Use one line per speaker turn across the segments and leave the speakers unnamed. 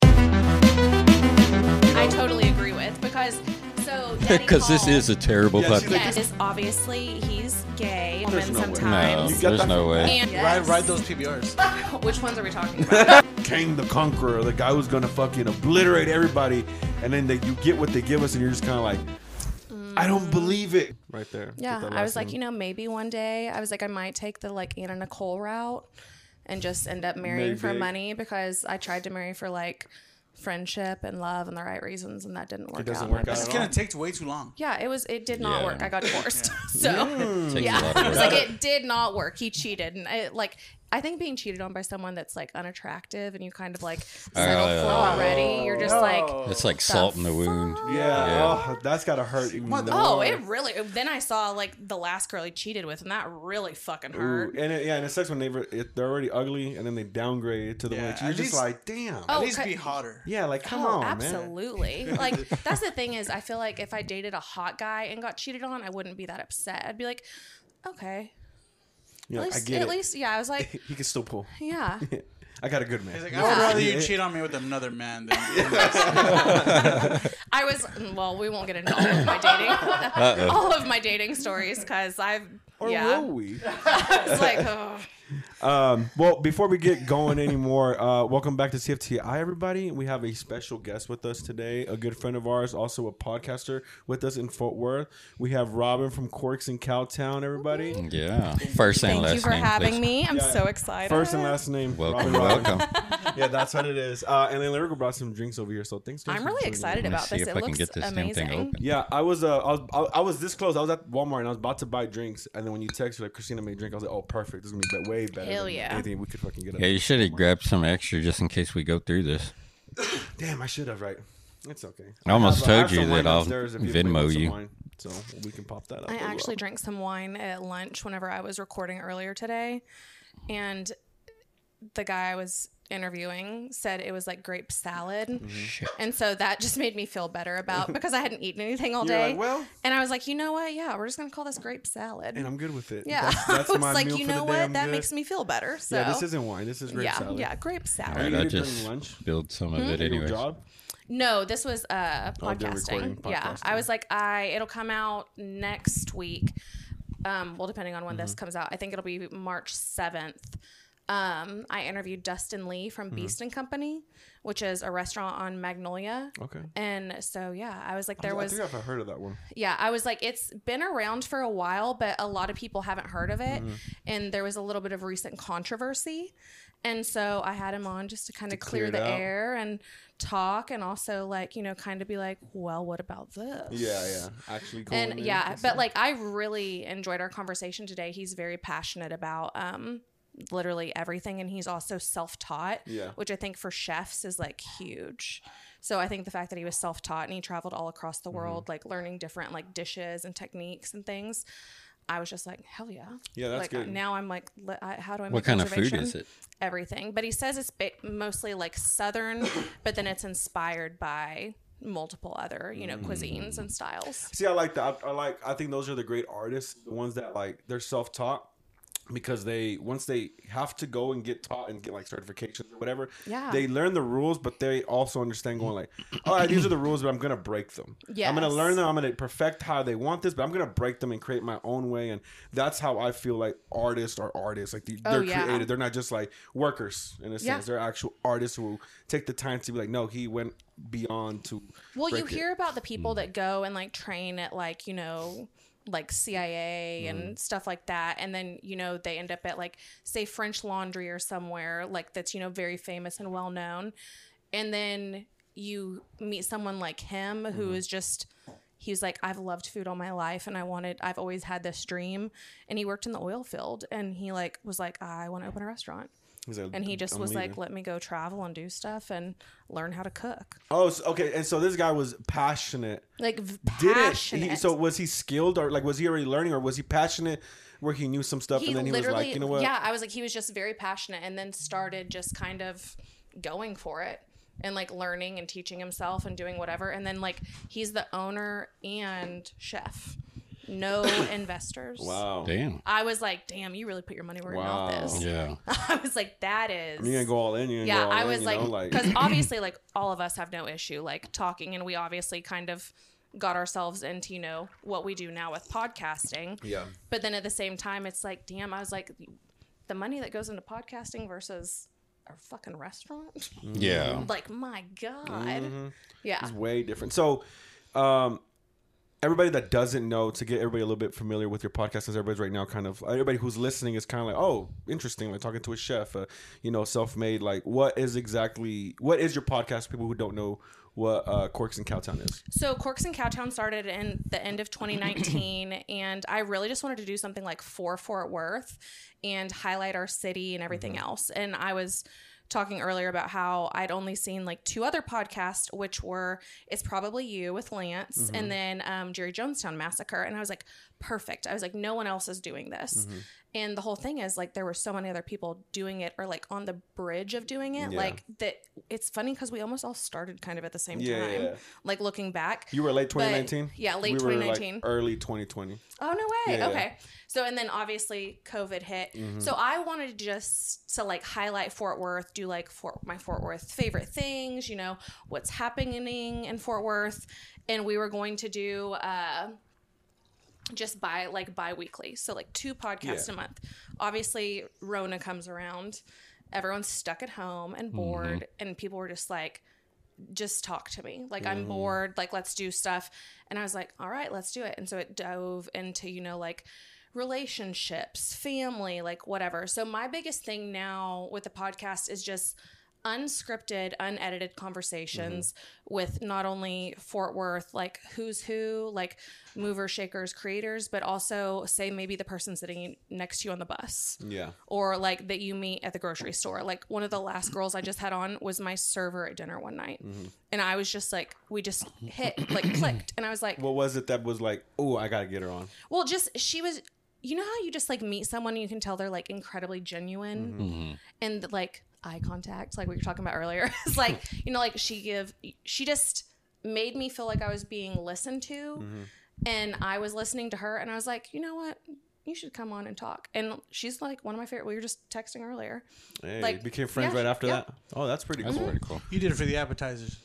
pick because this is a terrible
Yes,
podcast.
you-
Yeah, is obviously he's gay.
There's
Woman
no way.
No,
sometimes.
You got
there's
that
no
from-
way.
And
Ride, ride those PBRs.
Which ones are we talking about?
Kang the Conqueror, the guy who's gonna fucking obliterate everybody, and then they, you get what they give us, and you're just kind of like, I don't believe it. Right there.
yeah, I was like, you know, maybe one day I was like, I might take the like Anna Nicole route and just end up marrying for
Maybe.
money because I tried to marry for like friendship and love and the right reasons, and that didn't work
doesn't
out.
work
And I
out
just-
at
It's
all.
gonna take way too long.
Yeah, it was. It did not
Yeah.
work. I got divorced. so
Takes a
yeah,
lot of
I was
work.
like, it did not work. He cheated, and I, like I think being cheated on by someone that's like unattractive and you kind of like
Oh,
settle for already, you're just like,
It's like salt in the wound.
Yeah, oh, that's gotta hurt. even
What the-
more.
oh, it really. Then I saw like the last girl he cheated with, and that really fucking
Ooh,
hurt.
and it, yeah, and it sucks when they re- it, they're already ugly and then they downgrade it to the
Yeah,
one that you're
at
just
least-
like, damn.
Oh,
At least
cut-
be hotter.
Yeah, like come
oh,
on, man.
absolutely. Like that's the thing is, I feel like if I dated a hot guy and got cheated on, I wouldn't be that upset. I'd be like, okay,
You're
at
like, I
least, at
get it.
least, yeah. I was like,
he can still pull.
yeah.
I got a good man.
He's like, "Oh." I
Yeah.
would
Yeah.
rather
Yeah.
you cheat on me with another man than
I was well. We won't get into all of my dating, all of my dating stories, because I've
or
yeah.
will we?
It's like oh,
Um, well, before we get going anymore, uh, welcome back to CFTI, everybody. We have a special guest with us today, a good friend of ours, also a podcaster with us in Fort Worth. We have Robin from Corks and Cowtown, everybody.
Yeah. First and
thank
last
you for
name,
having
please.
me. I'm
Yeah.
so excited.
First and last name.
Welcome,
Robin Robin.
welcome.
yeah, that's what it is. Uh, and then Lyrical brought some drinks over here, so thanks. guys,
I'm
for
really
joining
excited
us.
Let's
about
see
this.
if
It
I can
looks
get this damn
amazing.
thing open.
Yeah, I was uh, I was I, I was this close. I was at Walmart and I was about to buy drinks, and then when you texted like Christina made a drink, I was like, oh, perfect. This is gonna be way better.
Hell
than
yeah.
Anything we could fucking get. at
Yeah, you should have grabbed some extra just in case we go through this.
Damn, I should have. Right. It's okay.
I almost
have- I
told
have
you
some wine
that I'll
upstairs if you'd
Venmo
like some
you.
wine, so we can pop that up.
I
as well.
actually drank some wine at lunch whenever I was recording earlier today, and the guy I was interviewing said it was like grape salad,
Mm-hmm.
and so that just made me feel better about because I hadn't eaten anything all
You're
day.
like, well-
and I was like, you know what? Yeah, we're just gonna call this grape salad.
And I'm good with it.
Yeah,
That's, that's
I was
my
like,
meal
you
for
know
the day.
what?
I'm
That
good.
makes me feel better. So
Yeah, this isn't wine. This is grape
yeah,
salad.
yeah, grape salad.
All right,
you
I
did during
just
lunch?
build some
Hmm?
of it
Your
anyway.
job?
No, this was uh,
Oh, they're recording
podcasting. Yeah,
podcasting.
I was like, I it'll come out next week. Um, well, depending on when
Mm-hmm.
this comes out, I think it'll be March seventh. Um, I interviewed Dustin Lee from
Mm-hmm.
Beast and Company, which is a restaurant on Magnolia.
Okay.
And so yeah, I was like, there
I
was
think I've heard of that one.
yeah, I was like, it's been around for a while, but a lot of people haven't heard of
Mm-hmm.
it. And there was a little bit of recent controversy. And so I had him on just to kind of clear,
clear it
the
out.
air and talk and also, like, you know, kind of be like, well, what about this?
Yeah, yeah. Actually, going
And
in
yeah,
and
but
stuff.
like, I really enjoyed our conversation today. He's very passionate about, um, literally everything and he's also self-taught
Yeah.
which i think for chefs is like huge so i think the fact that he was self-taught and he traveled all across
Mm-hmm.
the world like learning different like dishes and techniques and things i was just like hell yeah
Yeah, that's
like
good.
now i'm like le- I, how do i make
What kind of food
reservation?
is it?
everything but he says it's ba- mostly like southern but then it's inspired by multiple other you know cuisines
Mm.
and styles
See, I like that. I, I like. I think those are the great artists, the ones that like they're self-taught because they once they have to go and get taught and get like certifications or whatever.
Yeah.
They learn the rules, but they also understand going like, all right, these are the rules, but I'm gonna break them. I'm gonna
Yes.
learn them. I'm gonna perfect how they want this, but I'm gonna break them and create my own way. And that's how I feel like artists are artists. Like they, they're
Oh, yeah.
creative. They're not just like workers in a sense.
Yeah.
They're actual artists who take the time to be like, no, he went beyond to.
Well, you
break it." Mm.
hear about the people that go and like train at like, you know, like CIA
Mm.
and stuff like that. And then, you know, they end up at like, say, French Laundry or somewhere like that's, you know, very famous and well known. And then you meet someone like him who
Mm-hmm.
is just, he was like, I've loved food all my life and I wanted, I've always had this dream. And he worked in the oil field and he like was like, I want to open a restaurant.
He's like,
And he just
Mm-hmm. "I'm
was
leaving."
like, let me go travel and do stuff and learn how to cook.
Oh, so, okay. And so this guy was passionate.
Like, v-
Did it?
passionate.
He, so was he skilled, or like was he already learning, or was he passionate where he knew some stuff,
he
and then he was
literally,
like, you know what?
yeah, I was like, he was just very passionate and then started just kind of going for it and like learning and teaching himself and doing whatever. And then, like, he's the owner and chef, no investors.
Wow.
Damn.
I was like, damn, you really put your money where your
Wow.
mouth is.
Yeah.
I was like, that is.
You didn't go all in. You didn't
yeah,
go all
I
in,
was
you
like,
know,
because obviously, like, all of us have no issue like talking and we obviously kind of got ourselves into you know what we do now with podcasting.
Yeah.
But then at the same time, it's like, damn, I was like, the money that goes into podcasting versus a fucking restaurant.
Yeah.
like, my god, yeah,
It's way different. So, um, everybody that doesn't know, to get everybody a little bit familiar with your podcast, since everybody's right now kind of everybody who's listening is kind of like, oh, interesting, like talking to a chef, uh, you know, self-made. Like, what is exactly what is your podcast? People who don't know what uh, Corks and Cowtown is.
So Corks and Cowtown started in the end of 2019, and I really just wanted to do something like for Fort Worth and highlight our city and everything
Mm-hmm.
else. And I was talking earlier about how I'd only seen like two other podcasts, which were It's Probably You with Lance
Mm-hmm.
and then um, Jerry Jonestown Massacre. And I was like, perfect. I was like, no one else is doing this.
Mm-hmm.
And the whole thing is like, there were so many other people doing it or like on the bridge of doing it.
Yeah.
Like, that it's funny because we almost all started kind of at the same
Yeah,
time.
yeah.
Like, looking back.
You were late 2019.
yeah, late
We were, like,
2019.
early 2020.
Oh no way.
Yeah, Mm-hmm. yeah.
okay. So and then obviously COVID hit. So I wanted to just to like highlight Fort Worth, do like Fort my Fort Worth favorite things, you know, what's happening in Fort Worth. And we were going to do uh just by like bi-weekly. So like two podcasts
Yeah.
a month. Obviously Rona comes around. Everyone's stuck at home and
Mm-hmm.
bored and people were just like just talk to me. Like I'm bored. Like let's do stuff. And I was like, all right, let's do it. And so it dove into, you know, like relationships, family, like whatever. So my biggest thing now with the podcast is just unscripted, unedited conversations with not only Fort Worth, like who's who, like mover shakers, creators, but also say maybe the person sitting next to you on the bus
Yeah.
or like that you meet at the grocery store. Like one of the last girls I just had on was my server at dinner one night. And I was just like, we just hit, like clicked. And I was like, well,
What was it that was like? Oh, I gotta get her on.
just she was, you know how you just like meet someone and you can tell they're like incredibly genuine and like eye contact, like we were talking about earlier. it's like, you know, like she give, she just made me feel like I was being listened to. And I was listening to her and I was like, you know what? You should come on and talk. And she's like one of my favorite. We were just texting earlier.
Hey,
Like,
became friends
yeah,
right after
yeah. Mm-hmm.
that. Oh, that's pretty
That's
cool.
pretty cool.
You did it for the appetizers.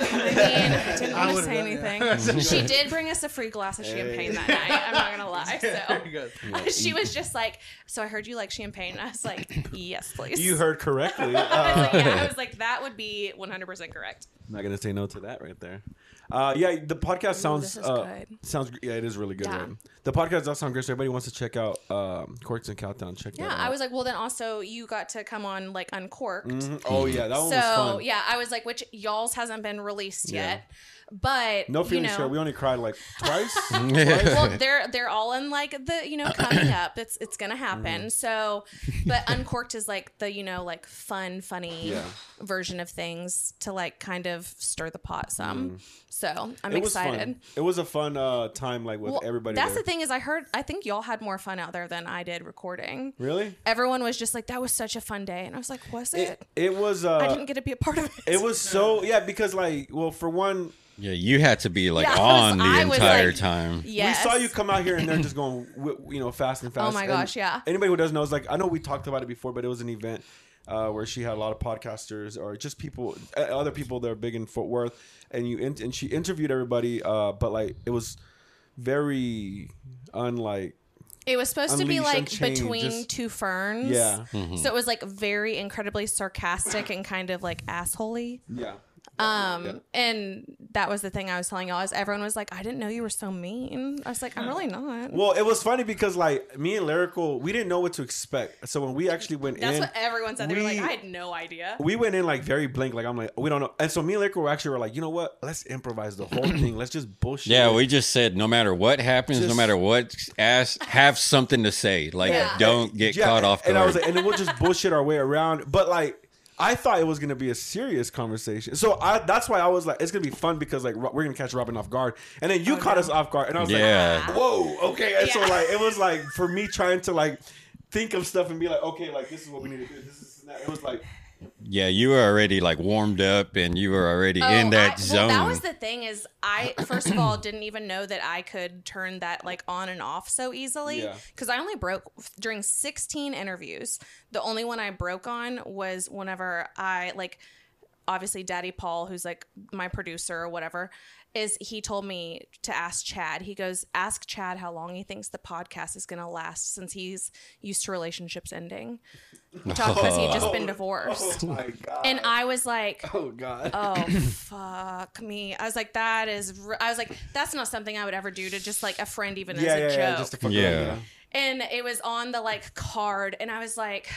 mean, I didn't want to
would've
say
done that.
anything. she did bring us a free glass of champagne that night. I'm not gonna lie.
Very
So
good.
she was just like, "So I heard you like champagne." And I was like, "Yes, please."
You heard correctly.
I
Uh,
was like, yeah, I was like, that would be 100% correct.
I'm not gonna say no to that right there. Uh, yeah, the podcast sounds
this is
uh,
good.
sounds yeah, it is really good.
Yeah.
right? The podcast does sound great. So everybody wants to check out um, Corks and Countdown. Check
Yeah,
that out.
I was like, well, then also you got to come on like uncorked.
Mhm. Oh yeah, that one was
So
fun.
yeah, I was like, which y'all's hasn't been released
Yeah.
yet, but
No
you
feeling
know,
sure. We only cried like twice.
well, they're they're all in like the you know coming up. It's it's gonna happen.
Mm.
So, but uncorked is like the you know like fun, funny
Yeah.
version of things to like kind of stir the pot some. So I'm
Mm. it was
excited.
fun. It was a fun uh, time, like with
Well,
everybody.
that's
there.
the thing is I heard I think y'all had more fun out there than I did recording.
Really?
Everyone was just like that was such a fun day, and I was like, was it?
It, it was. Uh,
I didn't get to be a part of it.
it was so yeah because like well for one
Yeah, you had to be like
Yeah, I was-
on
I
the
was,
entire
like-
time.
Yes. Oh
We saw you come out here and they're just going, wi- you know, fast and fast.
my
And
gosh, yeah.
Anybody who doesn't know is like, I know we talked about it before, but it was an event uh, where she had a lot of podcasters or just people, uh, other people that are big in Fort Worth, and you in- and she interviewed everybody, uh, but like it was very unlike.
It was supposed to be
Unleash,
like
Unchained,
between
just- Mm-hmm.
two ferns.
Yeah.
So it was like very incredibly sarcastic and kind of like assholey.
Yeah.
Um, and that was the thing I was telling y'all is everyone was like, I didn't know you were so mean. I was like, I'm really not.
Well, it was funny because like me and Lyrical, we didn't know what to expect. So when we actually went
That's
in,
what everyone said. They were like,
we-
I had no idea.
we went in like very blank, like I'm like we don't know, and so me and Lyrical were actually were like, you know what? Let's improvise the whole thing. Let's just bullshit.
Yeah,
it.
we just said no matter what happens, no
Just-
matter what, ask have something to say. Like,
Yeah.
don't get caught off
And
guard.
I was like, and then we'll just bullshit our way around. But like, I thought it was gonna be a serious conversation. So I that's why I was like, it's gonna be fun because like Ro- we're gonna catch Robin off guard. And then you caught us off guard, and I was
Yeah.
like, whoa, okay. And so
Oh, Yeah.
like, it was like for me trying to like think of stuff and be like, okay, like this is what we need to do. This is that. It was like.
yeah, you were already like warmed up, and you were already
Oh,
in that
I-
zone.
Well, that was the thing is I first of all didn't even know that I could turn that like on and off so easily
Yeah.
because I only broke during 16 interviews. The only one I broke on was whenever I like obviously Daddy Paul, who's like my producer or whatever, is he told me to ask Chad. He goes, ask Chad how long he thinks the podcast is gonna last since he's used to relationships ending. Because he'd just been divorced.
oh, my god.
And I was like,
oh god.
oh fuck me i was like that is r- i was like that's not something i would ever do to just like a friend even
yeah,
as a
yeah,
joke
yeah, just to fuck
Yeah.
around,
and it was on the like card and i was like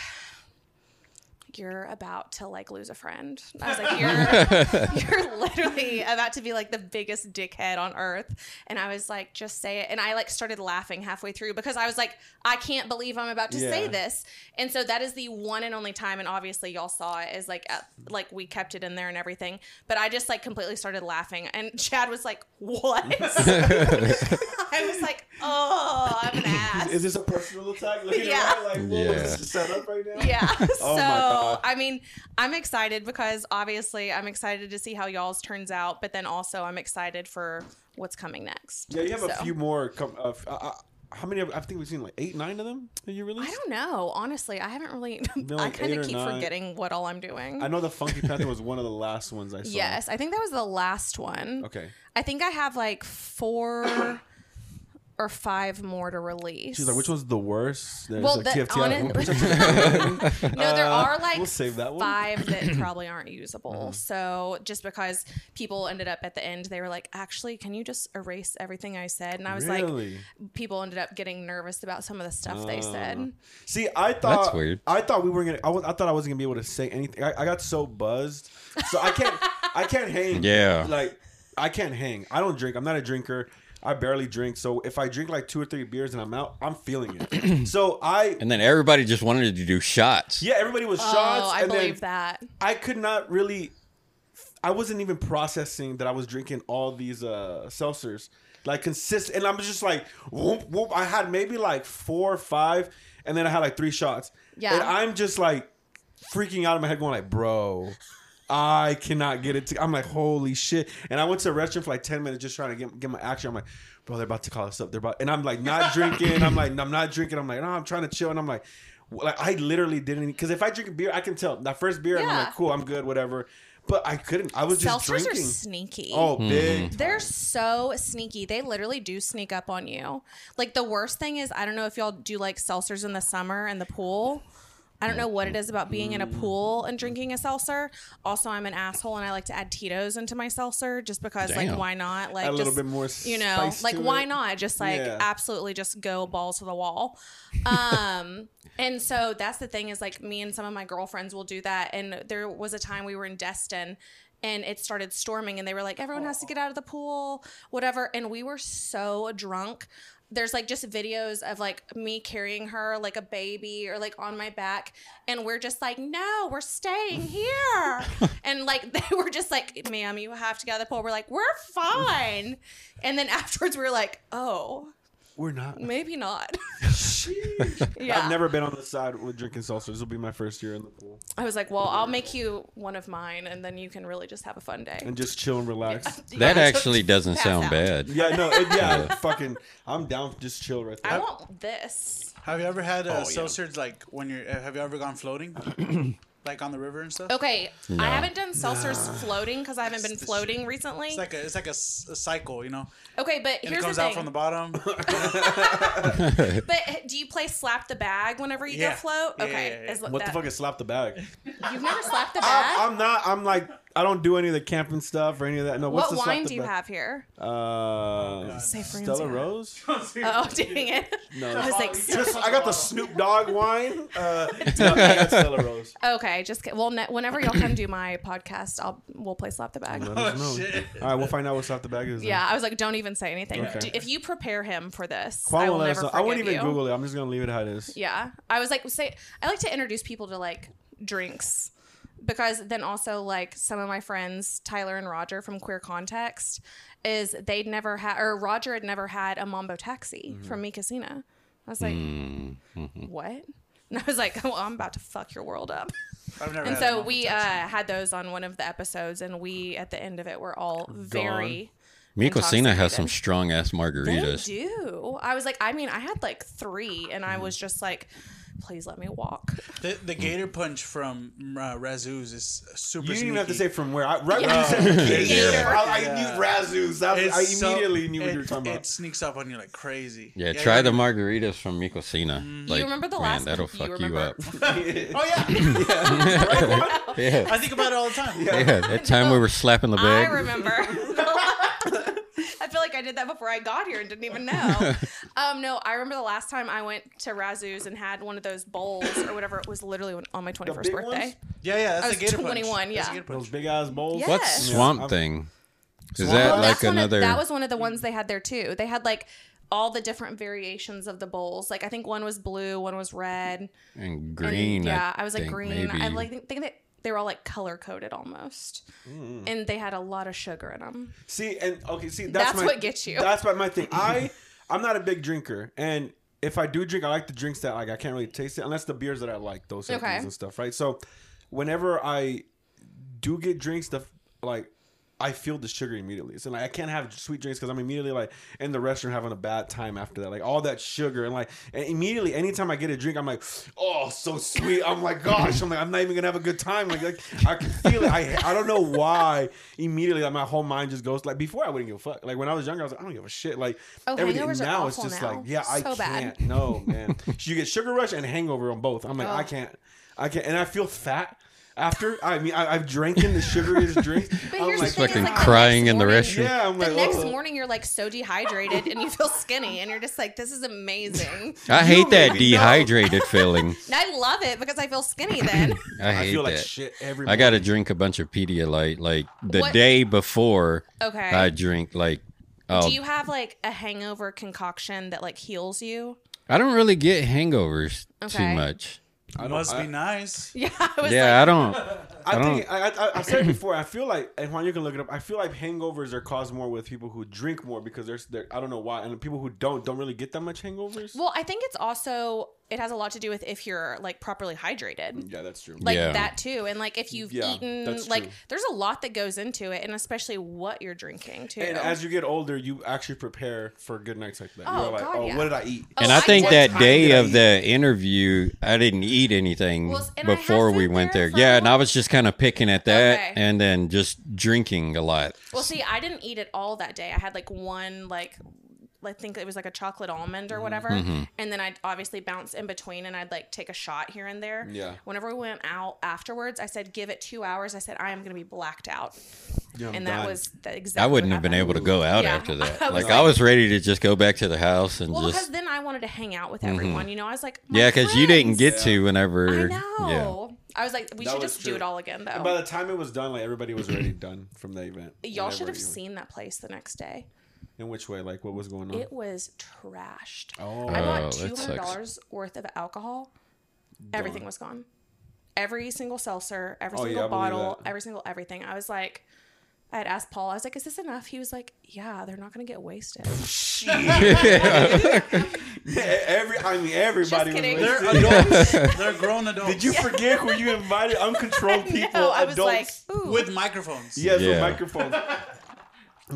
you're about to like lose a friend i was like you're you're literally about to be like the biggest dickhead on earth and i was like just say it and i like started laughing halfway through because i was like i can't believe i'm about to say
Yeah.
this and so that is the one and only time and obviously y'all saw it is like uh, like we kept it in there and everything but i just like completely started laughing and chad was like what i was like oh i'm an ass
Is this a personal attack? Like,
Yeah.
Like, whoa,
Yeah.
is this set up right now?
Yeah.
Oh my God.
so I mean, I'm excited because obviously I'm excited to see how y'all's turns out, but then also I'm excited for what's coming next.
Yeah, you have a
So-
few more. Com- uh, f- uh, uh, how many? Of, I think we've seen like eight, nine of them. Have you
I
released?
don't know. Honestly, I haven't really. I
like
kind
eight or
of keep
nine.
forgetting what all I'm doing.
I know the Funky Panther was one of the last ones I saw.
yes, I think that was the last one.
Okay.
I think I have like four or five more to release.
She's like, which one's the worst? There's
Well,
like
the-
TFTI.
honest- no, there
Uh,
are like
we'll save that one. Mm-hmm.
five that probably aren't usable. So just because people ended up at the end, they were like, actually, can you just erase everything I said? And I was like,
really?
people ended up getting nervous about some of the stuff
Ah.
they said.
See, I thought
weird.
I thought we were gonna. I, was, I thought I wasn't gonna be able to say anything. I, I got so buzzed, so I can't. I can't hang.
Yeah.
Like I can't hang. I don't drink. I'm not a drinker. I barely drink. So if I drink like two or three beers and I'm out, I'm feeling it. so I.
And then everybody just wanted to do shots.
Yeah, everybody was shots.
oh, I
and
believe
then
that.
I could not really. I wasn't even processing that I was drinking all these uh seltzers, like consist. And I'm just like, whoop, whoop. I had maybe like four or five, and then I had like three shots.
Yeah.
And I'm just like freaking out in my head, going like, bro. I cannot get it. To, I'm like, holy shit! And I went to a restaurant for like ten minutes, just trying to get, get my action. I'm like, bro, they're about to call us up. They're about, and I'm like, not drinking. I'm like, I'm not drinking. I'm like, no, I'm trying to chill. And I'm like, w- like I literally didn't because if I drink a beer, I can tell that first beer, and I'm
Yeah.
like, cool, I'm good, whatever. But I couldn't. I was just
Seltzers are
drinking.
sneaky.
oh, big.
They're so sneaky. They literally do sneak up on you. Like the worst thing is, I don't know if y'all do like seltzers in the summer in the pool. I don't know what it is about being in a pool and drinking a seltzer. Also, I'm an asshole and I like to add Tito's into my seltzer just because,
Damn.
like, why not? Like,
Add a little
just,
bit more
you know,
spice
like,
to
why
it.
not? Just like
Yeah.
absolutely just go balls to the wall. Um, and so that's the thing is like me and some of my girlfriends will do that. And there was a time we were in Destin and it started storming and they were like, everyone has to get out of the pool, whatever. And we were so drunk. There's like just videos of like me carrying her like a baby or like on my back. And we're just like, no, we're staying here. and like they were just like, ma'am, you have to get out of the pool. We're like, we're fine. And then afterwards we were like, oh,
We're not.
maybe not.
Sheesh.
yeah.
I've never been on the side with drinking seltzers. This will be my first year in the pool
I was like, well, I'll make you one of mine, and then you can really just have a fun day.
and just chill and relax.
That
Yeah.
actually doesn't
Pass
sound
out.
bad.
Yeah, no, it, yeah, fucking. I'm down. for Just chill right there.
I want this.
Have you ever had uh,
yeah.
seltzers like when you're? uh, Have you ever gone floating, like on the river and stuff?
Okay, I haven't done seltzers floating because I haven't been
It's the
floating recently.
It's like a it's like a, s- a cycle, you know.
okay, but
And
here's
it comes
the
out
thing.
from the bottom.
but do you play slap the bag whenever you
Yeah.
go float?
Yeah,
Okay,
yeah, yeah.
is
what the
that-
fuck is slap the bag?
You've never slapped the
I,
bag.
I'm not. I'm like. I don't do any of the camping stuff or any of that. No. What's
what
the
wine
slap
do you have here?
have?
Oh,
Uh,
Say
Stella
Franzia.
Rose.
Oh, dang it!
No.
I was like,
Just, I got the Snoop Dogg wine. Uh, no, I got Stella Rose.
okay, just kid- well, ne- whenever y'all come do my podcast, I'll we'll play slap the bag.
Let
Oh,
us know.
shit.
All right, we'll find out what slap the bag is. then.
Yeah, I was like, don't even say anything.
Okay.
D- If you prepare him for this,
Kwame
I will
let us
never
know.
forgive
I won't even
you.
Google it. I'm just gonna leave it how it is.
Yeah, I was like, say, I like to introduce people to like drinks because then also like some of my friends, Tyler and Roger from Queer Context, is they'd never had or Roger had never had a Mambo Taxi
Mm-hmm.
from Mi Casina. I was like, what? And I was like, well, I'm about to fuck your world up.
I've never.
And
had
so
one.
we uh, had those on one of the episodes, and we at the end of it were all very.
Micosina has some
Intoxicated.
strong ass
They
margaritas. Mm.
do. I was like, I mean, I had like three, and I was just like, please let me walk.
The, the gator punch from uh, Razoo's is super.
You didn't even have to
sneaky.
say from where. I, right when you said gator,
Gator.
I, I
Yeah.
knew Razoo's. I, was- I
It's so-
immediately knew what you were
it-
talking
It
about.
sneaks up on you like crazy.
Yeah, try the margaritas from Micosina. Like,
you remember the last
man, that'll
one? You
fuck you
remember?
up.
Oh yeah,
yeah,
I think about it all the time.
yeah. That time we were slapping the
I
bag.
remember. I feel like I did that before I got here and didn't even know. Um, no, I remember the last time I went to Razoo's and had one of those bowls or whatever. It was literally when, on my 21st
big
birthday.
ones?
Yeah, yeah, that's
I
the
was
gator punch.
21,
That's the
yeah.
gator punch.
Those big ass bowls.
Yeah.
What's
Yes.
Swamp
Yeah, I'm-
Thing? Is
Swamp-
that
Well,
like
that's one of-
another?
that was one of the ones they had there too. They had like all the different variations of the bowls. Like I think one was blue, one was red.
and
and-
green.
yeah,
I,
I was like
think,
green.
Maybe.
I like think- think that they were all like color coded almost, and they had a lot of sugar in them.
See and okay, see that's,
That's
my,
what gets you.
That's my, my thing. I I'm not a big drinker, and if I do drink, I like the drinks that like I can't really taste it, unless the beers that I like, those sort of
Okay.
things and stuff, right? So, whenever I do get drinks, the f- like I feel the sugar immediately. So like I can't have sweet drinks because I'm immediately like in the restaurant having a bad time after that. Like all that sugar and like and immediately anytime I get a drink, I'm like, oh, so sweet. I'm like, gosh, I'm like, I'm not even gonna have a good time. Like, like I can feel it. I I don't know why. Immediately, like my whole mind just goes like before I wouldn't give a fuck. Like when I was younger, I was like, I don't give a shit. Like
Oh,
everything
hangovers are
now it's
awful
just
now.
like, yeah, I
So bad.
can't. No, man. you get sugar rush and hangover on both. I'm like, I
Ugh.
can't. I can't. And I feel fat. After I mean I, I've drank in the sugariest drinks.
But
I'm
here's
like,
the thing:
fucking
is, like, the
crying
next
in the
morning-
restroom.
yeah, I'm
The
like, oh.
next
"Ugh."
morning, you're like so dehydrated and you feel skinny, and you're just like, "This is amazing."
I hate that
You already
dehydrated feeling.
And I love it because I feel skinny then.
I
I
hate
feel like
that.
shit every
I got to
morning.
drink a bunch of Pedialyte like the
What-
day before.
Okay.
I drink like. Oh,
Do you have like a hangover concoction that like heals you?
I don't really get hangovers
Okay.
too much.
I don't-
Must
I-
be nice.
Yeah, I was
Yeah,
like, Oh,
I don't.
I,
I
think I, I, I said it before. I feel like, and Juan, you can look it up. I feel like hangovers are caused more with people who drink more because there's, there, I don't know why, and people who don't don't really get that much hangovers.
well, I think it's also it has a lot to do with if you're like properly hydrated.
yeah, that's true.
like
Yeah.
that too and like if you've
Yeah,
eaten
that's
like
true.
there's a lot that goes into it and especially what you're drinking too
and as you get older, you actually prepare for good nights like that.
Oh,
You're like,
God,
oh,
yeah.
what did I eat?
Oh,
and I think
did-
that
time
day
did I
of
eat?
the interview, I didn't eat anything
Well, and I had
before we
food
went
there
there.
for a
Yeah, and I
while.
was just kind of picking at that
Okay.
and then just drinking a lot.
well see i didn't eat it all that day i had like one like i think it was like a chocolate almond or whatever
Mm-hmm.
and then i'd obviously bounce in between and i'd like take a shot here and there
Yeah.
whenever we went out afterwards i said give it two hours i said i am going to be blacked out
Yeah, I'm
and that
dying.
was the exact
I wouldn't have been able to go out
Yeah.
after that.
I was
like,
like-
I was ready to just go back to the house and
well because
just Mm-hmm.
then i wanted to hang out with everyone you know i was like my
yeah, because you didn't
friends.
get to whenever.
i
Yeah.
know i was like we
That
should
was
just
true.
do it all again though
And by the time it was done, like everybody was already done from the event.
Oh. Y'all should
Whenever
have
you-
seen that place the next day.
In which way? Like, what was going on?
It was trashed.
Oh.
I
Oh,
bought
that
two
sucks.
hundred dollars worth of alcohol. Everything was gone. Every single seltzer, every
Oh, yeah,
single
I believe
bottle,
that.
every single everything. I was like, I had asked Paul. I was like, "Is this enough?" He was like, "Yeah, they're not gonna get wasted."
E-, every, I mean, everybody was
kidding.
wasted.
They're adults. They're grown adults.
Did you forget who you invited? Uncontrolled people,
no, I was like,
adults.
"Ooh."
with microphones?
Yes,
Yeah.
with microphones.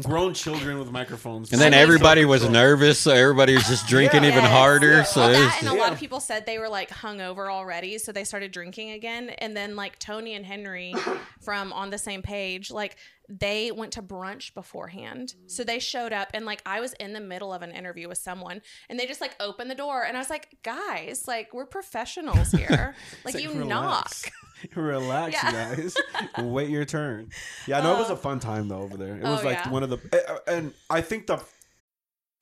Grown children with microphones.
And then
I know.
everybody was nervous, so everybody was just drinking
Yeah.
even
Yes.
harder.
Yeah.
So
Well,
it was
that and a
just-
lot of
Yeah.
people said they were like hungover already, so they started drinking again. And then like Tony and Henry from On the Same Page, like they went to brunch beforehand, so they showed up and like I was in the middle of an interview with someone, and they just like opened the door, and I was like, guys, like we're professionals here, like you knock.
knock. Relax,
Yeah. Um,
guys. Wait your turn. Yeah, I know it was a fun time though over there. It was
oh,
like
yeah.
one of the, eh, eh, and I think the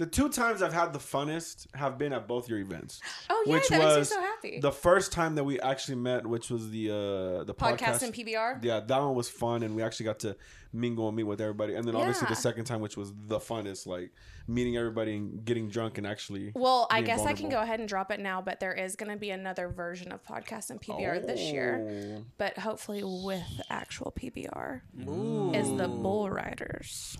the two times I've had the funnest have been at both your events.
Oh, yay, that makes me so happy.
The first time that we actually met, which was the uh the
Podcast and PBR?
Yeah, that one was fun, and we actually got to mingle and meet with everybody. And then obviously the
Yeah.
second time, which was the funnest, like meeting everybody and getting drunk and actually.
Well, I
being
guess I can
vulnerable.
go ahead and drop it now, but there is going to be another version of podcast and PBR this year,
Oh.
but hopefully with actual PBR is the Bull Riders.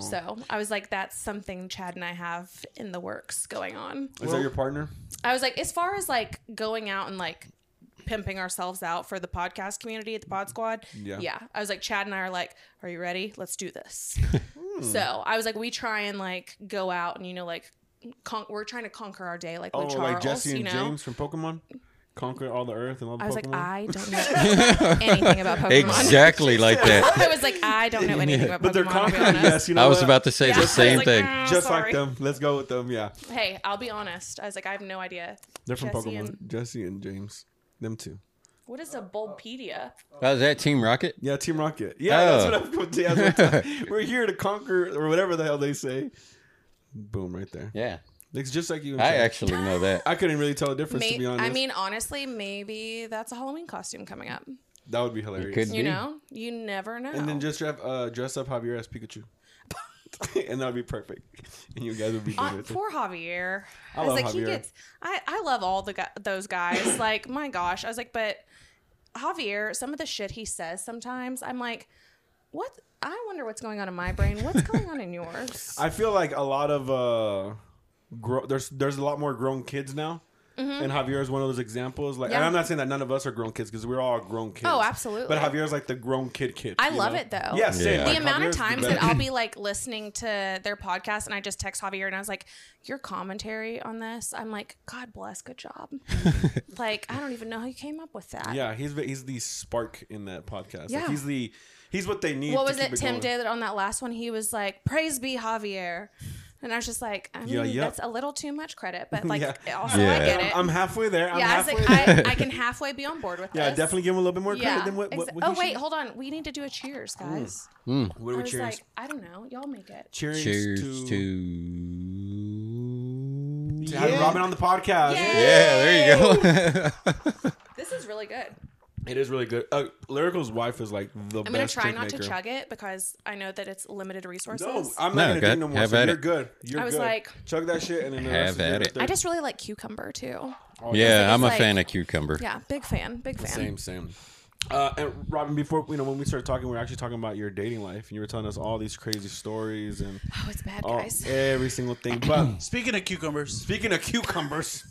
So I was like, that's something Chad and I have in the works going on.
Is that your partner?
I was like, as far as like going out and like pimping ourselves out for the podcast community at the Pod Squad,
Yeah.
I was like, Chad and I are like, are you ready? Let's do this. so I was like, we try and like go out and you know like. Con- we're trying to conquer our day, like
Oh,
with Charles,
like Jesse and
you know.
James from Pokemon, conquer all the earth and all the
I was
Pokemon.
like, I don't know anything about Pokemon.
Exactly like that.
I was like, I don't know anything about Pokemon.
but they're
I'll be
conquering
honest.
us. You know
I was
what?
about to say
Yeah, I
the
was
same
like,
thing.
"Ah,
just
sorry."
like them. Let's go with them. Yeah,
Hey, I'll be honest. I was like, I have no idea.
they're from
Jesse
Pokemon.
and-
Jesse and James, them two.
What is a Bulbpedia?
Oh, is that Team Rocket?
Yeah, Team Rocket. Yeah,
Oh.
that's what I'm yeah, that's what I'm- We're here to conquer, or whatever the hell they say. Boom, right there.
Yeah.
It's just like you. And
I
Chad.
actually know that.
I couldn't really tell a difference to
May-
be honest.
I mean, honestly, maybe that's a Halloween costume coming up.
that would be hilarious.
Could
You
be.
know, you never know.
And then just have, uh, dress up Javier as Pikachu, and that'd be perfect. And you guys would be doing
Uh,
it.
poor Javier. I,
love
was like, he
Javier.
gets. I I love all the gu- those guys. like, my gosh, I was like, but Javier, some of the shit he says sometimes, I'm like, what? I wonder what's going on in my brain. What's going on in yours?
I feel like a lot of uh, grow, there's there's a lot more grown kids now, and Javier is one of those examples. Like, and
Mm-hmm. Yeah.
I'm not saying that none of us are grown kids because we're all grown kids.
Oh, absolutely.
But Javier's like the grown kid kid.
I
you
love
know?
it, though.
Yeah, same.
The
the
Like,
amount
Javier's
of
the
times
best.
that I'll be like listening to their podcast and I just text Javier and I was like, Your commentary on this, I'm like, God bless, good job. like, I don't even know how you came up with that.
Yeah, he's the- he's the spark in that podcast. Like,
Yeah.
he's the he's what they need.
What
to
was
keep
it Tim
going.
did on that last one? He was like, Praise be Javier. And I was just like, I mean,
Yeah, yeah.
that's a little too much credit, but like,
Yeah.
also I
Yeah.
get it.
I'm halfway there. I'm
yeah, I was
halfway
like,
there.
I, I can halfway be on board with
yeah,
this.
definitely give him a little bit more credit
Yeah.
than what. what,
exa-
what
oh
he should- Mm.
wait, hold on. We need to do a cheers, guys.
What are
I
we
was
cheering?
like, I don't know. Y'all make it.
cheering
Cheers
to,
to.
to having Robin on the podcast.
Yay!
Yeah, there you go.
This is really good.
It is really good. Uh, Lyrical's wife is like the
I'm gonna
best.
try
drink
not
maker.
to chug it because I know that it's limited resources.
No,
i
I'm
No,
not gonna
go-
do no more.
have
so
at
you're
it.
good. You're
I was
good.
like-
chug that shit and then the rest
Have
is
at
good.
it.
They're-
just really like cucumber too.
Yeah, I'm a
like-
fan of cucumber.
Yeah, big fan, big fan.
Same, same. Uh, and Robin, before you know, when we started talking, we were actually talking about your dating life, and you were telling us all these crazy stories and
Oh, it's bad,
all,
guys.
every single thing. But
Speaking of cucumbers,
speaking of cucumbers,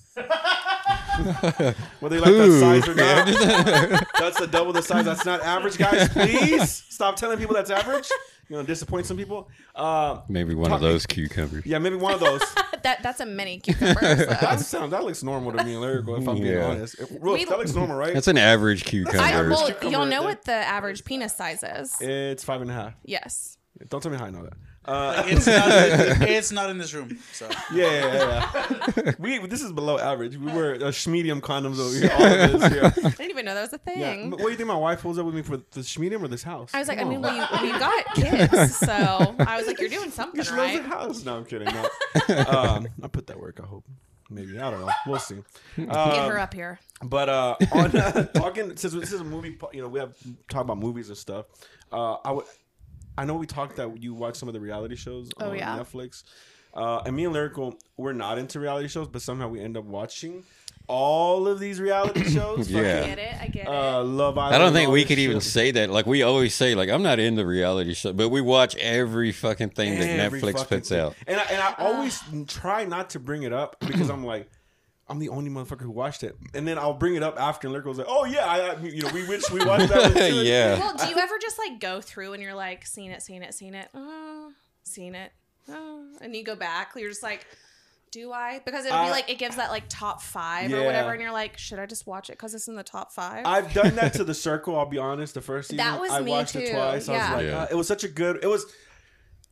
whether you like that size or not, that's the double the size. That's not average, guys. Please stop telling people that's average. You know, disappoint some people. Uh,
Maybe one of
Talking-
those cucumbers.
yeah, maybe one of those.
that that's a mini cucumber. so.
That sounds. That looks normal to me, lyrical. If I'm being
Yeah.
honest, It- look,
We-
that looks normal, right?
That's an average
I,
cucumber.
well,
cucumber
y'all
right
know
there.
what the average penis size is.
It's five and a half.
Yes.
Don't tell me how I know that. Uh,
it's not, it's not in this room. So
yeah, yeah, yeah. yeah. we this is below average. We were uh, medium condoms over here. All of this, yeah.
I didn't even know that was a
Yeah.
thing.
What do you think my wife holds up with me for the medium or this house?
I was like, I mean, we, we got kids, so I was like, you're doing something
she loves
right.
the house. No, I'm kidding. No. um, I put that work. I hope. Maybe I don't know. We'll see.
Get her up here.
But uh, on uh, talking since this is a movie, po- you know, we have talk about movies and stuff. Uh, I would, I know we talked that you watch some of the reality shows
Oh,
on
yeah.
Netflix. Uh, and me and Lyrical, we're not into reality shows, but somehow we end up watching all of these reality shows.
Yeah.
Get it? I get
Fucking, uh, Love Island.
I don't think
all
we
this
could even
shit.
say that. Like we always say, like I'm not into reality show, but we watch every fucking thing that
Every
Netflix
fucking
puts
thing.
out.
And I, and I always try not to bring it up because I'm like, I'm the only motherfucker who watched it. And then I'll bring it up after, and Lyrical's like, "Oh yeah, I, I- you know, we wish we watched that." One too.
yeah.
Well, do you ever just like go through and you're like, seen it, seen it, seen it, uh, seen it, uh, and you go back? You're just like, do I? Because it'll
I-
be like it gives that like top five
Yeah.
or whatever, and you're like, should I just watch it because it's in the top five?
I've done that to the circle. I'll be honest. The first season,
was
I
me
watched it
too,
twice. I
yeah.
was like,
Yeah.
uh, it was such a good. It was,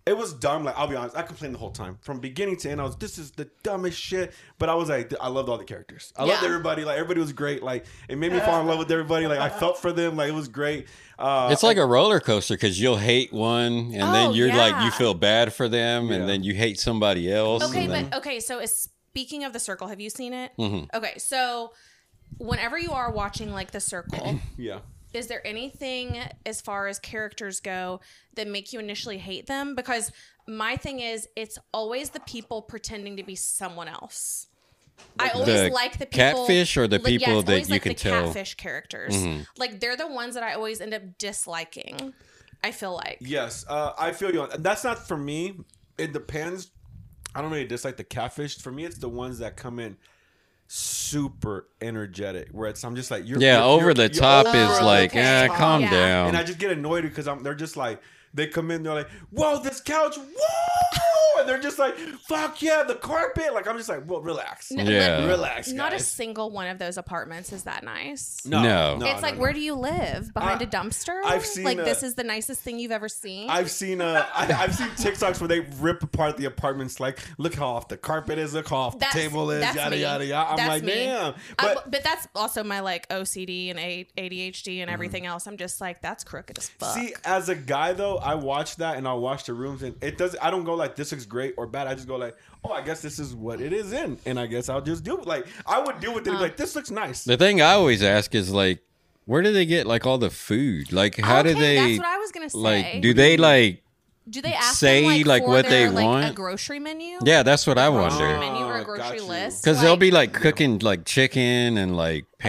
it was dumb. Like I'll be honest, I complained the whole time from beginning to end. I was, this is the dumbest shit. But I was like, I loved all the characters. I loved
Yeah.
everybody. Like everybody was great. Like it made me fall in love with everybody. Like I felt for them. Like it was great. Uh,
It's like a roller coaster because you'll hate one, and then
Oh,
you're like you
yeah.
feel bad for them,
Yeah.
and then you hate somebody else.
okay,
and
Mm-hmm.
then,
but okay. So is, speaking of the circle, have you seen it? Okay, so whenever you are watching like the circle.
yeah.
is there anything as far as characters go that make you initially hate them? Because my thing is, it's always the people pretending to be someone else. I always
the
like the people,
catfish or the
like, yeah,
people
it's
that
always
you
like
can
the
tell? Mm-hmm.
Catfish characters, like they're the ones that I always end up disliking. I feel like
Yes, uh, I feel you. On, that's not for me. It depends. I don't really dislike the catfish. For me, it's the ones that come in super energetic, where it's I'm just like you're
Yeah,
you're-
over
you're-
the
you're
top
over
is
the
like,
okay.
eh, calm
Yeah.
down.
and I just get annoyed because I'm. They're just like they come in. They're like, "Whoa, this couch! Whoa!" And they're just like, "Fuck yeah, the carpet!" Like I'm just like, "Well, relax,
N-
yeah.
relax,
not a
guys."
single one of those apartments is that nice.
No.
it's like, where do you live? Behind
I-
a dumpster?
I've seen
like
a-
this is the nicest thing you've ever seen.
I've seen uh, I, I've seen TikToks where they rip apart the apartments. Like, look how off the carpet is, look how off the table is,
that's
yada
me.
yada yada. I'm
That's
like,
me.
damn.
I-
But
but, that's also my like OCD and A- ADHD and everything else. I'm just like that's crooked as fuck.
Mm-hmm. see, as a guy though, I watch that and I'll watch the rooms, and it does. I don't go like this looks great or bad. I just go like, oh, I guess this is what it is in, and I guess I'll just do it. Like, I would deal with it. and be like, this looks nice.
The thing I always ask is like, where do they get like all the food? Like, how do
Okay,
they?
That's what I was gonna say.
like, do they like?
Do they ask
say,
them, like,
like,
for
what they
their, like, A
want?
grocery menu.
Yeah, that's what I
Grocery
wonder.
menu or
Oh,
a grocery
got you.
list? Um,
Because
like,
they'll be like cooking like chicken and like
think there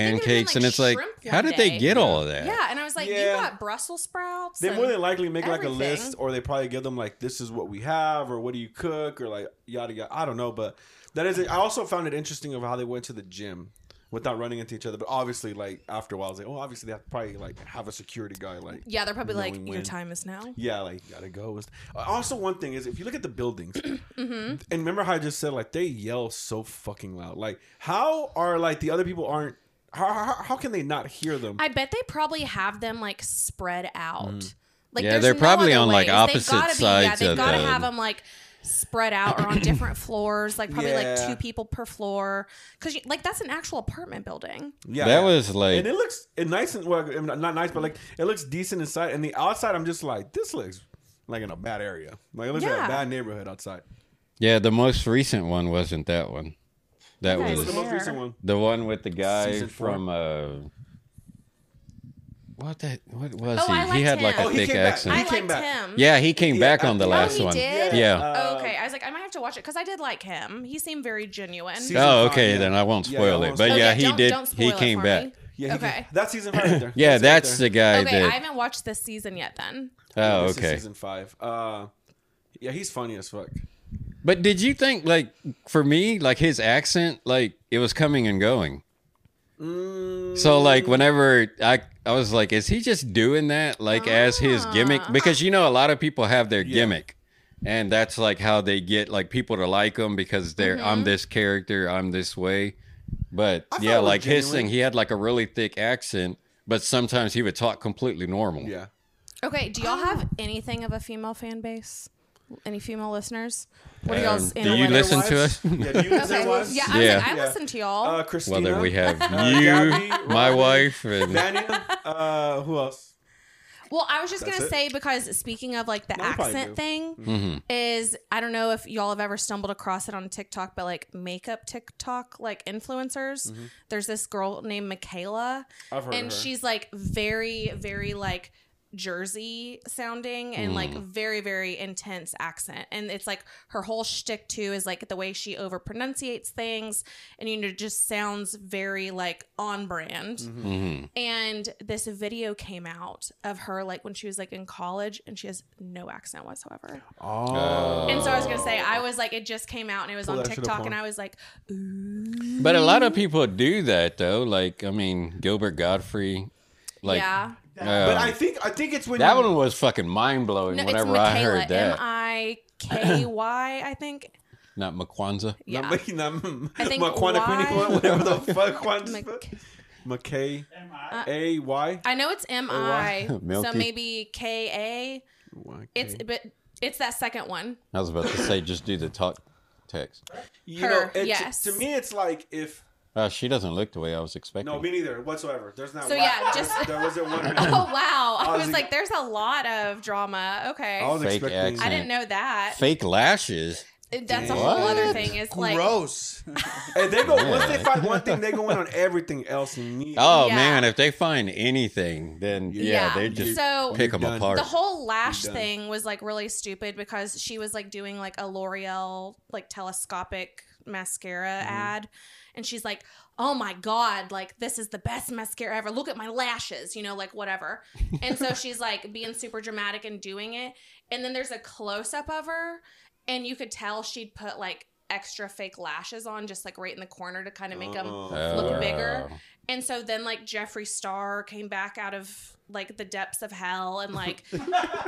was, like,
pancakes, and it's like,
shrimp one
how did they
day.
get all of that?
Yeah, and I was like,
Yeah.
you got Brussels sprouts.
They
and-
more than likely make like a
everything.
list, or they probably give them like, "This is what we have," or "What do you cook?" or like yada yada. I don't know, but that is. It. I also found it interesting of how they went to the gym without running into each other. But obviously, like after a while, it's like, "Oh, obviously they have to probably like have a security guy." Like,
yeah, they're probably like,
knowing
your
when.
time is now.
yeah, like you gotta go. Also, one thing is if you look at the buildings,
Mm-hmm.
and remember how I just said like they yell so fucking loud. Like, how are like the other people aren't? How how, how can they not hear them?
I bet they probably have them like spread out. Like,
Mm. Yeah,
there's
they're
no
probably
other
on,
ways.
like,
They've
opposite
gotta be-
sides
Yeah, they've
of
got to
the-
have them like spread out or on different floors. Like probably like
Yeah.
two people per floor. Because like that's an actual apartment building.
Yeah,
That
yeah.
was, like-
and it looks it nice and well, I mean, not nice, but like it looks decent inside. And the outside, I'm just like, this looks like in a bad area. Like it looks like
Yeah.
a bad neighborhood outside.
Yeah, the most recent one wasn't that one. That
Okay.
What's the
was
most recent one?
the one with the guy
Season four.
from. uh What that? What was
Oh,
he?
I liked
he had like
him.
a
Oh,
he
thick
came back.
accent.
I
He
liked
came back.
him.
yeah, he came
Yeah,
back on the
I-
last
Oh, he
one.
did?
Yeah.
Uh,
Oh, okay, I was like, I might have to watch it because I did like him. He semed very genuine.
See-
oh,
Season
okay.
five,
Then
yeah.
I won't
Yeah,
spoil
I
it.
won't
But
spoil
yeah,
Okay,
he
don't-
did.
don't
he
spoil it
came
for
back.
me.
Yeah, he
Okay.
came- that's season five. Right there.
Yeah,
right
that's
there.
the guy
okay, I
that.
haven't watched this season yet. Then
Oh,
This is
okay.
season five. Uh, yeah, he's funny as fuck.
But did you think like for me, like his accent, like it was coming and going. So like whenever I I was like, is he just doing that like as his gimmick? Because you know a lot of people have their gimmick, and that's like how they get like people to like them because they're I'm this character, I'm this way. But
thought
yeah,
it was
like his
genuine.
thing, he had like a really thick accent, but sometimes he would talk completely normal.
Yeah,
okay, do y'all
Oh.
have anything of a female fan base? Any female listeners? What are y'all's?
Um, do you
analytics?
listen to us?
yeah. Do you listen
Okay,
to us?
yeah, I, was
Yeah.
Like, I
Yeah.
listen to y'all.
Uh, Christina.
Well, then we have
Uh,
you,
Gabby,
my
Ronnie,
wife, and
Dania. Uh, who else?
Well, I was just
That's
gonna
it.
say because speaking of like the
No, we probably
accent
do.
thing, is I don't know if y'all have ever stumbled across it on TikTok, but like makeup TikTok like influencers. There's this girl named Michaela,
Mm-hmm. I've heard of
and
her.
she's like very, very like Jersey sounding and like very, very intense accent. And it's like her whole shtick too is like the way she over pronunciates things, and you know just sounds very like on brand
Mm-hmm.
and this video came out of her like when she was like in college and she has no accent whatsoever
Oh,
Uh,
and so i was gonna say i was like it just came out and it was on
that shit up,
tiktok and
Juan.
i was like
But a lot of people do that though. Like, I mean, Gilbert Godfrey. Like,
yeah
uh,
but I think I think it's when
that
you-
one was fucking mind blowing
no, it's
whenever
Michaela, uh,
I heard that.
m-i-k-y i think
Not Makwanza.
yeah
Not making them.
I think
Maquana
Y-
Quiniqua, whatever the fuck. Juan-
Mc-
McKay.
Uh,
A Y.
i know it's m-i so
Milky.
maybe k-a
Y,
it's
K.
but it's that second one
I was about to say, just do the talk text.
you
her,
it- to-
yes.
To me, it's like if
Uh, she doesn't look the way I was expecting.
no, me neither whatsoever. There's not.
So,
one-
yeah,
there-
just-
there wasn't one.
oh wow i was
Ozzy-
like there's a lot of drama okay
I was
Fake
expecting.
i
accent.
didn't know that
Fake lashes.
It- That's a whole other
What?
thing. It's like
Gross.
Hey, they go once they find one thing, they go in on everything else. Neat.
Oh
Yeah.
man, if they find anything, then yeah,
Yeah.
they just
So-
pick them
You're done.
apart.
the whole lash
done.
thing was like really stupid because she was like doing like a L'Oreal like telescopic mascara ad and she's like, "Oh my god, like this is the best mascara ever. Look at my lashes, you know, like whatever." And so she's like being super dramatic and doing it. And then there's a close up of her and you could tell she'd put like extra fake lashes on just like right in the corner to kind of make them look bigger.
Oh.
And so then like Jeffree Star came back out of like the depths of hell and like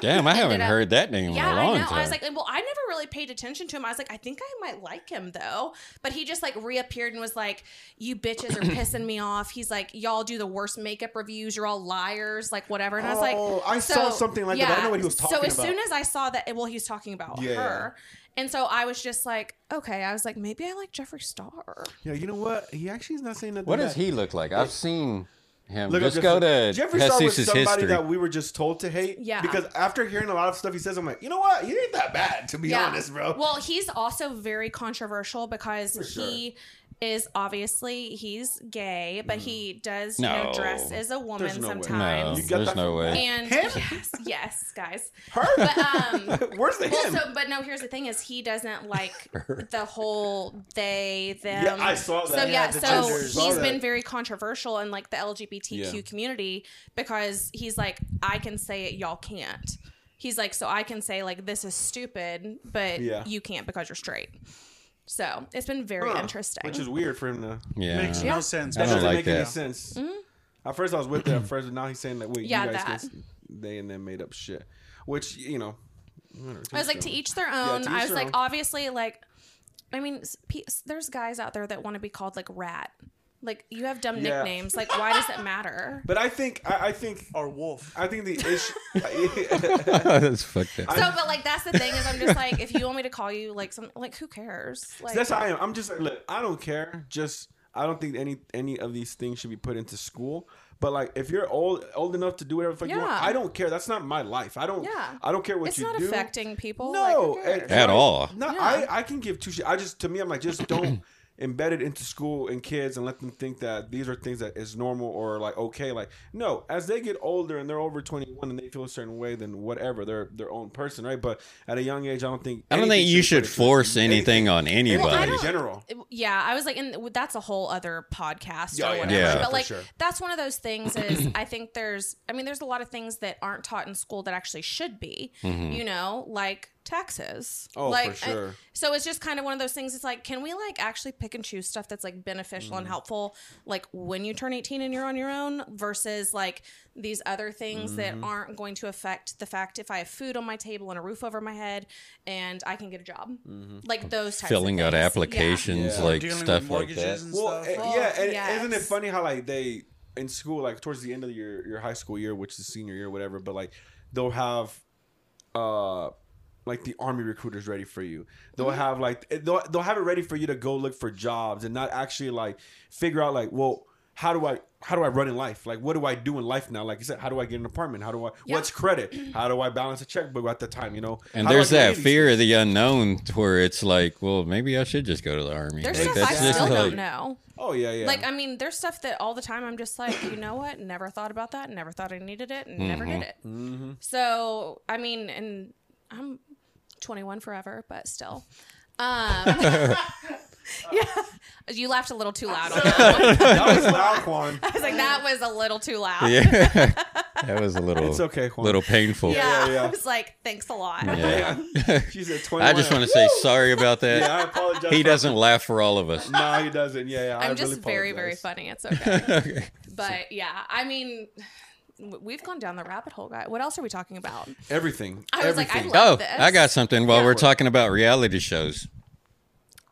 Damn, I haven't
up-
heard that name
yeah,
in a long
I know.
time.
I was like, well, I never really paid attention to him. I was like, I think I might like him though. But he just like reappeared and was like, You bitches are pissing me off. He's like, Y'all do the worst makeup reviews, you're all liars, like whatever. And I was like,
Oh, I
so-
saw something like that, but I don't know what he was
So
talking
as soon
about.
as I saw that well, he was talking about
Yeah.
her. And so I was just like, okay, I was like, maybe I like Jeffree Star.
yeah, you know what? He actually is not saying nothing.
what does
bad.
he look like? I've seen him.
Look up
just go to
Jeffree- Jeffree Star was
Jesus'
somebody
history.
that we were just told to hate.
Yeah.
Because after hearing a lot of stuff he says, I'm like, you know what? He ain't that bad, to be honest, bro.
Well, he's also very controversial because he is obviously he's gay, but he does you know,
No.
dress as a
Mm. There's
woman
no way.
no,
sometimes.
You got
there's
that
no
from-
way.
And yes, yes, guys. Her, but um,
Where's the
well,
him?
so but no. Here's the thing: is he doesn't like the whole they them.
Yeah, I saw that.
So yeah,
Yeah,
the
so
genders.
Saw
he's
that.
been very controversial in like the LGBTQ
Yeah.
community because he's like, I can say it, y'all can't. He's like, so I can say like this is stupid, but
Yeah.
you can't because you're straight. So it's been very
Huh.
interesting.
Which is weird for him to.
Yeah.
Makes no sense.
I
That
don't
doesn't
like
make any
that.
sense. At first, I was with that. At first, but now he's saying that wait,
Mm-hmm. Yeah,
you guys,
that.
Can, s- they and them made up shit, which you know. whatever,
I was like, to each their own.
to
I
each
was
their
like,
own.
obviously, like, I mean, s- pe- s- there's guys out there that want to be called like rat. Like you have dumb
Yeah.
nicknames. Like why does it matter?
But I think I, I think
Or wolf.
I think the issue.
Oh, That's fucked up.
So, but like that's the thing is, I'm just like, if you want me to call you like some, like who cares? Like,
That's how I am. I'm just like, look, I don't care. Just I don't think any any of these things should be put into school. But like, if you're old old enough to do whatever the fuck you want,
Yeah.
I don't care. That's not my life. I don't.
Yeah.
I don't care what
it's
you
not
do.
affecting people. like, who
No,
cares?
and-
At
I-
all.
No, I, I can give two shit. I just to me, I'm like, just don't embed it into school and kids and let them think that these are things that is normal or like okay. Like no, as they get older and they're over 21 and they feel a certain way, then whatever, they're their own person, right? But at a young age, I don't think
I don't
anything
think you
be put
should
into-
force anything on
anything
Well, I
anybody.
in
don't-
general.
yeah, I was like, and that's a whole other podcast
Yeah,
or
yeah,
whatever.
yeah,
but
for
like,
sure.
that's one of those things is I think there's, I mean, there's a lot of things that aren't taught in school that actually should be, you know, like taxes.
Mm-hmm. Oh, for
like, I-
sure.
so it's just kind of one of those things. It's like, can we like actually pick and choose stuff that's like beneficial
Mm-hmm.
and helpful, like when you turn 18 and you're on your own versus like these other things that
Mm-hmm.
aren't going to affect the fact if I have food on my table and a roof over my head and I can get a job.
Mm-hmm.
Like those types
Filling
of
out
things. Yeah.
applications,
Yeah.
like
Dealing with
stuff like that.
mortgages and
Well,
stuff.
eh, yeah, and
yes.
isn't it funny how like they in school, like towards the end of your your high school year, which is senior year, whatever, but like they'll have uh like the army recruiters ready for you. They'll
Mm-hmm.
have like eh, they'll they'll have it ready for you to go look for jobs and not actually like figure out like well how do I how do I run in life? Like what do I do in life now? Like you said, how do I get an apartment? How do I what's credit? How do I balance a checkbook at the time? You know,
And
How do I
there's
get
that
these
fear
things?
of the unknown, to where it's like, well, maybe I should just go to the army.
There's
Like,
stuff
that's
I
just
still
like-
don't know.
Oh yeah, yeah.
Like, I mean, there's stuff that all the time I'm just like, you know what? Never thought about that. Never thought I needed it. And Never
Mm-hmm.
did it.
Mm-hmm.
So, I mean, and I'm 21 forever, but still. Um, yeah. You laughed a little too loud on that.
that was loud, Juan.
I was like, that was a little too loud. Yeah.
Yeah, that was a little.
It's okay, Juan.
Little painful.
yeah, yeah.
I was like, thanks a lot.
Yeah.
She's at twenty.
I just want to say sorry about that.
Yeah, I apologize.
he
for-
doesn't laugh for all of us.
No, he doesn't. Yeah, yeah.
I'm
I
just
really
very, very
apologize.
funny. It's okay. But yeah, I mean, w- we've gone down the rabbit hole, guy. What else are we talking about?
Everything.
I was like, I
everything.
love
Oh,
this.
I got something while
Yeah.
we're talking about reality shows.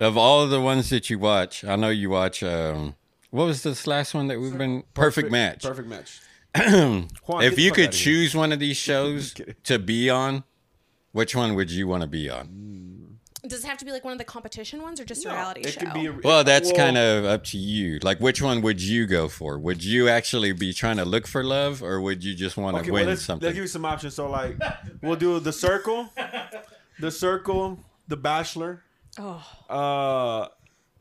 Of all the ones that you watch, I know you watch. Um, what was this last one that we've been? Perfect, Match.
Perfect match. Juan, get
If
the
you
fuck
could
outta here.
choose one of these shows
kidding.
to be on, which one would you want to be on?
Does it have to be like one of the competition ones or just a
No,
reality
it
show?
could be a-
Well, that's
well,
kind of up to you. Like, which one would you go for? Would you actually be trying to look for love, or would you just want to
Okay, well,
win
let's,
something?
let's give you some options. So, like, we'll do the circle, the circle, the bachelor,
Oh.
Uh,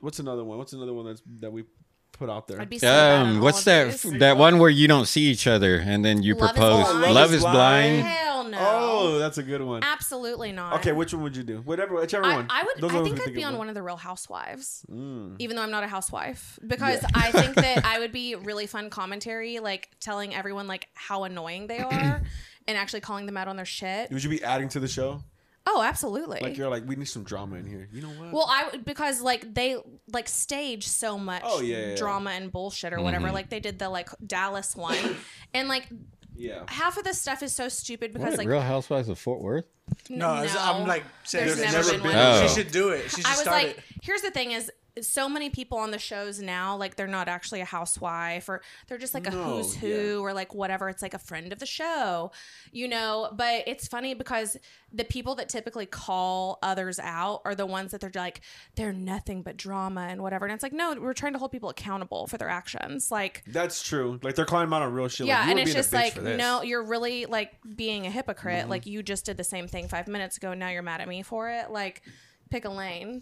what's another one? What's another one that's that we put out there?
I'd be so bad at
Um,
all
what's
of
that?
these.
f- That one where you don't see each other and then you
Love is
propose.
Blind.
Love is blind.
Hell no.
Oh, that's a good one.
Absolutely not.
Okay, which one would you do? Whatever, whichever
I,
one.
I would.
Those are
I
the ones Mm.
think
we
I'd be
of.
on one of the Real Housewives, even though I'm not a housewife, because I think that I would be really fun commentary, like telling everyone like how annoying they are, and actually calling them out on their shit.
Would you be adding to the show?
Oh, absolutely.
Like you're like, we need some drama in here. You know what?
Well, I would- because like they like stage so much
Oh, yeah, yeah, yeah.
drama and bullshit
Mm-hmm.
or whatever. Like they did the like Dallas one, and like
yeah.
half of this stuff is so stupid because like
Real Housewives of Fort Worth.
n-
No, it's- I'm like saying
there's
that
never
she
been
should-
one.
one. Oh.
She should do it. She should
I was
start
like,
it.
here's the thing is so many people on the shows now, like they're not actually a housewife or they're just like a
No,
who's who
yeah.
or like whatever. It's like a friend of the show, you know. But it's funny because the people that typically call others out are the ones that they're like, they're nothing but drama and whatever. And it's like, no, we're trying to hold people accountable for their actions. Like,
That's true. Like they're climbing out on real shit.
yeah,
like, you
and
were
it's
being a
just
bitch
like,
for this.
no, you're really like being a hypocrite. Like, you just did the same thing five minutes ago. And now you're mad at me for it. Like, pick a lane.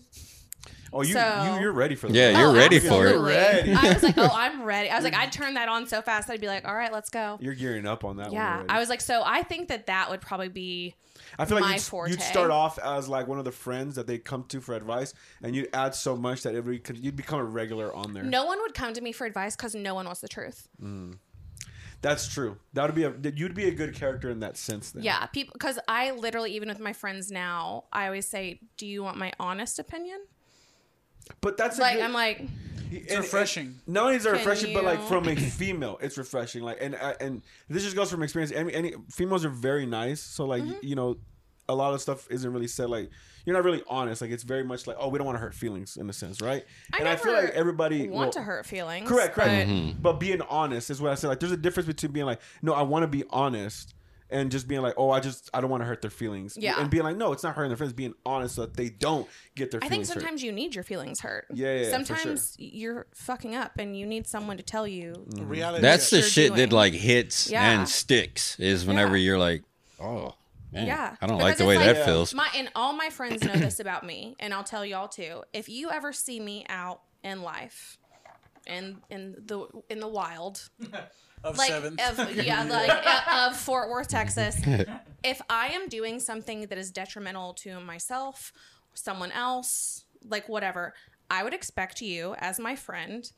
Oh, you,
so-
you you're ready for that.
Yeah, you're ready for
absolutely.
it.
Ready.
I was like, oh, I'm ready. I was like, I'd turn that on so fast. I'd be like, all right, let's go.
You're gearing up on that.
Yeah.
one already.
I was like, so I think that that would probably be.
I feel like
my
you'd,
forte.
you'd start off as like one of the friends that they come to for advice, and you'd add so much that every you'd become a regular on there.
No one would come to me for advice because no one wants the truth.
That's true. That would be a that you'd be a good character in that sense. Then
Yeah, people because I literally even with my friends now, I always say, "Do you want my honest opinion?"
but that's a
Like
good-
I'm like,
it's
refreshing.
not only is it
Can
refreshing, but like
you-
from a female, it's refreshing. Like and uh, and this just goes from experience. Any, any females are very nice, so like
Mm-hmm.
you know, a lot of stuff isn't really said. Like you're not really honest. Like it's very much like oh, we don't want to hurt feelings in a sense, right?
I
and I feel
never
like everybody
want
well,
to hurt feelings.
Correct, correct.
but-
But, being honest is what I said. Like, there's a difference between being like, no, I want to be honest, and just being like, oh, I just I don't want to hurt their feelings.
Yeah.
And being like, no, it's not hurting their feelings. Being honest so that they don't get their
I think
feelings hurt.
sometimes you need your feelings hurt.
Yeah, yeah, yeah, for
Sometimes you're fucking up and you need someone to tell you.
Mm.
Reality
That's
check.
the
you're
shit
doing.
that like hits
Yeah.
and sticks. Is whenever you're like, oh man,
Yeah.
I don't
Because
like the
it's
way
like-
that feels.
My and all my friends know this about me, and I'll tell y'all too. If you ever see me out in life, in in the in the wild,
of
like
seven.
of, yeah, like uh, of Fort Worth, Texas, if I am doing something that is detrimental to myself, someone else, like whatever, I would expect you as my friend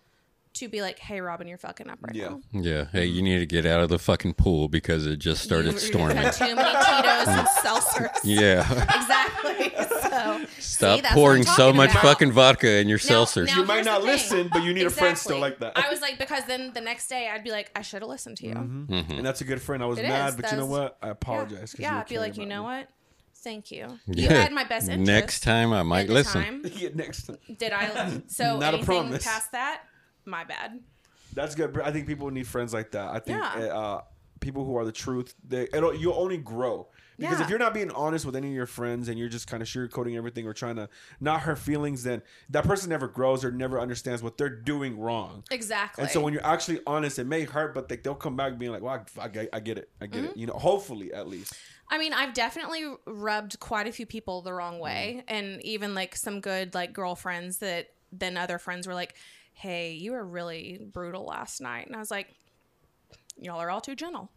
to be like, "Hey, Robin, you're fucking up right
Yeah.
now."
Yeah. Hey, you need to get out of the fucking pool because it just started
You've
storming.
had too many Tito's and seltzers.
Yeah.
Exactly. So
Stop
See, that's what
pouring
I'm
so
talking
much
about.
fucking vodka in your
Now-
seltzers.
now
You might
here's
not
the thing.
listen, but you need a friend still like that. Mm-hmm.
I was like, because then the next day I'd be like, I should have listened to you.
and that's a good friend. I was
It
mad,
is.
but you know
That's-
what? I
Yeah,
apologize. 'cause
yeah.
were
I'd be like,
caring
you know
about
what? Thank you. You
Yeah.
had my best interest.
Next time I
at
might
the
listen.
time.
me. Yeah, next time.
Did I? So
Not a
anything
promise.
past that, my bad.
That's good. bro. I think people need friends like that. I think
Yeah.
uh, people who are the truth, they it'll, you'll only grow. Because if
Yeah.
you're not being honest with any of your friends and you're just kind of sugarcoating everything or trying to not hurt feelings, then that person never grows or never understands what they're doing wrong.
Exactly.
And so when you're actually honest, it may hurt, but they, they'll come back being like, "Well, I, I get- I get it, I get
Mm-hmm.
it." You know, hopefully at least.
I mean, I've definitely rubbed quite a few people the wrong way, and even like some good like girlfriends that then other friends were like, "Hey, you were really brutal last night," and I was like, "Y'all are all too gentle."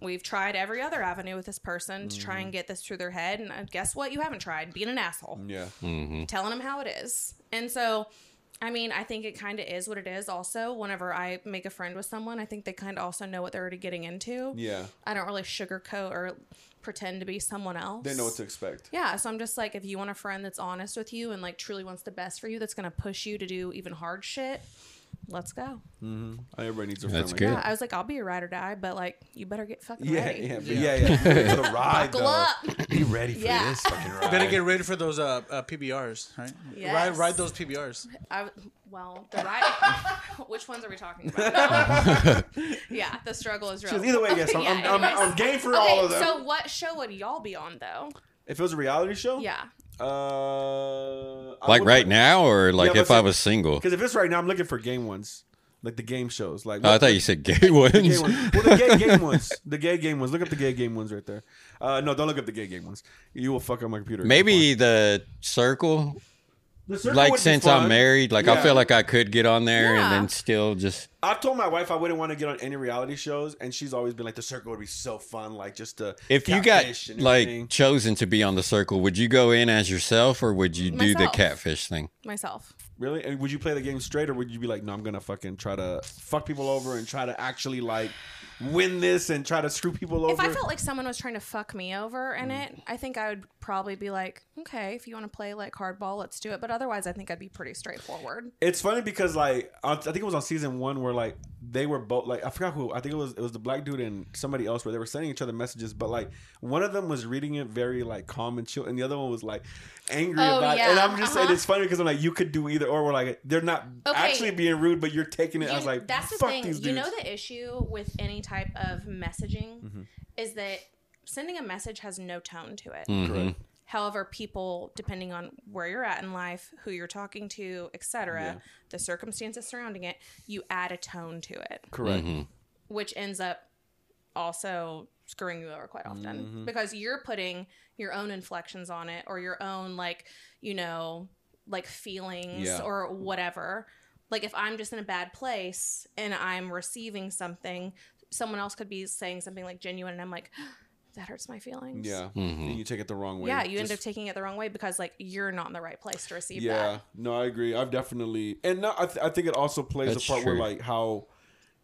We've tried every other avenue with this person to try and get this through their head, and uh, guess what? You haven't tried being an asshole,
Yeah.
Mm.
telling them how it is, and so. I mean, I think it kind of is what it is. Also, whenever I make a friend with someone, I think they kind of also know what they're already getting into.
Yeah.
I don't really sugarcoat or pretend to be someone else.
They know what to expect.
Yeah, so I'm just like, if you want a friend that's honest with you and like truly wants the best for you, that's gonna push you to do even hard shit. Let's go.
Everybody needs a friend.
That's
like
good.
Yeah, I was like, I'll be a ride or die, but like, you better get fucking
Yeah,
ready.
yeah, but yeah, yeah. the ride,
Buckle
though.
up.
Be ready for
Yeah.
this fucking ride.
Better get ready for those uh, uh, PBRs, right? Ride,
Yes.
ride those PBRs.
I, well, the ride. Which ones are we talking about? yeah, the struggle is real.
Because Either way, yes, I'm,
Yeah,
I'm, I'm,
anyways.
I'm game for
okay,
all of them.
so what show would y'all be on though?
If it was a reality show,
Yeah.
Uh,
Like right now, or like
Yeah,
if
but
I
see-
was single?
because if it's right now, I'm looking for game ones. like the game shows. Like
Oh, I thought you said gay ones.
the gay ones. Well, the gay game ones. The gay game ones. Look up the gay game ones right there. Uh, no, don't look up the gay game ones. You will fuck up my computer.
Maybe the circle.
The circle
like
would be
since
fun.
I'm married, like I
Yeah.
feel like I could get on there
Yeah.
and then still just
I've told my wife I wouldn't want to get on any reality shows, and she's always been like, "The circle would be so fun, like just to
if you
catfish
got
and everything."
like chosen to be on the circle, would you go in as yourself or would you do the
Myself.
catfish thing?
myself.
really, and would you play the game straight, or would you be like, "No, I'm gonna fucking try to fuck people over and try to actually like win this and try to screw people over." Mm.
If I felt like someone was trying to fuck me over in it, I think I would probably be like, okay, if you want to play like hardball, let's do it. But otherwise, I think I'd be pretty straightforward.
It's funny because like I I think it was on season one where like they were both like I forgot who I think it was it was the black dude and somebody else where they were sending each other messages but like one of them was reading it very like calm and chill and the other one was like angry
Oh,
about it and
yeah,
I'm just saying
uh-huh.
it's funny because I'm like you could do either or we're like they're not
Okay.
actually being rude but you're taking it as like
that's the
fuck
thing.
these
You
dudes
know the issue with any type of messaging is that sending a message has no tone to it.
Correct.
However, people, depending on where you're at in life, who you're talking to, etc., the circumstances surrounding it, you add a tone to it,
correct
which ends up also screwing you over quite often
Mm-hmm.
because you're putting your own inflections on it or your own like you know like feelings
Yeah.
or whatever like if i'm just in a bad place and i'm receiving something someone else could be saying something like genuine and i'm like that hurts my feelings
yeah and you take it the wrong way
yeah you end
Just
up taking it the wrong way because like you're not in the right place to receive
yeah
that
no i agree i've definitely and no, I, th- I think it also plays
That's
a part where
true.
like how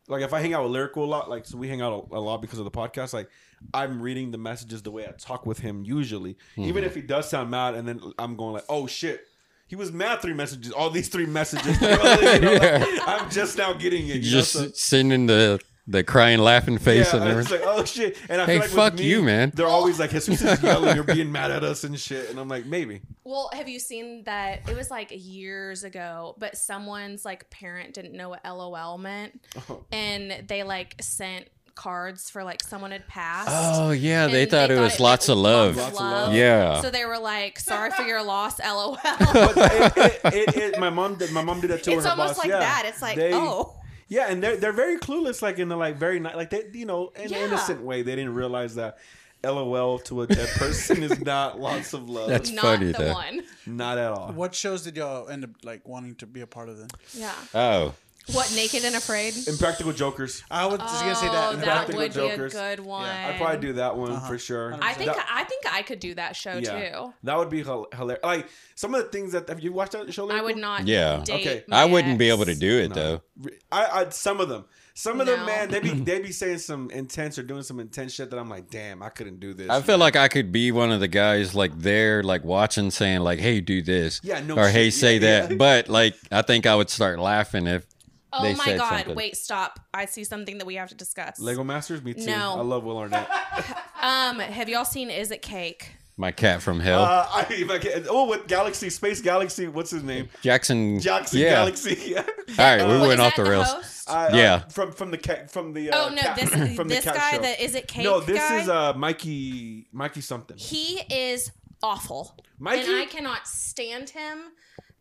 like if i hang out with lyrical a lot like so we hang out a, a lot because of the podcast like i'm reading the messages the way i talk with him usually
Mm-hmm.
even if he does sound mad and then i'm going like oh shit he was mad three messages all these three messages You know, like, i'm just now getting it you know,
just
so-
sending the the crying laughing face
yeah,
and
and it's
everything.
like oh shit, and I
Hey,
feel like
fuck
with me,
you, man.
They're always like, "Jesus is yelling, you're being mad at us and shit," and I'm like, maybe.
Well, have you seen that? It was like years ago, but someone's like parent didn't know what LOL meant,
Oh.
and they like sent cards for like someone had passed.
Oh yeah,
and
they thought, it was
meant
lots of love.
Lots of love.
Yeah.
So they were like, "Sorry for your loss, LOL."
it, it, it, it, my mom did. My mom did that to her.
it's
her
almost
boss.
like
yeah.
that. It's like,
They-
oh,
yeah, and they're they're very clueless, like in the like very ni- like they you know in an
Yeah.
innocent way. They didn't realize that. LOL to a dead person is not lots of love.
That's- It's
not
funny,
the
though.
one.
not at all.
What shows did y'all end up like wanting to be a part of? Then
Yeah.
Oh,
What? Naked and afraid.
Impractical Jokers.
I was just gonna say that.
Oh, that
Impractical
would be a
Jokers.
good one.
I'd probably do that one
Uh-huh.
for sure.
I think
That-
I think I could do that show too.
that would be hil- hilarious. Like some of the things that have you watched that show?
I
Lyrical?
would not.
Yeah.
Date
Okay.
my
I wouldn't be
ex.
able to do it though.
I, I some of them, some of them,
No.
man, they be they be saying some intense or doing some intense shit that I'm like, damn, I couldn't do this.
I feel like I could be one of the guys like there, like watching, saying like, "Hey, do this,"
Yeah, no
or
shit.
"Hey,
Yeah,
say
yeah.
that." But like, I think I would start laughing if
Oh
they
my
said
god!
something.
Wait, stop! I see something that we have to discuss.
Lego Masters. Me too.
No.
I love Will Arnett.
Um, have y'all seen Is It Cake?
my cat from hell,
Uh, I, if I can, oh, with Galaxy, Space Galaxy, what's his name?
Jackson.
Jackson
yeah.
Galaxy. Yeah.
All right, we
What, is
went off
that
the rails.
host?
I, uh,
Yeah.
from from the cat from the. Uh,
oh no,
cat-
this
from
this
the cat
guy
show.
that Is It Cake?
No, this
guy,
is uh Mikey Mikey something.
he is awful,
Mikey?
and I cannot stand him.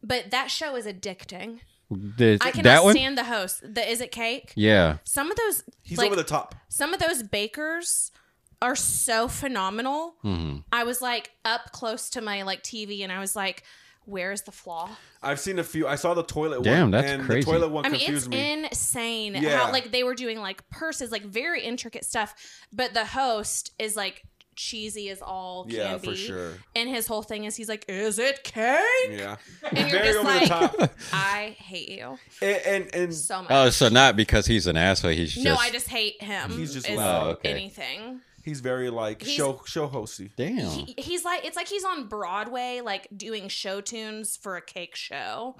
But that show is addicting.
This-
I cannot
that one.
stand the host. The Is It Cake?
yeah.
Some of those
He's
like,
over the top.
some of those bakers are so phenomenal.
Mm-hmm.
I was like up close to my like TV, and I was like, "Where is the flaw?"
I've seen a few. I saw the toilet one.
Damn, that's
and
crazy.
The toilet one
I mean,
confused
it's
me.
insane
Yeah.
how like they were doing like purses, like very intricate stuff, but the host is like cheesy as all can
Yeah,
be.
for sure.
And his whole thing is he's like, "Is it cake?"
yeah.
And you're
Very
just
over
like,
the top.
"I hate you
And and, and
so much."
Oh, so not because he's an asshole. He's just.
no, I just hate him.
He's just
is
loud.
Oh, okay.
Anything.
he's very like
He's-
show show hosty.
Damn.
He, he's like, it's like he's on Broadway, like doing show tunes for a cake show.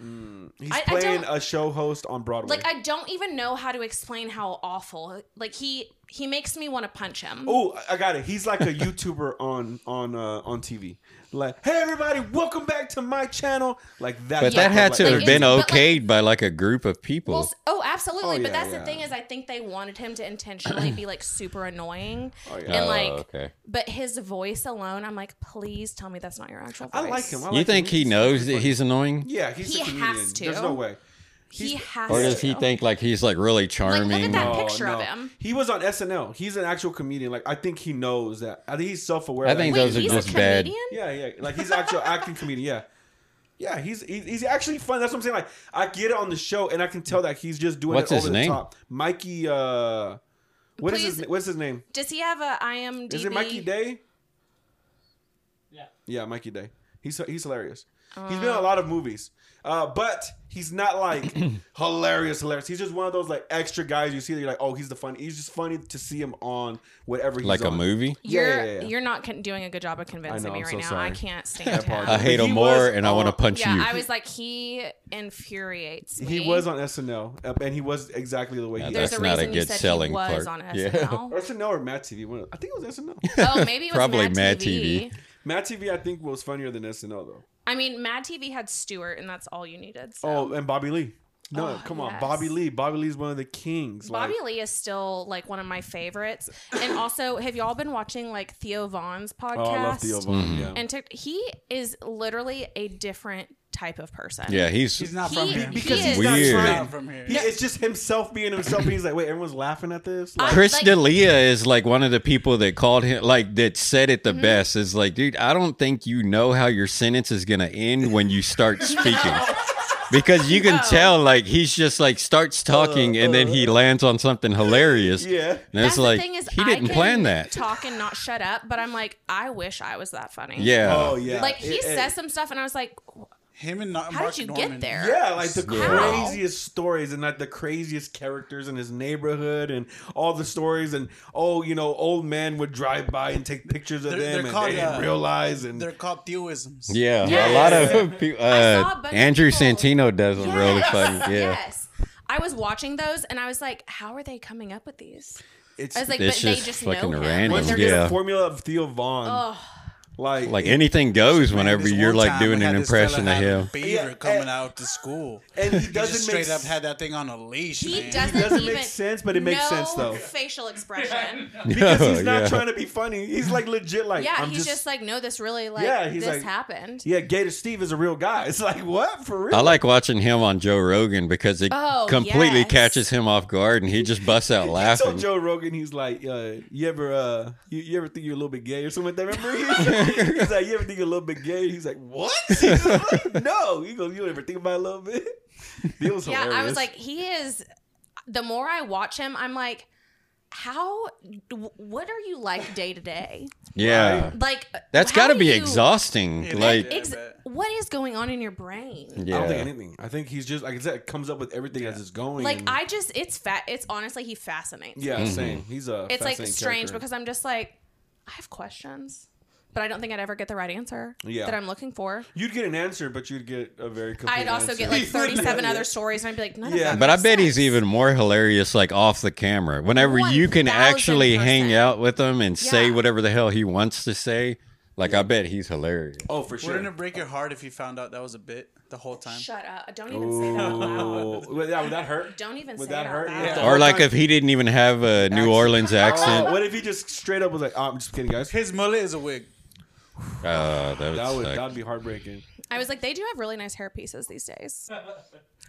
He's
I- I
playing
don't-
a show host on Broadway.
Like I don't even know how to explain how awful. Like he he makes me want to punch him.
Oh, I got it. He's like a YouTuber on on uh, on TV. Like, hey everybody, welcome back to my channel. Like that.
but
type
that had
of,
to
like-
have been
it's- but, like-
okayed by like a group of people.
Well, s- oh, absolutely.
Oh, yeah,
but that's
yeah.
the thing is, I think they wanted him to intentionally be like super annoying
yeah.
and like.
oh, okay.
But his voice alone, I'm like, please tell me that's not your actual voice.
I like him. I like
You think
him.
he knows that he's annoying?
Yeah, he's
He
a comedian.
has to.
There's no way.
He has
Or does
to.
he think like he's like really
at
charming?
that.
Oh,
picture of him.
He was on SNL. He's an actual comedian. Like I think he knows that. I think he's self aware.
I think
Wait,
those are
he's
just
a
bad.
comedian?
Yeah, yeah. Like he's actual acting comedian. Yeah. Yeah, he's he- he's actually fun. That's what I'm saying. Like I get it on the show, and I can tell that he's just doing
What's
it
his
over
name?
the top. Mikey. uh What is
Please-
his What's his name?
Does he have a IMDb?
Is it Mikey Day? Yeah. Yeah, Mikey Day. He's he's hilarious. he's been in a lot of movies, uh, but he's not like hilarious, hilarious. He's just one of those like extra guys you see that you're like, oh, he's the funny. He's just funny to see him on whatever he's
Like a
on.
movie?
Yeah,
You're
yeah, yeah, yeah.
you're not con- doing a good job of convincing
know,
me
I'm
right
so
now.
sorry.
I can't stand him.
I hate
But
him
he
more,
was
and I want to
on-
punch
yeah,
you.
I was like, he infuriates me.
He was on SNL, uh, and he was exactly the way he.
There's
That's
a
not a
reason you
good
said
selling
he was
part.
on
Yeah.
Or
SNL.
SNL or Matt TV. One of- I think it was SNL.
oh, maybe it was
Probably
Mad
Mad
TV.
TV.
Matt TV, I think, was funnier than SNL though.
I mean, Mad TV had Stewart, and that's all you needed. So.
Oh, and Bobby Lee. No,
Oh,
come on,
yes.
Bobby Lee. Bobby Lee's one of the kings.
Bobby
like-
Lee is still like one of my favorites. And also, have y'all been watching like Theo Vaughn's podcast?
Oh, I love Theo Von.
Mm-hmm.
Yeah.
And tick- he is literally a different type of person.
yeah, he's.
He's not
He-
from here.
because
he's
not Weird.
He's
trying.
not from here.
He, it's just himself being himself. and he's like, wait, everyone's laughing at this. Like,
Chris
like-
D'Elia is like one of the people that called him, like that said it the
Mm-hmm.
best. Is like, dude, I don't think you know how your sentence is gonna end when you start speaking, because you can tell like he's just like starts
Uh,
talking and then he lands on something hilarious.
Yeah.
and
That's
it's like
the thing is,
he
I
didn't
can
plan that.
Talk and not shut up, but I'm like, I wish I was that funny.
yeah.
oh yeah,
Like he
It- it-
says some stuff, and I was like,
Him and not
How
Mark
did you
Norman.
get there?
Yeah, like the
How?
craziest stories and like the craziest characters in his neighborhood and all the stories and oh, you know, old men would drive by and take pictures of
They're-
them
they're
and
called,
they didn't
uh,
realize and
They're called Theoisms.
Yeah,
Yes.
a lot of people.
saw a
Uh,
bunch of
Andrew
people.
Santino does them really
Yes,
funny. Yeah,
Yes. I was watching those, and I was like, how are they coming up with these?
it's
I was like,
It's
but
just
they just
fucking
know him.
random.
and
once
they're Oh.
you
Yeah.
get a formula of Theo Vaughn, like
like anything goes whenever
This
you're
one
like
time
doing
I
an
had this fella
impression of
had a
him.
Beaver
Yeah,
coming
and-
out to school.
and he
He just
doesn't make
straight up
sense.
had that thing on a leash.
He
man.
doesn't,
doesn't make
even
sense, but it makes
no
sense, though.
Facial expression.
because he's not
Yeah.
trying to be funny. He's like legit, like
yeah,
I'm
he's just, like, no, this really like
Yeah, he's
this
like-
happened.
yeah, Gator Steve is a real guy. It's like what for real?
I like watching him on Joe Rogan because it
Oh,
completely
yes.
catches him off guard and he just busts out
I told
laughing.
Joe Rogan, he's like, uh, you ever, uh, you, you ever think you're a little bit gay or something like that? Remember, he's, he's like, you ever think you're a little bit gay? He's like, what? He's like, no, he goes, you don't ever think about it a little bit. It was
Yeah, I was
hilarious.
like, he is. The more I watch him, I'm like, how? What are you like day to day?
yeah.
Like
That's
how
got to
do
be
you-
exhausting.
It
Like,
is.
Ex- what is going on in your brain?
I don't think
yeah.
anything. I think he's just like I said, comes up with everything as it's going.
Like
and-
I just, it's fat. It's honestly, he fascinates. me.
yeah,
Mm-hmm.
same. He's a.
it's like
fascinating
strange
character.
because I'm just like, I have questions, but I don't think I'd ever get the right answer
Yeah.
that I'm looking for.
you'd get an answer, but you'd get a very. complete
I'd also
answer.
get like 37 other stories, and I'd be like, none
Yeah.
of them.
But I
make
bet he's
sense.
even more hilarious, like off the camera. Whenever you can
1000%.
actually hang out with him and say
Yeah.
whatever the hell he wants to say, like, I bet he's hilarious.
Oh, for sure.
Wouldn't it break your heart if you found out that was a bit the whole time?
Shut up! Don't even say that out loud.
Oh, would that, would that hurt?
Don't even
Would
say
that
it out
hurt?
loud.
Yeah.
Or, like, if he didn't even have a New Orleans accent.
Oh, what if he just straight up was like, oh, "I'm just kidding, guys."
His mullet is a wig.
Oh, that would,
That would
suck.
that'd be heartbreaking.
I was like, they do have really nice hair pieces these days.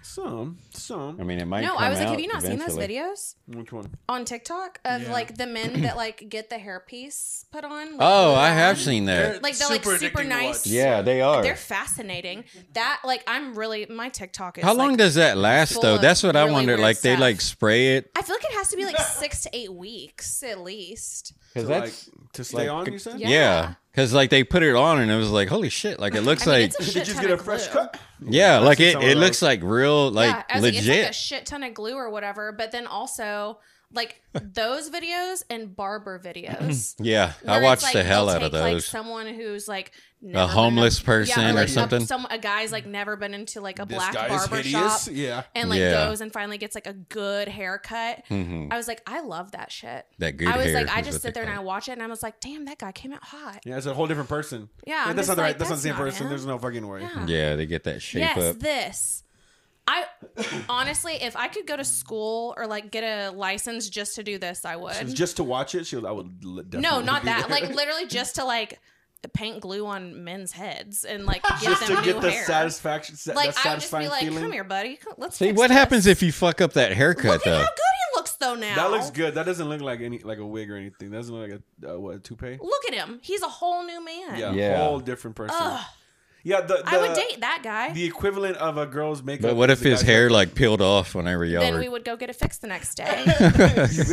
Some, some.
I mean, it might.
No,
come
I was like,
out
have you not
eventually.
seen those videos
Which one?
on TikTok of
Yeah.
like the men that like get the hair piece put on? like,
Oh, I
glued
have
on?
seen that.
They're
Like, they're, like,
super
super
addicting to
nice.
watch.
Yeah, they are.
They're fascinating. That like I'm really my TikTok is.
How long
like-
does that last
full
though?
of
That's what I
really
wondered.
weird
Like they
stuff.
like spray it
I feel like it has to be like six to eight weeks at least.
because
To,
that's
like, to stay
like,
on. You said.
Yeah.
yeah. Because like they put it on and it was like holy shit! Like it
I
looks
mean,
like
it's a
Did you
shit
just
ton
get a
of
fresh
glue.
cut?
yeah,
I've
like
seen
it
some of
it
those.
looks like real like
yeah, I was
legit.
Like, it's like a shit ton of glue or whatever. But then also like those videos and barber videos.
yeah, I
where it's,
watched
like,
the hell
they'll
out of
take, Like
those.
someone who's like never
a
been
homeless
in-
person
yeah,
or
like,
something.
A, some a guy's like never been into like a
This
black
guy is
barber shop,
hideous. Yeah.
and like
Yeah. Mm-hmm.
goes and finally gets like a good haircut. I was like, I love that shit.
That good
I was
hair
like, I just
is what
sit
they
there and I
call
watch it, and I was like, damn, that guy came out hot.
Yeah, it's a whole different person.
Yeah, I'm just
that's not the right.
like,
That's, not the same
that's not
person.
him.
There's no fucking way.
Yeah.
yeah, they get that shape
yes,
up.
this. I honestly, if I could go to school or like get a license just to do this, I would.
Just to watch it, she was, I would. l- Definitely
no, not
be
that.
there.
Like literally just to like paint glue on men's heads and like give
Just
them
to get
new
the
hair.
satisfaction, sa-
like
that
I would just be
satisfying
like,
feeling.
"Come here, buddy. Come- Let's
See
fix
what
this."
happens if you fuck up that haircut
Look at how
though.
good he looks though now.
That looks good. That doesn't look like any like a wig or anything. That doesn't look like a uh, what a toupee.
Look at him. He's a whole new man.
Yeah,
Yeah.
whole different person. Yeah, the, the
I would date that guy.
the equivalent of a girl's makeup.
But what
is
if
the
his
guy's
hair like peeled off whenever y'all
then
were?
we would go get it fixed the next day.
makeup.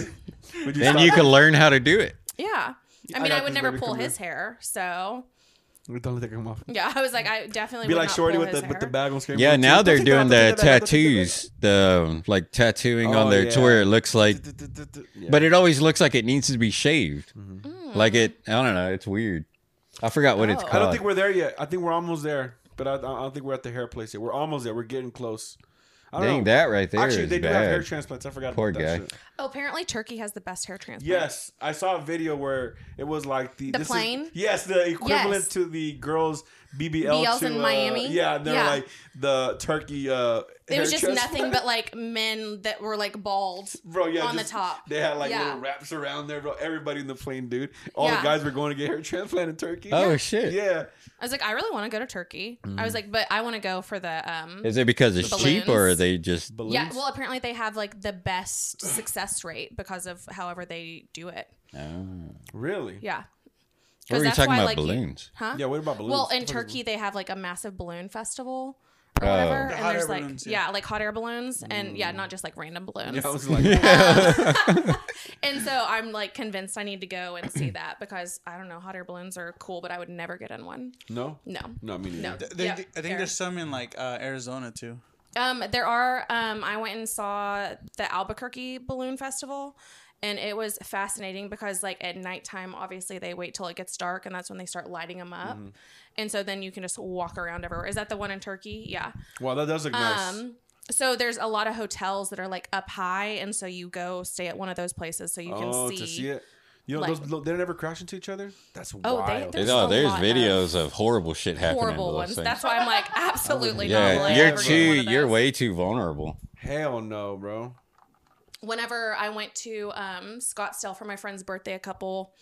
Would you
then
stop-
you can learn how to do it.
yeah. I mean,
got
I, would
this,
never
baby,
pull
come
his hair. So
Don't let that come off.
yeah, I was like, I definitely
Be
would
like
not
Shorty
pull
with the
his
with the
hair.
bag on screen.
Yeah,
Don't
now
take
they're
that,
doing
don't take
the
that, don't take that.
tattoos, the um, like tattooing on
Oh,
there
yeah.
to where it looks like,
Yeah. Mm-hmm.
but it always looks like it needs to be shaved. Like it, I don't know. It's weird. I forgot what it's
Mm. Oh.
called.
I don't think we're there yet. I think we're almost there, but I, I don't think we're at the hair place yet. We're almost there. We're getting close. I don't
Dang,
know.
that right there
Actually,
is
they do have hair
bad.
transplants. I forgot
Poor
about that
guy.
shit.
Oh, apparently Turkey has the best hair transplant.
Yes, I saw a video where it was like the
The
this is-
plane?
yes, the equivalent
Yes.
to the girls BBL
BLs
to,
in
uh,
Miami?
Yeah, they're
Yeah.
like the turkey. Uh,
It was just
hair
nothing
transplant.
but like men that were like bald
Bro, yeah,
on
just-
the top.
They had like
Yeah.
little wraps around there, bro. Everybody in the plane, dude. All the
Yeah.
guys were going to get hair transplant in Turkey.
Oh
yeah.
shit!
yeah.
I was like, I really want to go to Turkey. I was like, but I want to go for the um
Is Mm. it because it's cheap or are
Balloons.
they just?
Balloons.
yeah, well apparently they have like the best success rate because of however they do it.
really?
Yeah.
What are you
that's
talking
why,
about?
like, you-
balloons?
Huh?
Yeah, what about balloons?
Well, in
What
Turkey they have like a massive balloon festival
Oh. Mm.
or whatever,
The
and
hot
there's
air
like
balloons,
yeah.
yeah.
like hot air balloons, and yeah, not just like random balloons.
Yeah, I was like,
and so I'm like convinced I need to go and see that because I don't know, hot air balloons are cool, but I would never get in one.
no,
No.
no, me neither.
No.
Th- they-
Yeah,
I think
fair.
there's some in like uh, Arizona too.
Um, there are. Um, I went and saw the Albuquerque Balloon Festival, and it was fascinating because, like, at nighttime, obviously they wait till it gets dark, and that's when they start lighting them up, and so then you can just walk around everywhere. Is that the one in Turkey? Yeah.
Wow, that does look nice.
Um, so there's a lot of hotels that are like up high, and so you go stay at one of those places so you can
oh,
see.
to see it. You know,
like-
those, they're never crashing to each other. That's
Oh,
wild.
they, there's,
There's, oh,
a
there's
lot of
videos of, horrible shit happening. to
horrible
those
ones.
things.
That's why I'm like, absolutely not.
yeah,
will I
you're
ever go to one
too.
of
You're
those.
way too vulnerable.
Hell no, bro.
whenever I went to um, Scottsdale for my friend's birthday a couple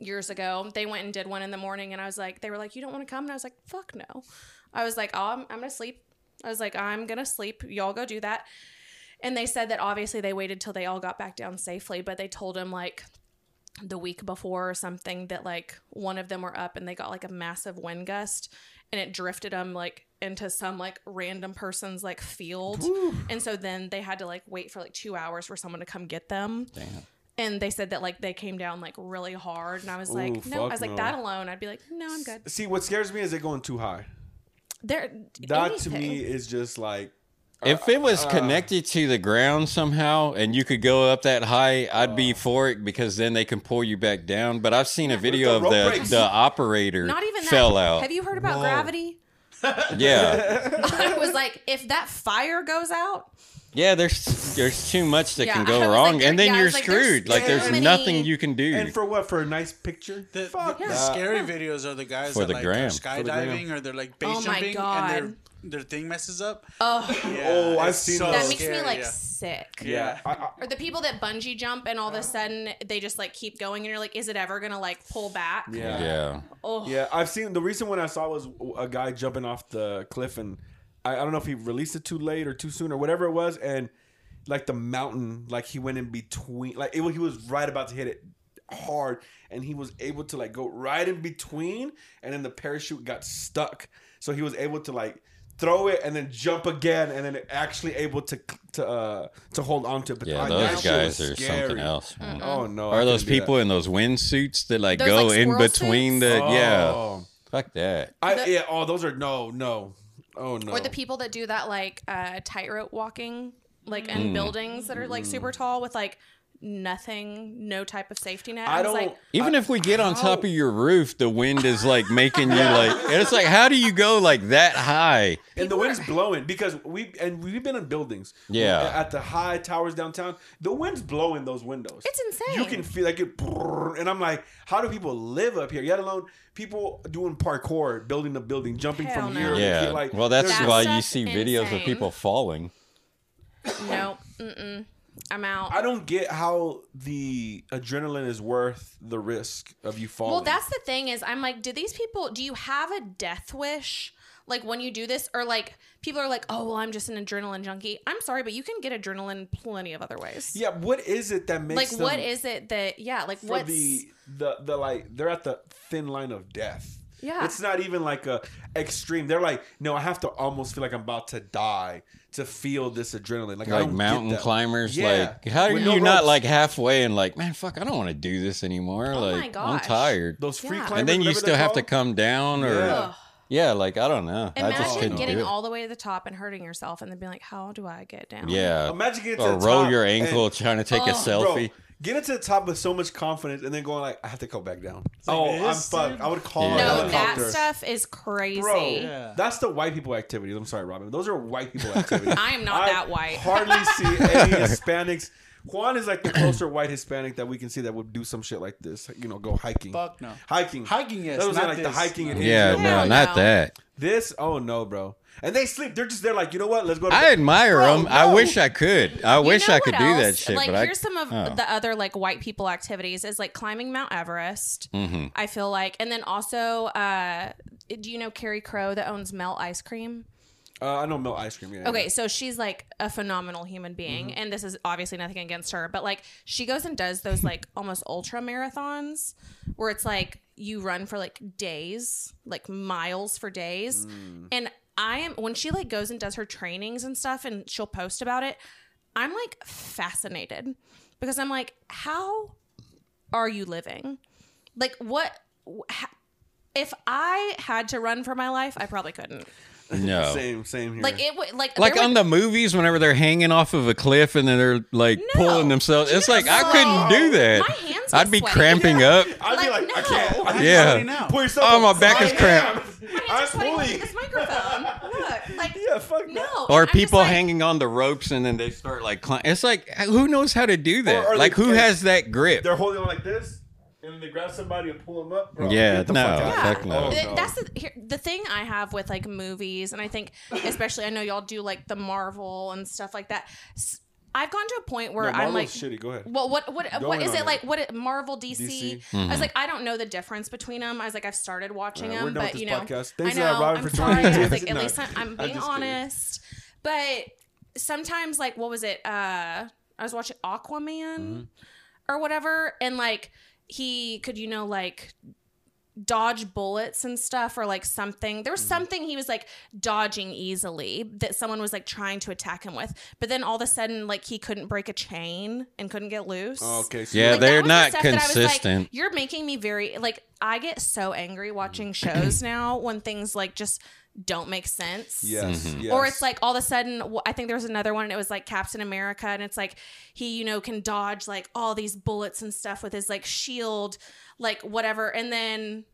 years ago, they went and did one in the morning, and I was like, they were like, you don't want to come, and I was like, fuck no. I was like, oh, I'm, I'm gonna sleep. I was like, I'm gonna sleep. Y'all go do that. And they said that obviously they waited till they all got back down safely, but they told him like the week before or something that like one of them were up and they got like a massive wind gust and it drifted them like into some like random person's like field. And so then they had to like wait for like two hours for someone to come get them. Damn. And they said that like they came down like really hard. And I was like,
Ooh,
no, I
fuck
was like,
no.
that alone, I'd be like, no, I'm good.
See, what scares me is it going too high.
There,
That to
anything.
me is just like Uh,
If it was connected to the ground somehow and you could go up that high, I'd
Uh.
be for it because then they can pull you back down. But I've seen a video
the
of
rope
the,
breaks.
the operator
not even that.
fell out.
Have you heard about gravity?
yeah.
I was like, if that fire goes out,
Yeah, there's there's too much that
Yeah,
can
I
go
was like,
wrong
there-
and then
yeah, I
you're
was like, there's
screwed. Like
so
there's
many-
nothing you can do.
and for what? For a nice picture?
The,
Fuck
the
that.
scary videos are the guys
For
that
the
like
gram.
are
For the
gram.
skydiving or they're like base
Oh my
jumping
God.
and their their thing messes up.
oh,
Yeah,
Oh, I've
it's
seen
so
those.
that makes me
scary,
like
yeah.
sick.
Yeah. I, I,
Or the people that bungee jump and all of a sudden they just like keep going and you're like, is it ever gonna like pull back?
yeah. yeah.
yeah.
Oh,
I've seen the recent one I saw was a guy jumping off the cliff and I, I don't know if he released it too late or too soon or whatever it was and like the mountain like he went in between like it, was- he was right about to hit it hard and he was able to like go right in between and then the parachute got stuck so he was able to like throw it and then jump again and then actually able to to uh to hold on to it but
Yeah,
I- that
those
shit
guys
was
are something
scary.
else. man.
oh no I
Or those
couldn't do
people
that.
in those wind suits that like
Those,
go
like,
in
squirrel
between
suits?
the yeah.
Oh.
Fuck that.
I yeah. Oh, those are no, no. Oh no.
Or the people that do that like uh, tightrope walking, like in buildings that are like super tall with like nothing, no type of safety net.
I
I, was
don't.
like,
Even if we get on top of your roof, the wind is like making you like. And it's like, how do you go like that high?
and the wind's blowing because we and we've been in buildings.
Yeah.
At the high towers downtown, the wind's blowing those windows.
It's insane.
You can feel like it. brrrr, And I'm like, how do people live up here? Yet alone people doing parkour, building the building, jumping
Hell
from
no.
here. to
Yeah.
here, Like,
well, that's
there's-
That
why you
stuff's
see videos of
insane.
people falling.
no, mm-mm. I'm out.
I don't get how the adrenaline is worth the risk of you falling.
Well, that's the thing is I'm like, do these people do you have a death wish? Like when you do this, or like people are like, oh well, I'm just an adrenaline junkie. I'm sorry, but you can get adrenaline plenty of other ways.
yeah. What is it that makes
like
them
what is it that yeah, like
for
what's
the the the like they're at the thin line of death.
Yeah.
it's not even like a extreme. They're like, no, I have to almost feel like I'm about to die to feel this adrenaline. Like, I
like
don't get
mountain
that.
climbers.
Yeah.
Like, how are
With
you
no
not
ropes.
like halfway and like, man, fuck, I don't want to do this anymore.
Oh my
like, I'm
gosh.
tired.
those free
Yeah. And
climbers?
and then you
whatever
still
they're
have to
called?
come down or yeah,
Yeah.
like I don't know. I just
imagine
couldn't
getting
do it.
all the way to the top and hurting yourself and then being like, How do I get down?
yeah.
Imagine getting to
or
the
roll
top
your
and-
ankle trying to take
Oh.
a
Bro,
selfie.
Get it to the top with so much confidence, and then going like, "I have to go back down."
like
oh, I'm
this,
fucked.
dude.
I would call
Yeah.
an
No,
Helicopter.
that
helicopter.
stuff is crazy.
Bro,
Yeah.
that's the white people activities. I'm sorry, Robin. Those are white people activities.
I am not that white.
Hardly see any Hispanics. Juan is like the closer white Hispanic that we can see that would do some shit like this. You know, go hiking.
Fuck no.
Hiking.
Hiking, yes,
That was
not
like the
this.
hiking in
Yeah,
India.
no,
Hell
not
no.
that.
This, oh no, bro. And they sleep. They're just there, like you know what? Let's go. To
I admire
Bro,
them. I
no.
wish I could. I
You
wish
know
I could
what
do that
else?
shit.
Like
but I,
here's some of
oh.
the other like white people activities is like climbing Mount Everest.
Mm-hmm.
I feel like, and then also, uh, do you know Carrie Crow that owns Melt Ice Cream?
Uh, I know milk ice cream. Yeah,
Okay, so she's like a phenomenal human being, and this is obviously nothing against her, but like she goes and does those like almost ultra marathons where it's like you run for like days, like miles for days. And I am when she like goes and does her trainings and stuff and she'll post about it, I'm like fascinated because I'm like, how are you living? Like, what? wh- ha- if I had to run for my life, I probably couldn't.
Yeah.
no.
Same, same here.
Like it would like
Like
there would
on the movies, whenever they're hanging off of a cliff and then they're like pulling themselves, it's like I couldn't do that.
My hands
I'd
would
be
sweat.
cramping up.
I'd be like,
like,
I can't.
no.
I can't
Yeah.
already now. Pull yourself.
Oh, my
up.
back is
I
cramped.
am.
My
I'm
hands are sweating with
pulling.
This microphone. Look, like
Yeah, fuck
no.
that.
and
or
I'm just
people
like-
hanging on the ropes and then they start like climb. It's like who knows how to do that?
Or are
like
they-
who has that grip?
They're holding on like this, and then they grab somebody and pull them up. Bro,
Yeah,
get the
no,
fuck out.
Yeah. fuck no.
Oh,
Th- That's the here, the thing I have with like movies, and I think especially I know y'all do like the Marvel and stuff like that. S- I've gone to a point where
No,
I'm
Marvel's
like,
shitty. Go ahead.
Well, what what what
Going
is
on
it
it.
like? What it, Marvel DC?
DC.
I was like, I don't know the difference between them. I was like, I've started watching them,
Alright, we're done
but
with
you
this
know,
podcast.
I
Thanks a
know.
lot, Robin,
I'm
for
sorry. I
joining
was
us.
like, at
No,
least I'm, I'm being
I'm just kidding.
honest. But sometimes, like, what was it? Uh, I was watching Aquaman
Mm-hmm.
or whatever, and like he could, you know, like dodge bullets and stuff or like something there was something he was like dodging easily that someone was like trying to attack him with but then all of a sudden like he couldn't break a chain and couldn't get loose
Oh, okay. So
yeah,
Like, that
they're
was the
not
stuff that I was like,
consistent.
you're making me very like I get so angry watching shows now when things like just don't make sense.
Yes,
mm-hmm.
yes.
Or it's like all of a sudden, wh- I think there was another one, and it was like Captain America, and it's like he, you know, can dodge like all these bullets and stuff with his like shield, like whatever. And then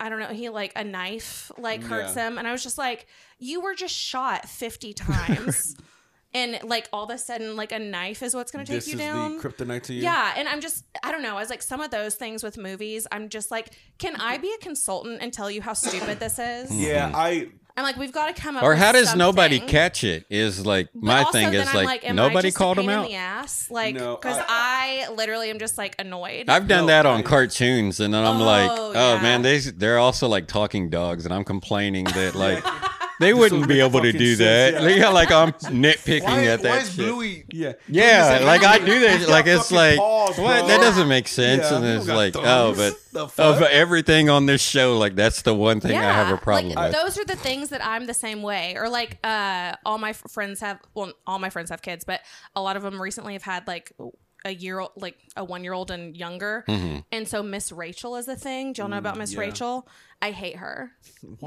I don't know, he like a knife like hurts
Yeah.
him. And I was just like, you were just shot 50 times. and like all of a sudden, like a knife is what's going to take
this
you
is
down.
the kryptonite to you.
Yeah, and I'm just I don't know. I was like some of those things with movies. I'm just like, can I be a consultant and tell you how stupid this is?
Yeah, I.
I'm like, we've got to come up.
or
with
how does nobody
something.
catch it? Is like
But
my
also
thing
then
is
I'm
like,
am I
nobody
just a
called
pain
them out.
In the ass, like
No,
because I, literally am just like annoyed.
I've done that on cartoons, and then I'm like,
Oh,
oh
yeah.
man, they they're also like talking dogs, and I'm complaining that like they wouldn't be
make
able to
fucking
do
sense,
that.
yeah.
Yeah. like I'm nitpicking
Why,
at that.
why is
shit.
Bluey?
Yeah.
Yeah, like I do
He's
that.
got
Like it's
fucking
like
paws,
what?
bro.
That doesn't make sense.
Yeah,
and
you
it's
don't
like
got
oh,
thumbs. The
but
fuck?
of everything on this show, like that's the one thing I have a problem
like,
with.
Those are the things that I'm the same way. Or like, uh, all my f- friends have. Well, all my friends have kids, but a lot of them recently have had like a year old, like a one year old and younger.
Mm-hmm.
And so Miss Rachel is a thing. Do y'all know about Miss
Mm, yeah.
Rachel? I hate her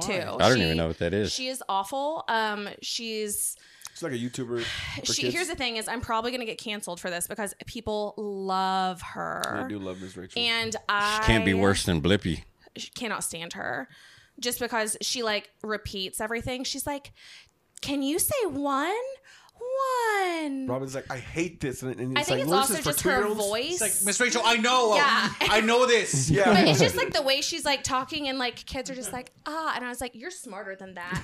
too.
I don't even know what that is.
She is awful. Um, she's
It's like a YouTuber. for
she.
kids.
Here's the thing: is I'm probably gonna get canceled for this because people love her.
I do love Miss Rachel.
And I uh,
Can't be worse than Blippy.
sh- cannot stand her just because she like repeats everything. She's like, "Can you say one? one.
Robin's like, I hate this, and, and
I
it's
think
like,
it's
well, this
also
is for
just her
two-year-olds?
voice.
It's like Miss Rachel, I know. um,
Yeah.
I know this.
Yeah,
but it's just like the way she's like talking, and like kids are just like ah, and I was like, you're smarter than that,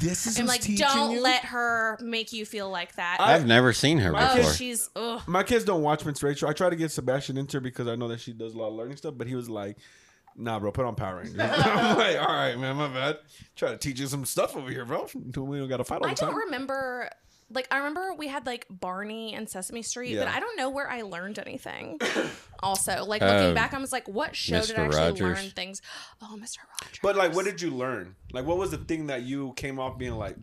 this is
and
who's
like
teaching
don't
you?
let her make you feel like that.
I've never seen her
oh,
before.
she's ugh.
My kids don't watch Miss Rachel. I try to get Sebastian into her because I know that she does a lot of learning stuff, but he was like, nah, bro, put on Power Rangers. I'm like, all right, man, my bad. Try to teach you some stuff over here, bro. Until we don't got to fight all
I
the time.
don't remember. Like I remember we had like Barney and Sesame Street, but
Yeah.
I don't know where I learned anything. also, like looking
Um,
back, I was like, what show did
Mr.
I actually
Rogers.
learn things? Oh, Mr. Rogers.
but like, what did you learn? Like, what was the thing that you came off being like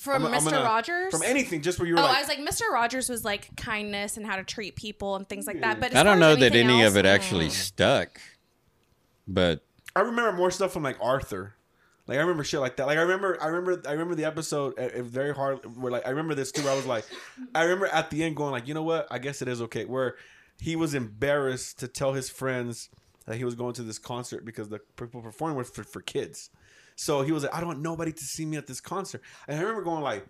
from
I'm- I'm
mister
gonna-
Rogers?
from anything? Just where you were
Oh,
like,
I was like, Mr. Rogers was like kindness and how to treat people and things like that. But as
I don't
far
know
as
that
anything
any
else,
of it actually stuck, but
I remember more stuff from like Arthur. Like I remember shit like that. Like I remember, I remember, I remember the episode. It, very hard. Where like I remember this too. Where I was like, I remember at the end going like, you know what? I guess it is okay. Where he was embarrassed to tell his friends that he was going to this concert because the people performing was for, for kids. So he was like, I don't want nobody to see me at this concert. And I remember going like,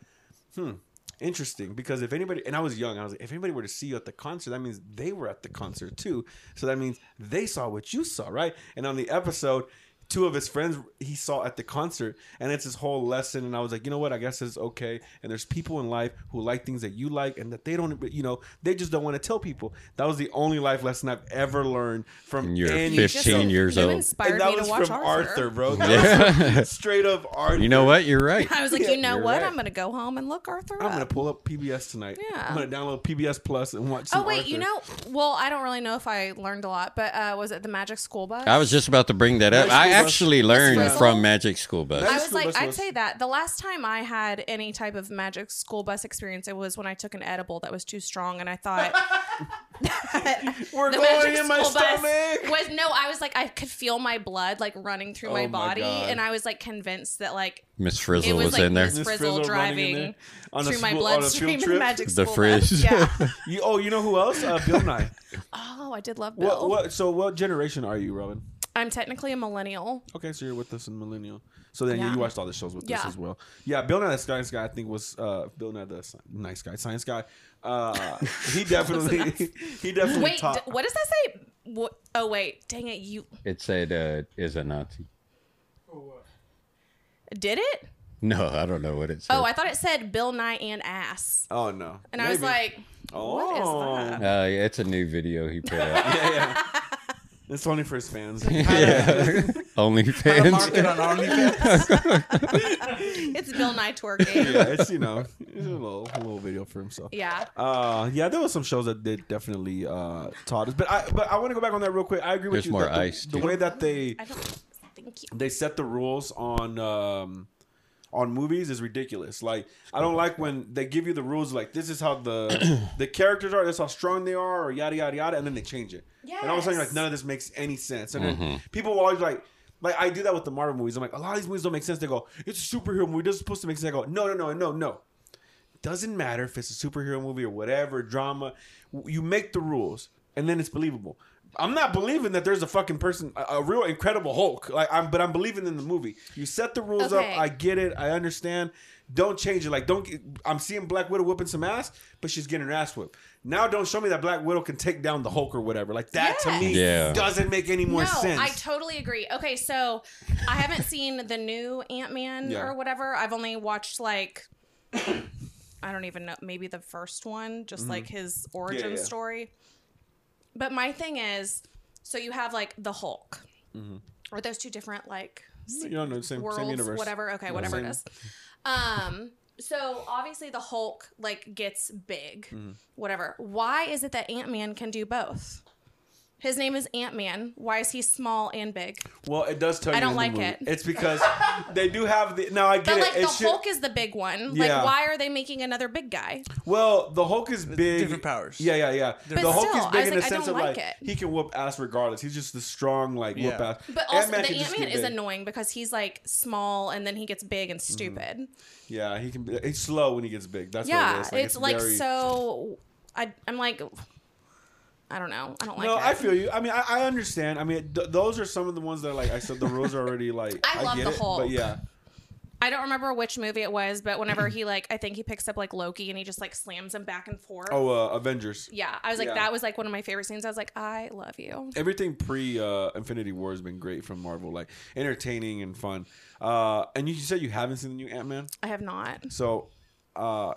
"Hmm, interesting because if anybody and I was young, I was like, if anybody were to see you at the concert, that means they were at the concert too. So that means they saw what you saw, right? And on the episode, two of his friends he saw at the concert, and it's his whole lesson. And I was like, you know what? I guess it's okay. And there's people in life who like things that you like, and that they don't, you know, they just don't want to tell people. That was the only life lesson I've ever learned from
You're
any-
You just-
15 years
you
old.
Inspired
And that
me
was
to watch
from
Arthur.
Arthur, bro. That was from- straight up Arthur.
you know what? You're right.
I was like, you know
You're
what?
right.
I'm gonna go home and look Arthur.
I'm gonna
up.
pull up PBS tonight.
Yeah.
I'm gonna download PBS Plus and watch.
Oh
some
wait, you
Arthur.
know, well, I don't really know if I learned a lot, but uh, was it the Magic School Bus?
I was just about to bring that up.
Magic
I
School Bus.
actually learned
Frizzle.
from Magic School Bus.
I
Magic
was
School
like,
Bus
I'd
was-
say that the last time I had any type of magic school bus experience, it was when I took an edible that was too strong, and I thought
We're
the
going
magic
in my
school
stomach.
bus was no. I was like, I could feel my blood like running through my
Oh my
body,
God.
and I was like convinced that like
Miss Frizzle
it
was,
was, like
in there.
Miss
Miss
Frizzle,
Frizzle running in
driving
there on a
through my
school- on a field
bloodstream in
trip?
the magic
The
school bus.
frizz.
Yeah.
You, oh, you know who else? Uh, Bill Nye.
oh, I did love Bill.
what, what? So, what generation are you, Robin?
I'm technically a millennial.
Okay, so you're with us in millennial. So then you-
Yeah.
you watched all the shows with us
Yeah.
as well. Yeah, Bill Nye the Science Guy, I think was uh, Bill Nye the Sci- Nice Guy, Science Guy. Uh, he definitely, he definitely
Wait, d-
taught.
what does that say? What? Oh wait, dang it, you
It said, uh, "Is a Nazi."
did it?
No, I don't know what it said.
Oh, I thought it said Bill Nye and ass,
oh no!
and I was
Maybe.
like, what is
Oh.
that?
Uh, yeah, it's a new video he put out.
yeah, yeah. It's only for his fans.
OnlyFans.
Market on OnlyFans.
It's Bill Nye twerking.
yeah, it's you know, it's a little, a little video for himself.
yeah.
Uh, yeah, there was some shows that did definitely uh, taught us, but I but I want to go back on that real quick. I agree with
There's
you.
more
that the-
ice,
The,
dude.
way that they
I don't. Thank you.
they set the rules on um, on movies is ridiculous. Like I don't like when they give you the rules like this is how the the characters are, this is how strong they are, or yada yada yada, and then they change it. And all of a sudden, you're like
Yes.
none of this makes any sense. And
Mm-hmm.
then people will always like. Like I do that with the Marvel movies. I'm like, a lot of these movies don't make sense. They go, it's a superhero movie. This is supposed to make sense. I go, no, no, no, no, no doesn't matter if it's a superhero movie or whatever drama w- you make the rules and then it's believable i'm not believing that there's a fucking person a, a real incredible hulk like i'm but i'm believing in the movie you set the rules
Okay.
up i get it i understand don't change it like don't get- i'm seeing black widow whipping some ass but she's getting her ass whipped now don't show me that black widow can take down the hulk or whatever like that to me
Yes.
Yeah.
doesn't make any more
no,
sense
I totally agree. Okay, so I haven't seen the new Ant Man
Yeah.
or whatever. I've only watched like I don't even know, maybe the first one, just like his origin
Mm-hmm. yeah.
story. But my thing is, so you have like the Hulk,
Mm-hmm.
or those two different like
you don't know same,
worlds,
same universe
whatever. Okay, whatever it is. Um, so obviously the Hulk like gets big,
Mm-hmm.
whatever. Why is it that Ant Man can do both? His name is Ant Man. Why is he small and big?
well it does tell
I
you
don't
in the
like
movie.
it.
it's because they do have the now i get
But
it
like the
It should-
Hulk is the big one.
Yeah.
Like why are they making another big guy?
Well, the Hulk is big.
different powers.
Yeah, yeah, yeah.
But
the Hulk
still,
is
I
big
was
in
like,
the
I
sense
don't
of like,
like it.
he can whoop ass regardless. He's just the strong like whoop
Yeah.
ass.
But also
Ant-Man can
the
just
Ant Man
get
is
big.
annoying because he's like small and then he gets big and stupid.
Yeah, he can. Be, it's slow when he gets big. That's
Yeah,
what it is.
it's, like
very-
so. I I'm like, I don't know. I don't like.
No,
it.
I feel you. I mean, I, I understand. I mean, th- those are some of the ones that like I said the rules are already like.
I love
get
the
it,
Hulk.
but yeah,
I don't remember which movie it was, but whenever he like, I think he picks up like Loki and he just like slams him back and forth.
Oh, uh, Avengers.
Yeah, I was like,
Yeah.
that was like one of my favorite scenes. I was like, I love you.
Everything pre uh, Infinity War has been great from Marvel, like entertaining and fun. Uh, and you said you haven't seen the new Ant Man,
I have not.
so uh,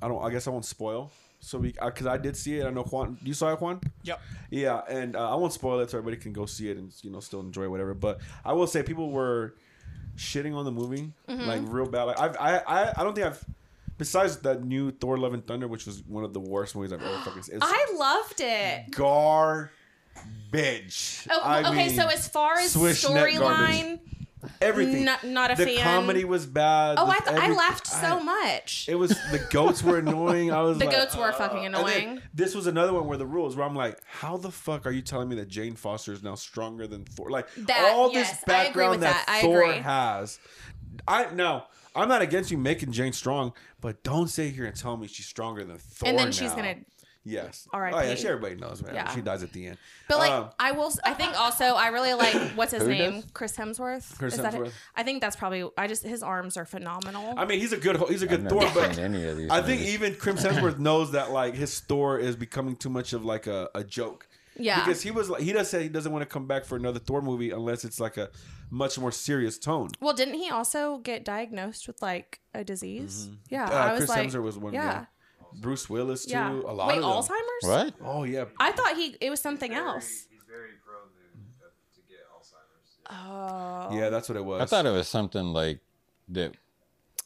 I don't. I guess I won't spoil. So we, because I did see it. I know Juan. You saw it, Juan.
Yep.
Yeah, and uh, I won't spoil it so everybody can go see it and you know still enjoy whatever. But I will say people were shitting on the movie
Mm-hmm.
like real bad. Like I've, I, I I don't think I've besides that new Thor: Love and Thunder, which was one of the worst movies I've ever fucking seen. It's
I loved it.
garbage.
Oh,
I
okay,
mean,
so as far as
swish net garbage.
storyline,
everything
not- not a
the
fan.
comedy was bad.
oh,
The-
I th- I
every-
laughed so
I-
much.
It was the goats were annoying. I was
The
like, uh,
goats were fucking
And then
annoying.
this was another one where the rules where I'm like, how the fuck are you telling me that Jane Foster is now stronger than Thor? Like
That-
all
yes, I
this
agree with
background that,
that. I
Thor
agree.
has. I no, I'm not against you making Jane strong, but don't sit here and tell me she's stronger than Thor.
then she's
now.
gonna-
Yes.
R.I.P..
Oh yeah, she, everybody knows, man.
Yeah.
She dies at the end.
But like,
Um,
I will. s- I think also I really like what's his
Who
name,
does?
Chris Hemsworth.
Chris
Is that it?
Hemsworth.
I think that's probably. I just his arms are phenomenal.
I mean, he's a good ho- he's a good
I've
Thor,
never
but
seen any of these
I think
movies.
even Chris Hemsworth knows that like his Thor is becoming too much of like a, a joke.
Yeah.
because he was like he does say he doesn't want to come back for another Thor movie unless it's like a much more serious tone.
well, didn't he also get diagnosed with like a disease? Yeah,
Uh,
I was
Chris
like,
Hemsworth was one.
yeah,
Yeah, Bruce Willis too.
yeah.
A lot
Wait,
of them.
Alzheimer's?
What?
Oh yeah,
I thought he it was something else.
He's very prone to, to get Alzheimer's.
Oh,
yeah, that's what it was.
I thought it was something like that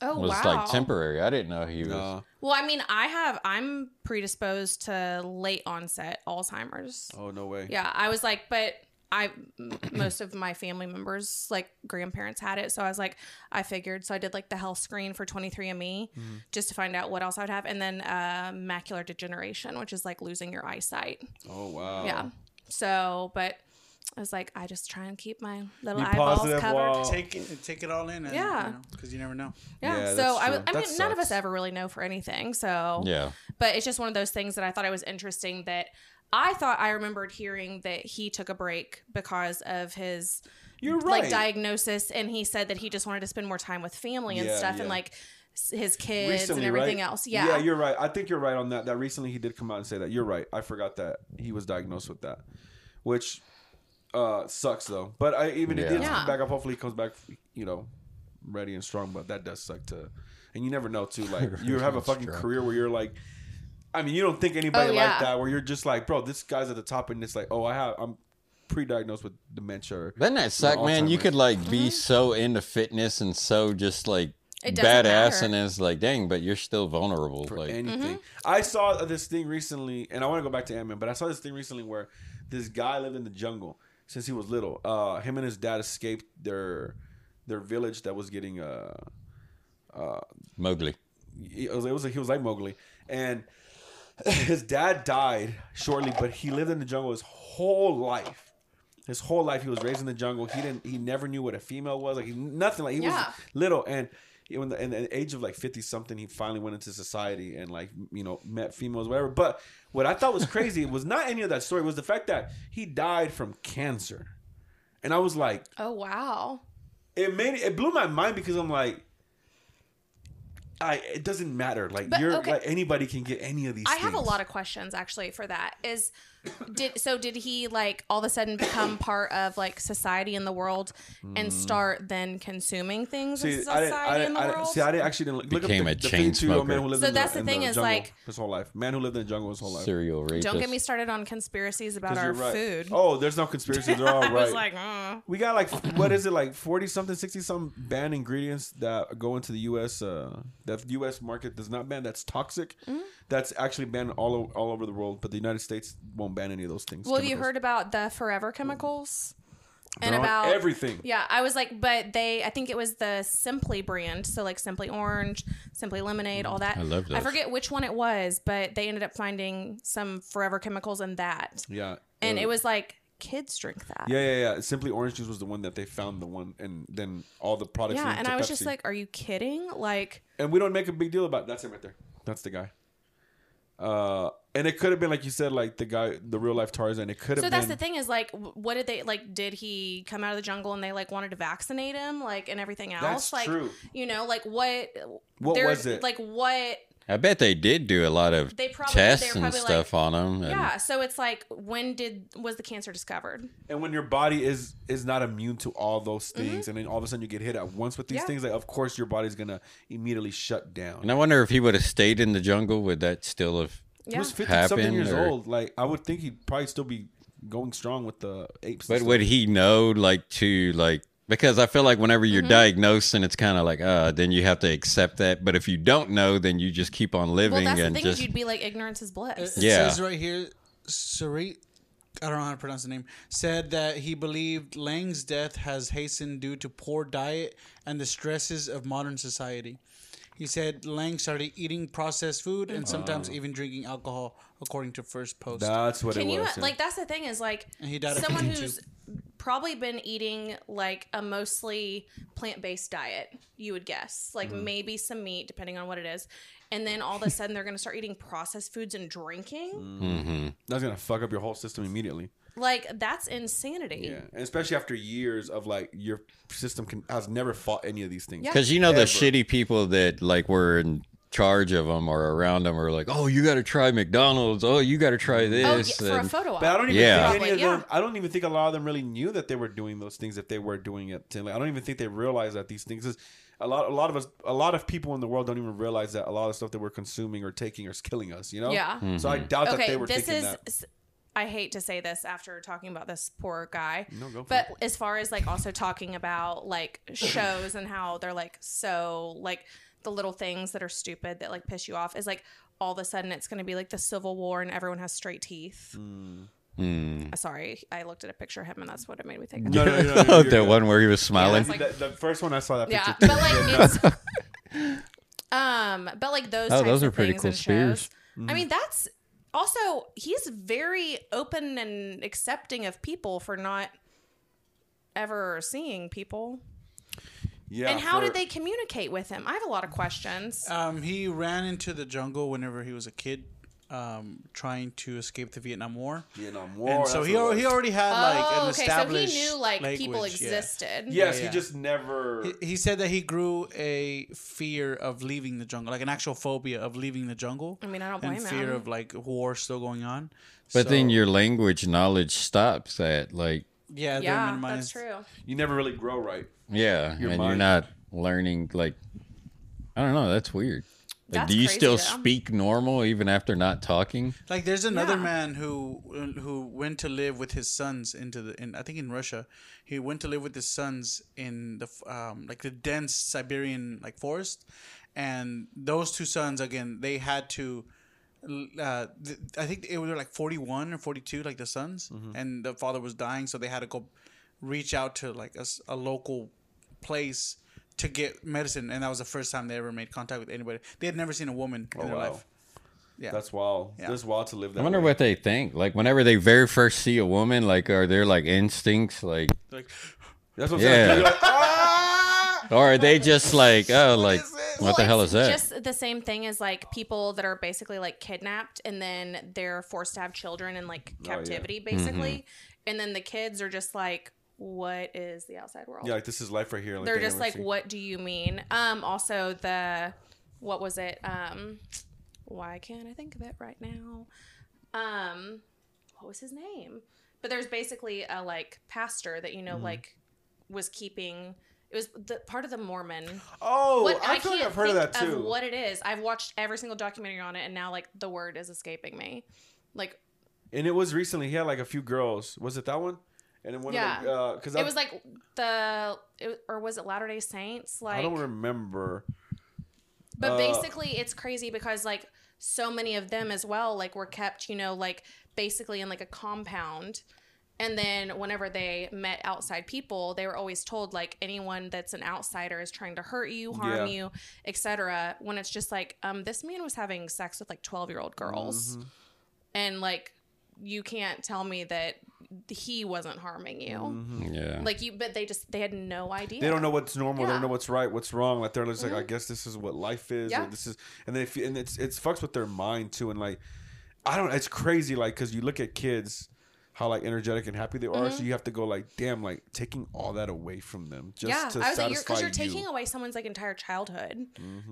oh
was
wow.
like temporary. I didn't know he was.
Uh,
Well, I mean, I have. I'm predisposed to late onset Alzheimer's.
oh no way.
Yeah, I was like, but I m- most of my family members, like grandparents, had it, so I was like, I figured. So I did like the health screen for 23andMe
Mm-hmm.
just to find out what else I would have, and then uh, macular degeneration, which is like losing your eyesight.
Oh wow.
Yeah. So, but I was like, I just try and keep my little
Be
eyeballs
positive
covered.
while-
Take it, take it all in. And,
Yeah.
yeah. Because you, never know.
Yeah.
Yeah,
so
that's
I, was-
true.
I
That
mean, none of us
sucks.
ever really know for anything. So
Yeah.
but it's just one of those things that I thought it was interesting that I thought I remembered hearing that he took a break because of his
You're
like
right.
diagnosis and he said that he just wanted to spend more time with family and
Yeah,
stuff
yeah.
and like s- his kids and everything
right?
else. Yeah.
Yeah, you're right. I think you're right on that. That recently he did come out and say that. You're right. I forgot that he was diagnosed with that, which uh sucks though. But I even it did
Yeah.
come back up. Hopefully he comes back, you know, ready and strong. But that does suck to, and you never know too. Like you have a fucking career where you're like. I mean, you don't think anybody
Oh, yeah.
like that where you're just like, bro, this guy's at the top, and it's like, oh, I have, I'm pre-diagnosed with dementia. or-
Doesn't that suck, man? You
Alzheimer's.
could like be so into fitness and so just like
Mm-hmm. It
badass,
doesn't matter.
and it's like, dang, but you're still vulnerable.
for
like,
anything. I saw this thing recently, and I want to go back to Ant Man, but I saw this thing recently where this guy lived in the jungle since he was little. Uh, him and his dad escaped their their village that was getting uh,
Mowgli.
it was, it was like he was like Mowgli, and his dad died shortly, but he lived in the jungle his whole life. His whole life he was raised in the jungle. He didn't. He never knew what a female was. Like he, nothing. Like he
Yeah.
was little and. he- When the, in the age of like fifty something, he finally went into society and like you know met females, whatever. But what I thought was crazy was not any of that story. Was the fact that he died from cancer, and I was like,
Oh wow.
it made it blew my mind because I'm like, I it doesn't matter. Like
But,
you're
okay.
like anybody can get any of these.
I have a
things.
lot of questions actually for that. Is did so did he like all of a sudden become part of like society in the world and start then consuming things in
Mm. See, I didn't, I
society in
didn't,
the
I didn't,
world?
see, I didn't actually didn't look- look
Became
up
a
the, the
chain
52 -year-old
smoker.
Man who lived
So
in the,
that's the
in
thing is,
jungle
like-
his whole life. Man who lived in the jungle his whole life.
Serial rapist.
Don't get me started on conspiracies about
'Cause
our
you're right.
food.
Oh, there's no conspiracy. They're all right.
I was like, mm.
we got like what is it like 40 something 60 some banned ingredients that go into the US uh that the US market does not ban that's toxic
Mm-hmm.
that's actually banned all o- all over the world but the United States won't ban any of those things
well, have you
chemicals.
heard about the forever chemicals
They're on everything
Yeah, I was like, but they, I think it was the Simply brand. So, like Simply Orange, Simply Lemonade,
Mm,
all that.
I love
I
those.
forget which one it was, but they ended up finding some forever chemicals in that.
yeah
And it was like, kids drink that.
Yeah, yeah, yeah. Simply orange juice was the one that they found the one, and then all the products.
Yeah,
went
and
to
I was
Pepsi.
just like, are you kidding? Like,
and we don't make a big deal about. That's him right there. That's the guy. Uh, And it could have been like you said, like the guy, the real life Tarzan. It could have
So
been.
that's the thing is like, w- what did they like? Did he come out of the jungle and they like wanted to vaccinate him, like, and everything else?
That's
like,
true.
you know, like what?
What
there-
was it?
Like what?
I bet they did do a lot of
They probably- they
tests
were
and
probably
stuff on him. And
Yeah. So it's like, when did was the cancer discovered?
and when your body is is not immune to all those things, and then all of a sudden you get hit at once with these
Mm-hmm. Yeah.
things, like of course your body's gonna immediately shut down.
And I wonder if he would have stayed in the jungle, would that still have?
He
Yeah.
was fifty something
Happened
years
or-
old. Like I would think he'd probably still be going strong with the apes. and
But
stuff.
would he know, like, to like? Because I feel like whenever you're
Mm-hmm.
diagnosed and it's kind of like, uh, then you have to accept that. But if you don't know, then you just keep on
Well,
living
that's the
and
thing
just
is you'd be like, ignorance is bliss.
It
Yeah.
says right here, Sarit, I don't know how to pronounce the name, said that he believed Lang's death has hastened due to poor diet and the stresses of modern society. He said Lang started eating processed food and
Oh.
sometimes even drinking alcohol, according to first post.
That's what
Can
it
you
was. yeah.
like? That's the thing is like
And he died at
someone
52.
who's probably been eating like a mostly plant-based diet. You would guess like
Mm-hmm.
maybe some meat, depending on what it is, and then all of a sudden they're going to start eating processed foods and drinking.
Mm.
Mm-hmm.
That's gonna fuck up your whole system immediately.
Like that's insanity.
Yeah, and especially after years of like your system can, has never fought any of these things.
Yeah.
Because you know the shitty people that like were in charge of them or around them are like, oh, you got to try McDonald's. Oh, you got to try
Oh,
this.
yeah, for a
and-
photo op.
But I don't even
Yeah.
think any of
Probably,
them. I don't even think a lot of them really knew that they were doing those things if they were doing it. To, like, I don't even think they realized that these things. 'cause A lot, a lot of us, a lot of people in the world don't even realize that a lot of stuff that we're consuming or taking is killing us. You know.
Yeah.
So I doubt that they
okay,
were
this
thinking
is.
that.
s- I hate to say this after talking about this poor guy.
No, go for
but as far as like also talking about like shows and how they're like so like the little things that are stupid that like piss you off is like all of a sudden it's going to be like the Civil War and everyone has straight teeth.
Mm.
Uh, Sorry, I looked at a picture of him and that's what it made me think. of.
No, no, no, no,
Oh,
you're
Hmm. that
good.
one where he was
Yeah,
smiling.
it's like-
That- the first one I saw that
Yeah,
picture.
but like it's um, but like those.
Oh,
types
those are
of
pretty
things
cool
and
spears.
shows. I
Mm-hmm.
mean, that's also he's very open and accepting of people for not ever seeing people.
yeah.
and how
for-
did they communicate with him? I have a lot of questions.
Um, he ran into the jungle whenever he was a kid, um, trying to escape the Vietnam War.
Vietnam War,
And so
that's
he,
what it
al-
was.
he already had like
oh,
an
okay. So he
established
knew like people
language, yeah.
existed.
Yes,
Yeah.
he just never.
He- He said that he grew a fear of leaving the jungle, like an actual phobia of leaving the jungle. I
mean, I don't
and
blame
fear
him.
of like war still going on.
but then
So,
your language knowledge stops at like,
yeah, they're
Yeah, that's
minimized.
true.
you never really grow right.
yeah, and you're
mind-
not learning. Like, I don't know. That's weird. Like,
That's
do you
crazy,
still
though.
speak normal even after not talking?
Like there's another
Yeah.
man who who went to live with his sons into the in I think in Russia. He went to live with his sons in the f- um like the dense Siberian like forest, and those two sons again they had to. l- Uh, th- I think it was like 41 or 42, like the sons, and the father was dying, so they had to go reach out to like a, s- a local place to get medicine, and that was the first time they ever made contact with anybody. They had never seen a woman in their
wow.
life. Yeah.
That's wild. That's wild to live that.
I wonder
way.
what they think. Like, whenever they very first see a woman, like, are their like instincts like,
Like,
That's what I'm
Yeah.
saying. You're like, "Ah!"
or are they just like, oh, like, what the
Well,
hell
it's
is that?
Just the same thing as like people that are basically like kidnapped and then they're forced to have children in like
Oh, yeah.
captivity, basically, and then the kids are just like, "What is the outside world?"
yeah, like this is life right here. Like
they're
they
just
never
like,
see.
"What do you mean?" Um, also the what was it? Um, why can't I think of it right now? Um, what was his name? But there's basically a like pastor that you know like was keeping. It was the part of the Mormon
Oh,
what I,
I feel
can't
like I've heard of
think
that too.
Of what it is? I've watched every single documentary on it, and now like the word is escaping me. Like
and it was recently. He had like a few girls. Was it that one? And then one
Yeah.
of uh, them, because
it was like the it, or was it Latter Day Saints? Like,
I don't remember.
but
uh,
basically, it's crazy because like so many of them as well, like were kept, you know, like basically in like a compound. And then whenever they met outside people, they were always told like anyone that's an outsider is trying to hurt you, harm
Yeah.
you, etc. When it's just like, um, this man was having sex with like twelve year old girls.
Mm-hmm.
and like you can't tell me that he wasn't harming you
yeah.
like you but they just they had no idea
Mm-hmm. They don't know what's normal. They
Yeah. Mm-hmm.
don't know what's right, what's wrong. Like they're just like, I guess this is what life is.
Yeah.
Or this is, and then if you, and it's it's fucks with their mind too. And like, I don't. It's crazy, like because you look at kids, how like energetic and happy they are. So
Mm-hmm.
you have to go like, damn, like taking all that away from them just
yeah,
to
I was like, you're,
satisfy
because you're
you. Mm-hmm.
taking away someone's like entire childhood.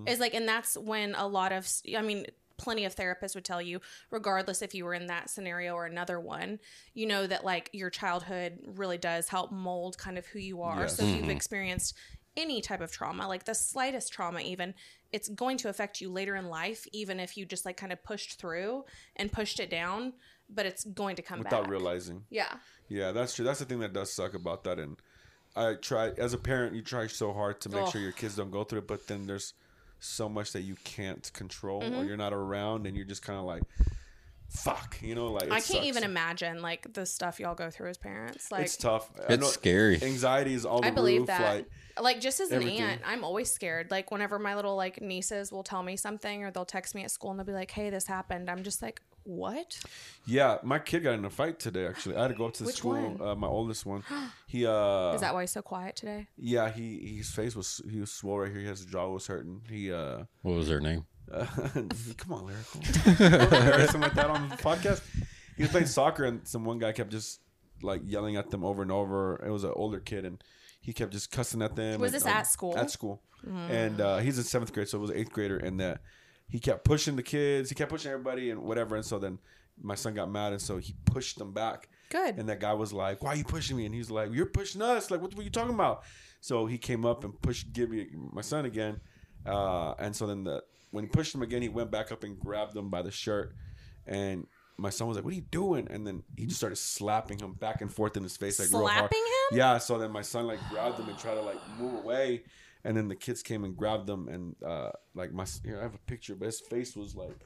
Is like, and that's when a lot of, I mean, plenty of therapists would tell you, regardless if you were in that scenario or another one, you know that like your childhood really does help mold kind of who you are.
Yes. Mm-hmm.
So if you've experienced any type of trauma, like the slightest trauma, even it's going to affect you later in life, even if you just like kind of pushed through and pushed it down, but it's going to come
without
back.
realizing.
yeah.
Yeah, that's true. That's the thing that does suck about that. And I try as a parent, you try so hard to make
Oh.
sure your kids don't go through it, but then there's so much that you can't control
Mm-hmm.
or you're not around, and you're just kind of like, fuck, you know, like it
I can't
sucks.
even imagine like the stuff y'all go through as parents. Like
It's tough. I
It's
know
scary.
Anxiety is all the
I believe
roof,
that.
Like,
Like, just as
everything.
an aunt, I'm always scared. Like whenever my little like nieces will tell me something or they'll text me at school and they'll be like, "Hey, this happened." I'm just like, "What?"
Yeah, my kid got in a fight today. Actually, I had to go up to the
Which
school.
one?
Uh, my oldest one. He uh,
Is that why he's so quiet today?
yeah, he his face was he was swole right here. His jaw was hurting. He uh,
What was her name?
uh come on, lyrical. Don't embarrass him like that on the podcast. He was playing soccer, and some one guy kept just like yelling at them over and over. It was an older kid, and he kept just cussing at them.
Was
and, um,
this at school?
At school, and uh, he's in seventh grade, so it was eighth grader, and that he kept pushing the kids. He kept pushing everybody and whatever, and so then my son got mad, and so he pushed them back.
Good.
And that guy was like, "Why are you pushing me?" And he's like, "You're pushing us. Like, what were you talking about?" So he came up and pushed Gibby, my son, again. Uh, and so then the when he pushed him again, he went back up and grabbed him by the shirt. And my son was like, "What are you doing?" And then he just started slapping him back and forth in his face, like real hard.
Slapping him?
Yeah. So then my son like grabbed him and tried to like move away. And then the kids came and grabbed them, and uh, like my s- here I have a picture, but his face was like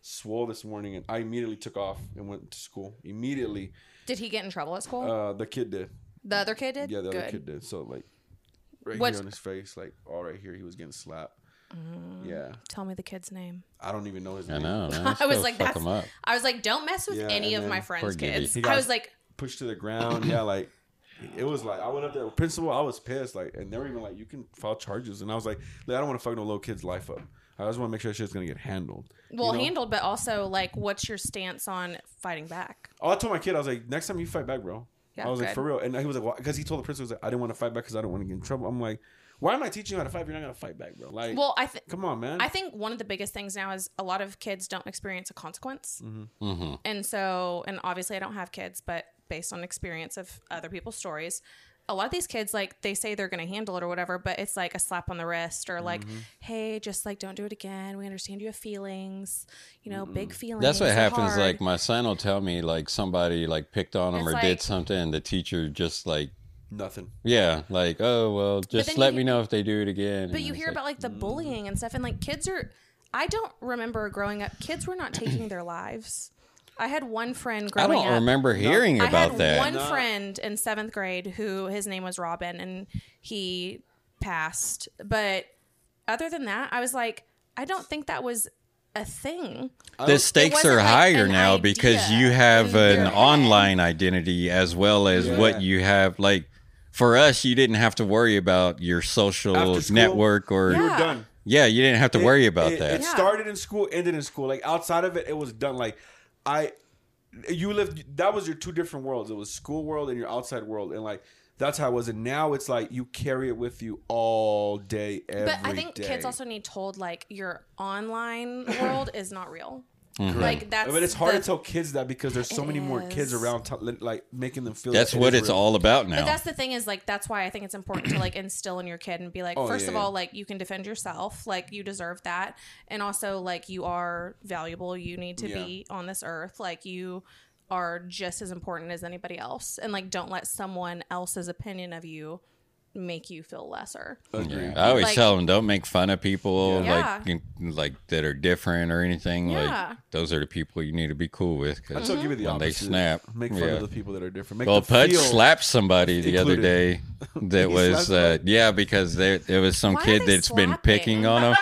swole this morning, and I immediately took off and went to school immediately.
Did he get in trouble at school?
Uh, the kid did.
the other kid did.
Yeah, the
Good.
other kid did. So like, right
What's-
here on his face, like all right here, he was getting slapped.
Mm.
Yeah,
Tell me the kid's name.
I don't even know his
I
name.
know.
I was like,
fuck
"That's."
them up.
I was like, "Don't mess with
Yeah,
any
and
of my
then-
Poor
friends'
Gibby.
kids."
He got-
I was like,
Pushed to the ground. yeah, like it was like I went up there, principal. I was pissed. Like, and they were even like, you can file charges, and I was like, "Look, I don't want to fuck no little kid's life up. I just want to make sure that shit's gonna get handled. you
"Well,
know?
handled," but also like, "What's your stance on fighting back?"
Oh, I told my kid, I was like, next time you fight back, bro.
Yeah,
I was like,
good.
for real. And he was like, because he told the principal, he was like, I didn't want to fight back because I don't want to get in trouble. I'm like, why am I teaching you how to fight if you're not gonna fight back, bro? Like,
Well, I think
come on, man.
I think one of the biggest things now is a lot of kids don't experience a consequence.
Mm-hmm.
And so, and obviously I don't have kids, but based on experience of other people's stories, a lot of these kids, like they say they're going to handle it or whatever, but it's like a slap on the wrist or like,
Mm-hmm.
hey, just like don't do it again. We understand you have feelings, you know, big feelings.
That's what
are
happens.
hard."
Like my son will tell me like somebody like picked on him
It's
or
like-
did something, and the teacher just like
Nothing.
yeah, like oh well,
then
just
you
let
hear-
me know if they do it again.
But
And
you
it's
hear
like, mm.
about like the bullying and stuff, and like kids are. I don't remember growing up. Kids were not taking their lives. I had one friend
I
growing up.
don't remember hearing
I
about
had
that.
one friend in seventh grade who his name was Robin, and he passed. But other than that, I was like, I don't think that was a thing.
the stakes
wasn't
are
like
higher
an
now because
idea
you have
in your
an
head.
online identity as well as
Yeah.
what you have like for us you didn't have to worry about your social
After school,
network or
You were
Yeah.
done.
Yeah, you didn't have to worry
It-
about
it-
that
It
Yeah.
started in school, ended in school. Like outside of it, it was done. Like I, you lived. That was your two different worlds. It was school world and your outside world, and like that's how it was. And now it's like you carry it with you all day, every day.
But I think kids also need told like your online world is not real. Like that's.
but it's hard
the-
to tell kids that because there's so many more kids
is.
around, t- like making them feel.
that's
that it
what
is
it's
real.
all about now
But that's the thing is like that's why I think it's important to like instill in your kid and be like,
Oh,
first
yeah,
of
yeah.
all, like you can defend yourself, like you deserve that, and also like you are valuable, you need to
Yeah.
be on this earth, like you are just as important as anybody else, and like don't let someone else's opinion of you make you feel lesser.
Yeah. I always
Like-
tell them don't make fun of people
Yeah.
like you- like that are different or anything.
Yeah.
Like those are the people you need to be cool with. 'cause
I'd still give you the
when they
opposite.
snap,
Make fun
yeah.
of the people that are different. Make
Well,
them
Pudge
feel-
slapped somebody the other
included.
day. That
He
was
slapped
uh, yeah, because there it was some
Why are
kid
they
that's been
slapping?
picking on him.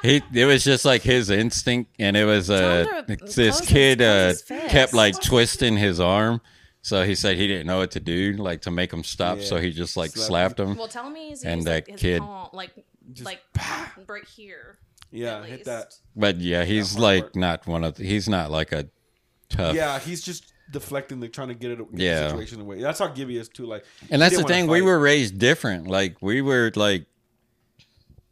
He it was just like his instinct, and it was uh,
him to close
this
his-
kid uh,
close his
kept like
fist.
twisting his arm. So he said he didn't know what to do, like to make him stop. So
Yeah.
he just like
Slapped
slapped him.
Well, tell me, he's
And
used,
that
like, his
kid-
palm, like like right here.
Yeah,
at
hit
least.
that.
But yeah, he's
hard
like
work.
not one of the, he's not like a tough.
Yeah, he's just deflecting, like trying to get it get the
Yeah.
situation away. That's how Gibby is too. Like, he
And that's
didn't
the
wanna
thing. We
fight.
were raised different. Like we were like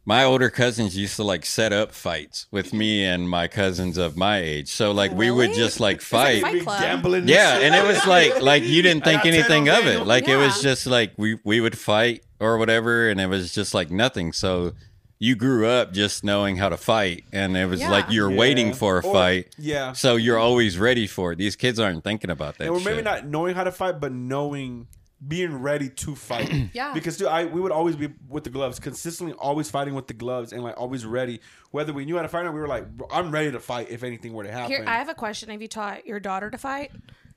my older cousins used to like set up fights with me and my cousins of my age. So like we would
Really?
just like
like
fight.
Fight
Big
Club.
gambling.
yeah, and it was like like you didn't think
got ten
anything
on
of it.
Daniel.
Like it was
Yeah.
just like we we would fight or whatever and it was just like nothing. So you grew up just knowing how to fight and it was
Yeah.
like you're
Yeah.
waiting for a
Or-
fight.
Yeah,
So you're always ready for it. These kids aren't thinking about that.
and we're maybe
shit.
not knowing how to fight, but knowing being ready to fight.
Yeah.
Because dude, I we would always be with the gloves, consistently always fighting with the gloves, and like always ready. Whether we knew how to fight or not, we were like, "Bro, I'm ready to fight if anything were to happen.
Here, I have a question. Have you taught your daughter to fight?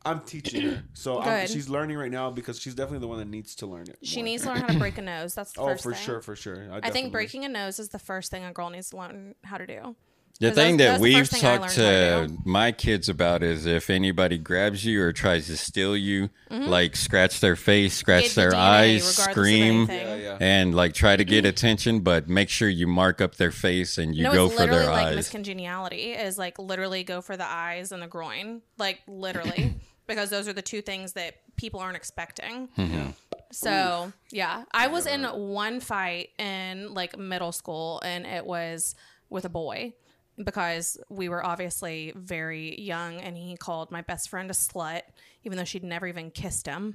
I'm teaching her, so I'm,
Good.
she's learning right now because she's definitely the one that needs to learn it.
She
more.
needs to learn how to break a nose. That's the
Oh,
first
for
thing.
sure, for sure.
I
definitely-
think breaking a nose is the first thing a girl needs to learn how to do.
The
'Cause that
thing
was- that
that
was the
we've
first thing I
talked
learned
to my kids about is if anybody grabs you or tries to steal you, like scratch their face, scratch
Mm-hmm. Get
their
your DNA
eyes,
regardless of
scream,
anything. Mm-hmm.
Yeah, yeah.
and like try to get attention, but make sure you mark up their face and you
no,
go
it's
for
literally
their
like
eyes.
miscongeniality is like literally go for the eyes and the groin, like literally, because those are the two things that people aren't expecting.
Mm-hmm.
So yeah, I was in one fight in like middle school, and it was with a boy because we were obviously very young, and he called my best friend a slut, even though she'd never even kissed him.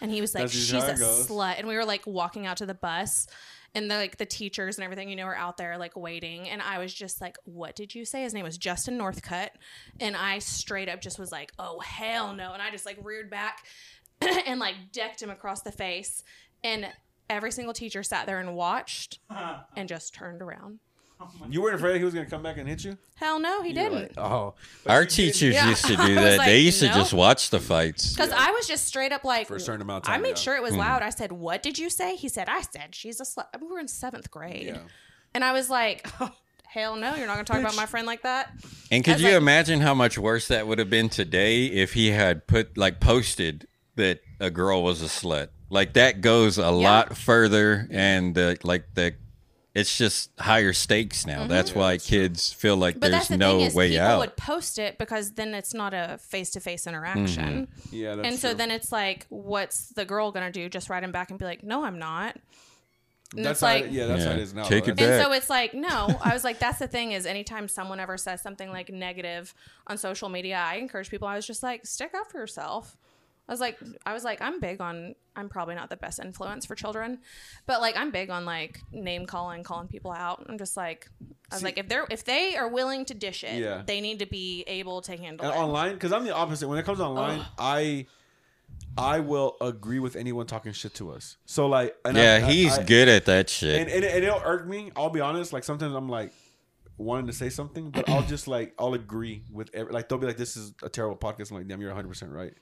And he was like,
That's
"She's
usually
a
how it goes.
slut," and we were like walking out to the bus. And the, like the teachers and everything, you know, were out there like waiting, and I was just like, "What did you say?" His name was Justin Northcutt, and I straight up just was like, "Oh hell no!" And I just like reared back, and like decked him across the face. And every single teacher sat there and watched and just turned around.
You weren't afraid he was gonna come back and hit you.
Hell no, he didn't.
Oh,
Our teachers
Yeah.
used to
I
do
was
that.
like,
they used
no.
to just watch the fights.
Because I was just straight up like,
For a certain amount of
I
time,
made
yeah. Hmm.
sure it was loud. I said, What did you say? He said, I said, She's a slut. We were in seventh grade. And I was like, "Oh, Hell no, you're not going to talk about my friend like that.
And could
was
you
like-
imagine how much worse that would have been today if he had put like posted that a girl was a slut? Like that goes a lot further, and the like the it's just higher stakes now. That's why kids feel like
Mm-hmm. But that's the
there's no
thing is,
way
people
out.
would post it because then it's not a face to face interaction.
Mm-hmm. Yeah, that's
and so
true.
then it's like, what's the girl gonna do? Just write him back and be like, no, I'm not. And it's
that's how
like,
it, yeah, that's how it
Yeah.
is now.
Take it
That's-
back.
and so it's like, no, I was like, that's the thing is anytime someone ever says something like negative on social media, I encourage people. I was just like, stick up for yourself. I was like, I was like, I'm big on, I'm probably not the best influence for children, but like, I'm big on like name calling, calling people out. I'm just like, I was like, if they're, if they are willing to dish it,
Yeah.
they need to be able to handle
And
it.
online, because I'm the opposite. When it comes online, I I will agree with anyone talking shit to us. So like, and I-
yeah,
I-
he's
I-
good at that shit.
and, and, and it'll irk me. I'll be honest. Like sometimes I'm like wanting to say something, but I'll just like I'll agree with every, like they'll be like, "This is a terrible podcast." I'm like, "Damn, you're 100 percent right."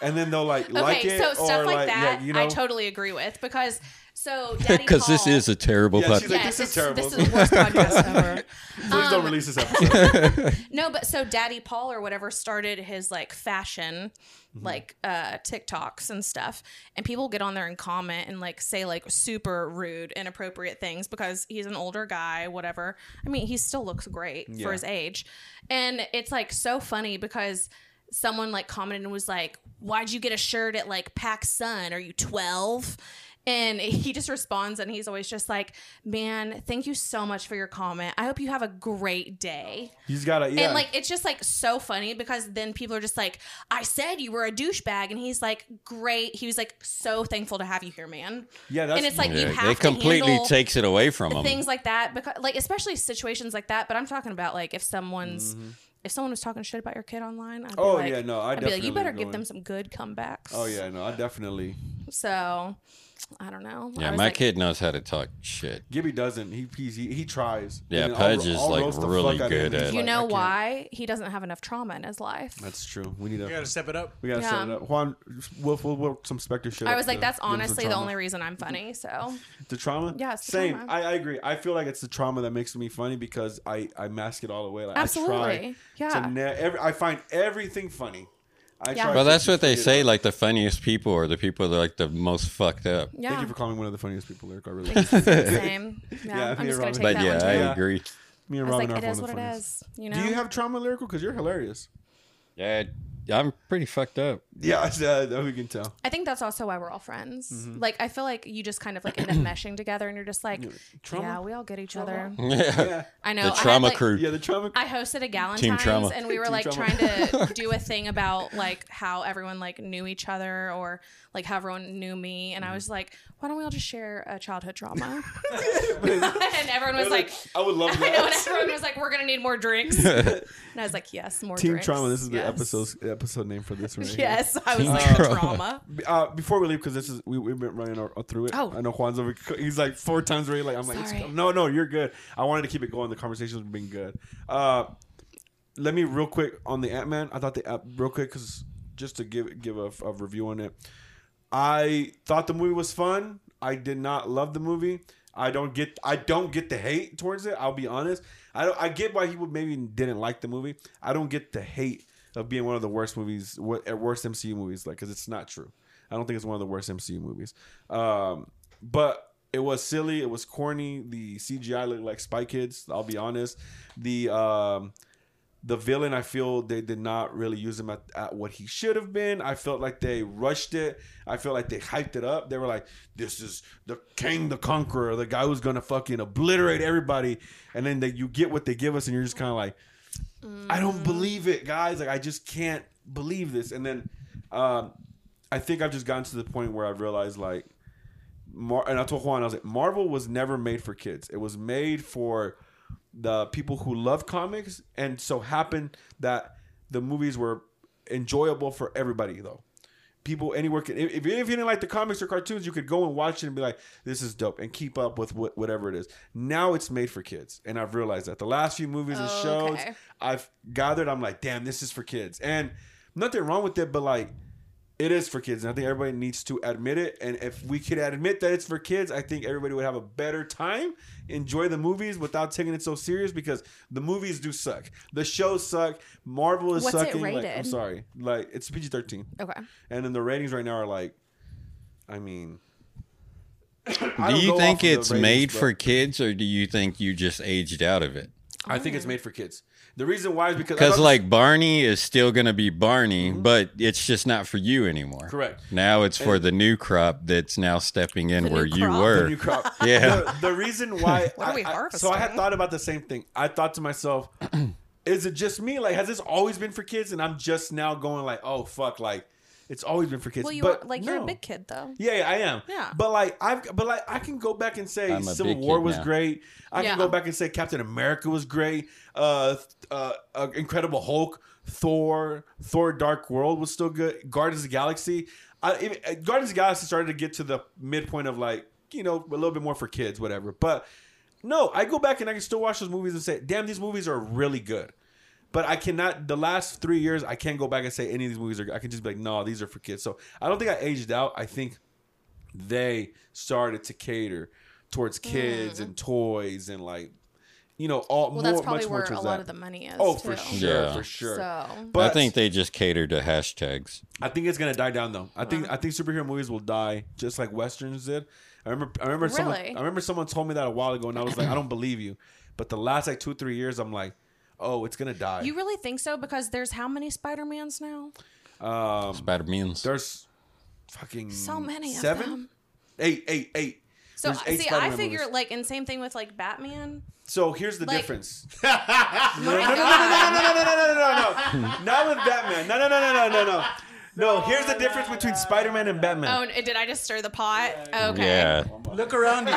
And then they'll like like
okay,
it
so
or
stuff like, that,
yeah, you know,
I totally agree with because so daddy
Because this
Paul-
is a terrible
Yeah,
podcast.
she's like, this is terrible.
This is the worst podcast ever.
please
um,
don't release this episode.
No, but so Daddy Paul or whatever started his like fashion like uh TikToks and stuff. And people get on there and comment and like say like super rude, inappropriate things because he's an older guy, whatever. I mean, he still looks great
Yeah.
for his age. And it's like so funny because someone like commented and was like, Why'd you get a shirt at like Pac Sun? Are you twelve? And he just responds and he's always just like, Man, thank you so much for your comment. I hope you have a great day.
you just gotta yeah.
And like it's just like so funny because then people are just like, I said you were a douchebag, and he's like, Great. He was like so thankful to have you here, man.
Yeah, that's-
and it's like you
Yeah,
have
it
to
completely
handle
takes it away from him.
things like that because like especially situations like that. But I'm talking about like if someone's if someone was talking shit about your kid online, I'd
Mm-hmm. Oh,
be like,
yeah, no, I
would be like,
definitely
you better give
going-
them some good comebacks.
oh yeah, no, I definitely.
So I don't know. I
yeah,
was
my
like-
kid knows how to talk shit.
Gibby doesn't. He he's, he, he tries.
Yeah,
And then I'll-
Pudge is,
I'll
like,
roast the
really
fuck out of him.
good at
He's
it.
You
like, "I
know
can't."
why he doesn't have enough trauma in his life?
That's true. We need
You
to
gotta step it up.
we gotta set
Yeah.
it up. Juan, we'll we'll work some Spectre shit.
I
up
was like,
to
that's
give him some
honestly the
trauma.
only reason I'm funny. So
The trauma?
Yeah, it's the
Same.
trauma.
I, I agree. I feel like it's the trauma that makes me funny because I, I mask it all away. Like, I try
Absolutely. Yeah.
To ne- every, I find everything funny. I
Yeah.
try
Well,
to
that's
just
what they
forget
say.
it.
Like the funniest people are the people that are like the most fucked up.
yeah.
Thank you for calling one of the funniest people, Lyric. I really
Same. Yeah,
Yeah,
I'm
me
just
and
gonna
Robin.
take
But
that
yeah,
one too.
I
Yeah.
agree.
Me and
I was like,
Robin are
it
one of
is
the
what it
funniest.
is. You know.
Do you have trauma, Lyrical? Because you're hilarious.
Yeah, I'm pretty fucked up.
Yeah, uh, we can tell.
I think that's also why we're all friends. Like I feel like you just kind of like end up meshing together, and you're just like, Mm-hmm. yeah, we all get each other.
Yeah.
I know
The
I had,
trauma
like-
crew.
Yeah, the trauma.
I hosted a
Team trauma.
Galentine's and we were
Team
like
trauma.
trying to do a thing about like how everyone like knew each other or like how everyone knew me and I was like, why don't we all just share a childhood trauma? and everyone was like,
I would love
I know, and
that.
everyone was like, we're gonna need more drinks. and I was like, yes, more
Team
drinks.
trauma. This is
Yes.
the episode episode name for this right here.
Yes, I was
Team
like
trauma.
trauma.
Uh, before we leave, because this is we we've been running o- uh, through it.
Oh.
I know Juan's over. He's like four times already. Like I'm like,
Sorry.
it's- no, no, you're good. I wanted to keep it going. The conversation's been good. Uh, let me real quick on the Ant Man. I thought the app real quick because just to give give a, a review on it. I thought the movie was fun. I did not love the movie. I don't get I don't get the hate towards it. I'll be honest. I don't I get why he would maybe didn't like the movie. I don't get the hate of being one of the worst movies, what worst MCU movies, like because it's not true. I don't think it's one of the worst MCU movies. Um, but it was silly. It was corny. The CGI looked like Spy Kids. I'll be honest. The um, the villain i feel they did not really use him at, at what he should have been i felt like they rushed it i felt like they hyped it up they were like this is the king the conqueror the guy who's gonna fucking obliterate everybody and then they, you get what they give us and you're just kind of like i don't believe it guys like i just can't believe this and then um, i think i've just gotten to the point where i've realized like Mar- and I told Juan, I was like, Marvel was never made for kids. It was made for the people who love comics, and so happened that the movies were enjoyable for everybody, though. People anywhere could, if, if you didn't like the comics or cartoons, you could go and watch it and be like, this is dope, and keep up with what, whatever it is. Now it's made for kids, and I've realized that the last few movies and
Oh,
shows
okay.
I've gathered, I'm like, damn, this is for kids, and nothing wrong with it, but like, it is for kids and i think everybody needs to admit it and if we could admit that it's for kids i think everybody would have a better time enjoy the movies without taking it so serious because the movies do suck the shows suck marvel is
What's it
sucking like i'm
rated?
sorry like it's pg-13
Okay.
and then the ratings right now are like i mean
Do you think it's made for kids, or do you think you just aged out of it?
i think it's made for kids the reason why is because I
Because
thought-
like Barney is still gonna be Barney, but it's just not for you anymore.
Mm-hmm. Correct.
Now it's for the new crop that's now stepping in
new
where you
crop? The
were.
the new crop.
Yeah.
The, the reason why.
What are we
I- I-
harvesting?
so I had thought about the same thing. I thought to myself, is it just me? Like, has this always been for kids? And I'm just now going like, oh fuck, like it's always been for kids.
Well, you
but
are like you're
no.
a big kid though.
Yeah, yeah, I am.
Yeah.
But like I've but like I can go back and say
I'm a
Civil
big
War
kid
was
now.
great. I
Yeah.
can go back and say Captain America was great. Uh, th- uh, uh Incredible Hulk, Thor, Thor Dark World was still good. Guardians of the Galaxy. I, even, uh, Guardians of the Galaxy started to get to the midpoint of like, you know, a little bit more for kids, whatever. But no, I go back and I can still watch those movies and say, damn, these movies are really good. But I cannot. The last three years, I can't go back and say any of these movies are. good. I can just be like, no, these are for kids. So I don't think I aged out. I think they started to cater towards
Mm.
kids and toys and like, you know, all
Well,
more,
that's probably
much more
where a
towards
lot
that.
of the money is.
Oh,
too.
for sure,
Yeah.
for sure.
So-
But
I think they just cater to hashtags.
I think it's gonna die down though. I think I think superhero movies will die just like westerns did. I remember I remember someone
Really?
I remember someone told me that a while ago, and I was like, I don't believe you. But the last like two three years, I'm like, oh, it's gonna die.
You really think so? Because there's how many Spider Mans now?
Spider Man's.
There's fucking
So many of
Mm, seven,
them.
eight, eight, eight.
So
There's eight
see, I
Spider-Man
figure
movies.
like, and same thing with like Batman.
So here's the
Like- Oh
difference.
My
No, no, no,
God.
no, no, no, no, no, no, no, no. Not with Batman. No, no, no, no, no, no, no. No, here's the difference between Spider-Man and
Oh,
Batman.
and- did I just stir the pot? Okay.
Yeah.
Look around you.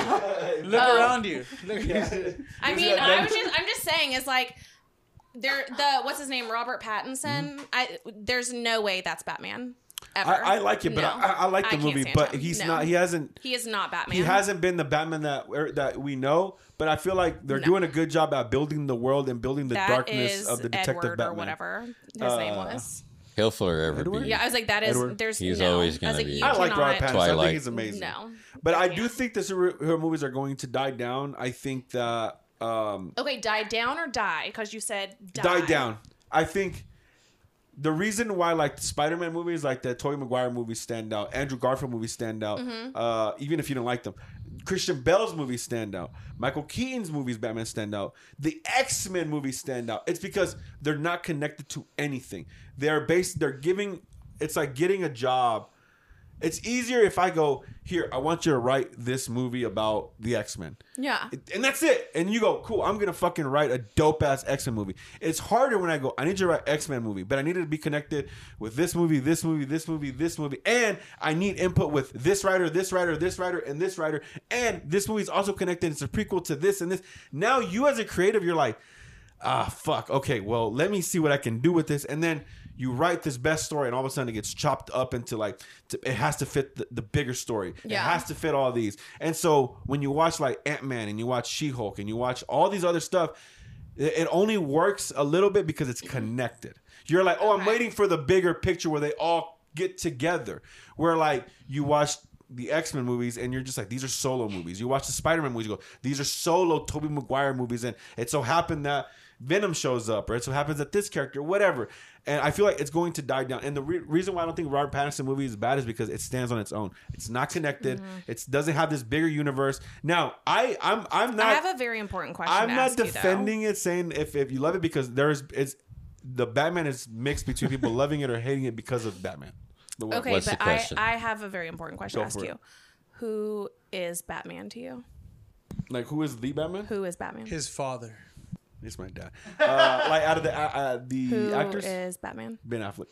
Look
Oh.
around you. Look.
I mean, I was just, I'm just saying, is like, there, the what's his name, Robert Pattinson. I there's no way that's Batman. Ever.
Hmm? I, I like it, but
No.
I, I like the
can't
movie.
stand
But
him.
he's
No.
not. He hasn't.
He is not Batman.
He hasn't been the Batman that er, that we know. But I feel like they're
No.
doing a good job at building the world and building the
That
darkness
is
of the detective
Edward
Batman. Uh,
or whatever his name was.
He'll forever be.
Yeah, I was like, that is.
Edward?
There's.
He's
no.
always
I
gonna
was like,
be-
you
I like Robert
cannot-
Pattinson. I
Twilight.
think he's amazing.
No.
But I
Yeah.
do think the superhero movies are going to die down. I think that um,
Okay, die down or die, because you said die.
die down. I think the reason why like Spider-Man movies, like the Tobey Maguire movies, stand out. Andrew Garfield movies stand out. Uh, even if you don't like them, Christian Bell's movies stand out. Michael Keaton's movies, Batman stand out. The X Men movies stand out. It's because they're not connected to anything. They're based. They're giving. It's like getting a job. It's easier if I go here. I want you to write this movie about the X Men.
Yeah.
And that's it. And you go, cool. I'm gonna fucking write a dope ass X Men movie. It's harder when I go. I need you to write X Men movie, but I need it to be connected with this movie, this movie, this movie, this movie, and I need input with this writer, this writer, this writer, and this writer. And this movie is also connected. It's a prequel to this and this. Now you, as a creative, you're like, ah, fuck. Okay, well, let me see what I can do with this. And then you write this best story, and all of a sudden it gets chopped up into like, t- it has to fit the, the bigger story. It
Yeah.
has to fit all these. And so when you watch like Ant Man and you watch She Hulk and you watch all these other stuff, it, it only works a little bit because it's connected. You're like, oh, I'm waiting for the bigger picture where they all get together. Where like you watch the X Men movies and you're just like, these are solo movies. You watch the Spider Man movies, you go, these are solo Tobey Maguire movies, and it so happened that Venom shows up, or it so happens that this character, whatever. And I feel like it's going to die down. And the re- reason why I don't think Robert Pattinson movie is bad is because it stands on its own. It's not connected.
Mm-hmm.
It doesn't have this bigger universe. Now, I I'm I'm not
I have a very important question. to
I'm not
ask you, though.
defending it, saying if, if you love it because there's it's the Batman is mixed between people loving it or hating it because of Batman. The one-
Okay,
What's
but
the question?
I, I have a very important question
Go
to ask
for it.
you. Who is Batman to you?
like who is the Batman?
Who is Batman? Who is
His father.
It's my dad. Uh, like out of the uh, uh, the actors,
Batman?
Ben Affleck.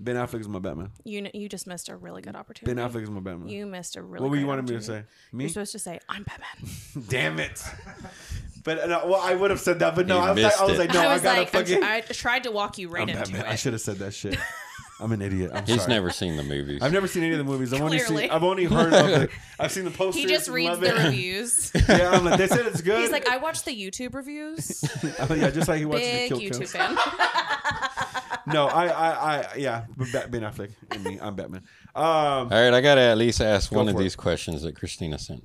Ben Affleck is my Batman.
You kn- you just missed a really good opportunity.
Ben Affleck is my Batman.
You missed a really.
what were you
great
wanting me to say?
opportunity.
Me?
You're supposed to say I'm Batman.
Damn it! But uh, well, I would have said that, but no,
You
I was, like, I
missed
was like,
it.
no, I,
I was
gotta
like, I'm tr-
fucking.
I tried to walk you right
I'm
into
Batman.
it.
I should have said that shit. I'm an idiot. I'm
He's
sorry.
never seen the movies.
I've never seen any of the movies. I've only seen.
Clearly.
I've only heard of it. I've seen the posters.
he just reads
love
the
it.
reviews.
Yeah, I'm like, they said it's good.
He's like, I watched the YouTube reviews.
Oh, yeah, just like he watches
Big
the Kill
YouTube fan.
Kill. No, I, I, I, yeah, but Bat- Ben Affleck and me, I'm Batman. Um,
All right, I gotta at least ask one of
for it.
these questions that Christina sent.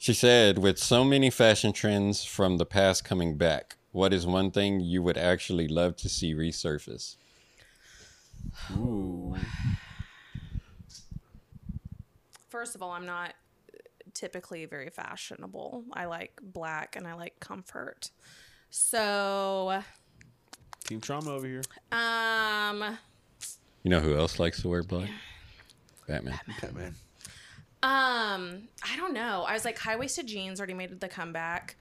She said, "With so many fashion trends from the past coming back, what is one thing you would actually love to see resurface?"
First of all, I'm not typically very fashionable. I like black and I like comfort. So,
Team Trauma over here.
um,
You know who else likes to wear black? Batman.
Batman.
Um, I don't know. I was like high waisted jeans already made the comeback.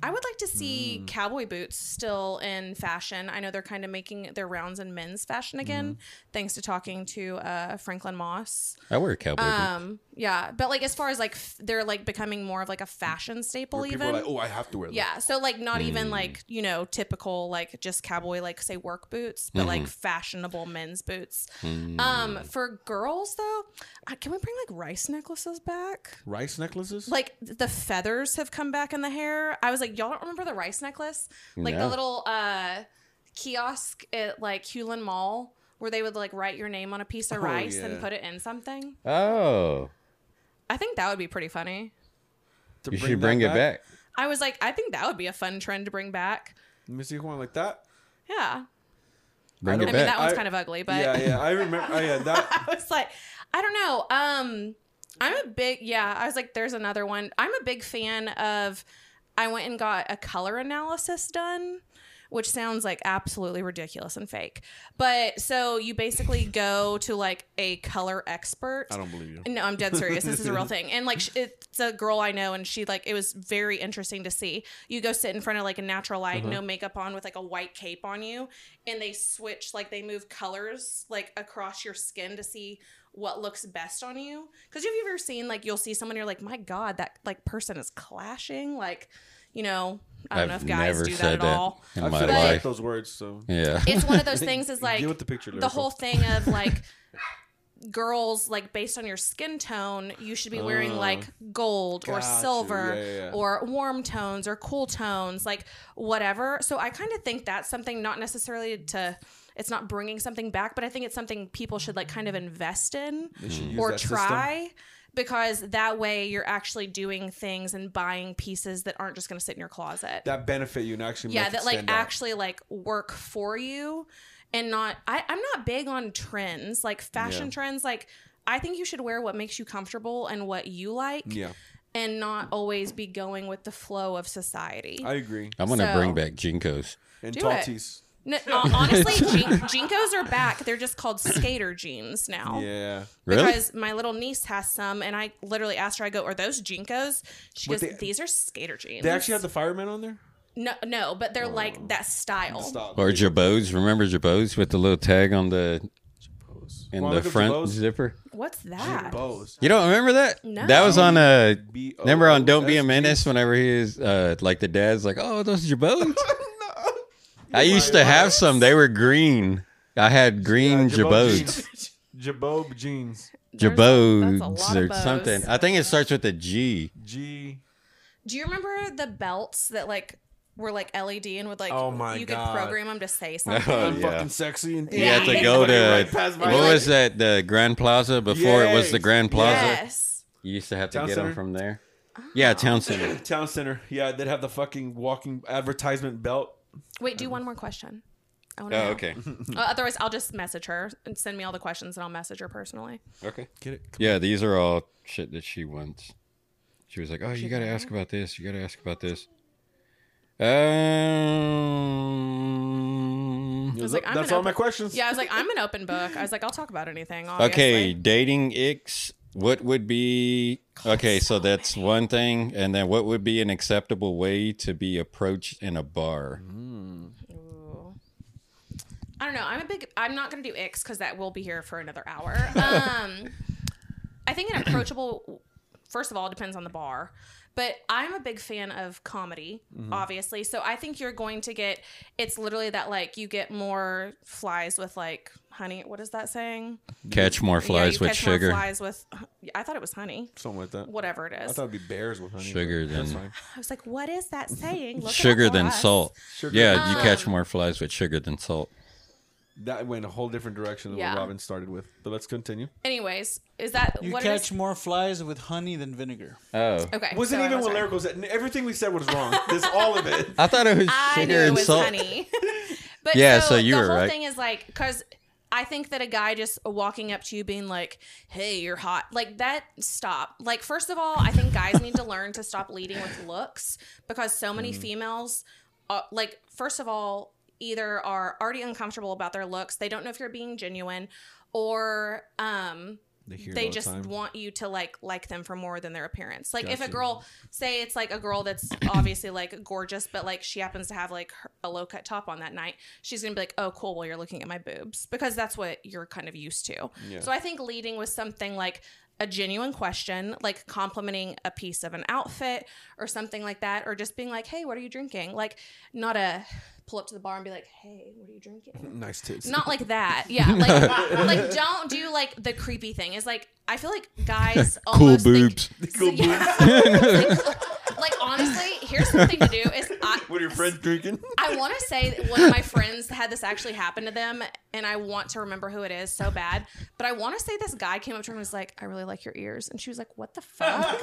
I would like to
Mm.
see cowboy boots still in fashion. I know they're kind of making their rounds in men's fashion again,
Mm-hmm.
thanks to talking to uh, Franklin Moss.
I wear cowboy boots.
Mm-hmm.
Um, yeah, but like as far as like f- they're like becoming more of like a fashion staple,
People
even
are like, Mm. oh, I have to wear that.
yeah. So like not even like you know typical like just cowboy like say work boots, but
Mm-hmm.
like fashionable men's boots.
Mm.
Um, for girls though, uh, can we bring like rice necklaces back?
Rice necklaces?
Like the feathers have come back in the hair. I was like, y'all don't remember the rice necklace? Like
No.
the little uh kiosk at like Hewlin Mall. Where they would like write your name on a piece of rice
Oh, yeah.
and put it in something.
Oh,
I think that would be pretty funny.
To
you should bring
that
it back.
I was like, I think that would be a fun trend to bring back.
Let me see one like that.
Yeah.
Bring
I
it
don't-
I
back.
mean, that one's
I-
kind of ugly, but
yeah, yeah, I remember. Oh, yeah, that.
I was like, I don't know. Um, I'm a big yeah. I was like, there's another one. I'm a big fan of. I went and got a color analysis done, which sounds like absolutely ridiculous and fake. But so you basically go to like a color expert.
I don't believe you.
No, I'm dead serious. This is a real thing. And like, sh- it's a girl I know, and she like it was very interesting to see. You go sit in front of like a natural light,
Uh-huh.
no makeup on, with like a white cape on you, and they switch like they move colors like across your skin to see what looks best on you. Because you've ever seen like you'll see someone, you're like, my god, that like person is clashing. Like, you know, I don't know if
I've
guys
never
do that
said
at all.
in
I've
my
said
But-
life.
those words, so.
Yeah.
It's one of those things. Is like
Deal with the picture,
the
Lyrical.
whole thing of like girls like based on your skin tone you should be wearing like gold or
Gotcha.
silver
Yeah, yeah, yeah.
or warm tones or cool tones like whatever so i kind of think that's something not necessarily to it's not bringing something back but i think it's something people should like kind of invest in
should use
or
that system.
try because that way you're actually doing things and buying pieces that aren't just going to sit in your closet
That benefit you and actually
yeah
make
that
it
like
stand out.
actually like work for you and not I, i'm not big on trends like fashion
Yeah.
trends like I think you should wear what makes you comfortable and what you like,
Yeah,
and not always be going with the flow of society.
I agree.
I'm gonna
So-
bring back Jinkos.
And
Do it.
Talties.
No, no, honestly, Jin- Jinkos are back. They're just called skater jeans now.
Yeah.
Really?
Because my little niece has some, and I literally asked her, I go, Are those Jinkos? She
With
goes,
the-
These are skater jeans.
They actually have the Oh. firemen on there?
no, no, but they're like that style.
Stop.
Or Jabos. Remember Jabos with the little tag on the in the
Wanna look up
front
Jabos?
zipper?
What's that?
Bose.
You don't remember that?
No.
That was on a
B O
remember on Don't Be a
S G.
Menace. Whenever he is uh, like the dad's like, oh, those Jabos. I used to have some. They were green. I had green Jabos.
jeans. Jabob jeans.
There's a- that's a lot
Jabodes
of
or
bows.
something. I think it starts with a G.
G.
Do you remember the belts that like were like LED and would like
Oh my
you
God.
could program them to say something?
Oh,
I'm
yeah.
fucking sexy. And
You had to go
Right
to
past my
what
leg.
was that? The Grand Plaza before it was
Yes.
the Grand Plaza.
Yes.
You used to have to
Town
get
center?
them from there. Yeah, town center.
Town center. Yeah, they'd have the fucking walking advertisement belt.
Wait, do one more question. I wanna
Oh,
know.
okay.
Uh, otherwise, I'll just message her and send me all the questions, and I'll message her personally.
Okay.
Get it?
Yeah, these are all shit that she wants. She was like, "Oh, you got to ask about this. You got to ask about this." Um.
I was like, I'm
That's
an
all
open-
my questions.
Yeah, I was like, I'm an open book. I was like, I'll talk about anything. Obviously.
Okay, dating icks. What would be okay? So that's one thing, and then what would be an acceptable way to be approached in a bar?
Mm-hmm. Ooh. I don't know. I'm a big. I'm not gonna do X because that will be here for another hour. Um, I think an approachable. First of all, it depends on the bar, but I'm a big fan of comedy,
Mm-hmm.
obviously. So I think you're going to get. It's literally that like you get more flies with like honey. What is that saying?
Catch more
Yeah, you
flies with
catch more
sugar,
Flies with. I thought it was honey.
Something like that.
Whatever it
I
is.
thought it'd be bears with honey.
Sugar
but that's
than-
fine.
I was like, what is that saying? Look it up
sugar
for
than
us.
salt.
Sugar.
Yeah, you catch more flies with sugar than salt.
That went a whole different direction than
Yeah.
what Robin started with. But let's continue.
Anyways, is that
You
what
catch
it
more flies with honey than vinegar.
Oh,
is? Okay.
Wasn't
so I
even
was
what
right.
Lyrical said. Everything we said was wrong. This all of it.
I thought it was
I knew
sugar
it
and
was
salt.
honey. but
Yeah,
so,
so you
the
were
whole
right.
thing is like because I think that a guy just walking up to you being like, "Hey, you're hot," like that. Stop. Like first of all, I think guys need to learn to stop leading with looks because so many
Mm.
females, uh, like first of all, either are already uncomfortable about their looks. They don't know if you're being genuine, or um,
They,
they just want you to like like them for more than their appearance. Like if a
Gotcha.
girl, say it's like a girl that's obviously like gorgeous, but like she happens to have like her, a low cut top on that night, she's gonna be like, oh cool, well you're looking at my boobs because that's what you're kind of used to. So I think leading with something like a genuine question, like complimenting a piece of an outfit or something like that, or just being like, hey, what are you drinking? Like not a pull up to the bar and be like, hey, what are you drinking?
nice tits.
Not like that. Yeah. Like, like don't do like the creepy thing. It's like I feel like guys
Cool
almost think-
boobs.
Cool
Yeah. like, like, honestly, here's something to do is I,
What are your friends drinking?
I want to say that one of my friends had this actually happen to them, and I want to remember who it is so bad. But I want to say this guy came up to her and was like, "I really like your ears," and she was like, "What the fuck?"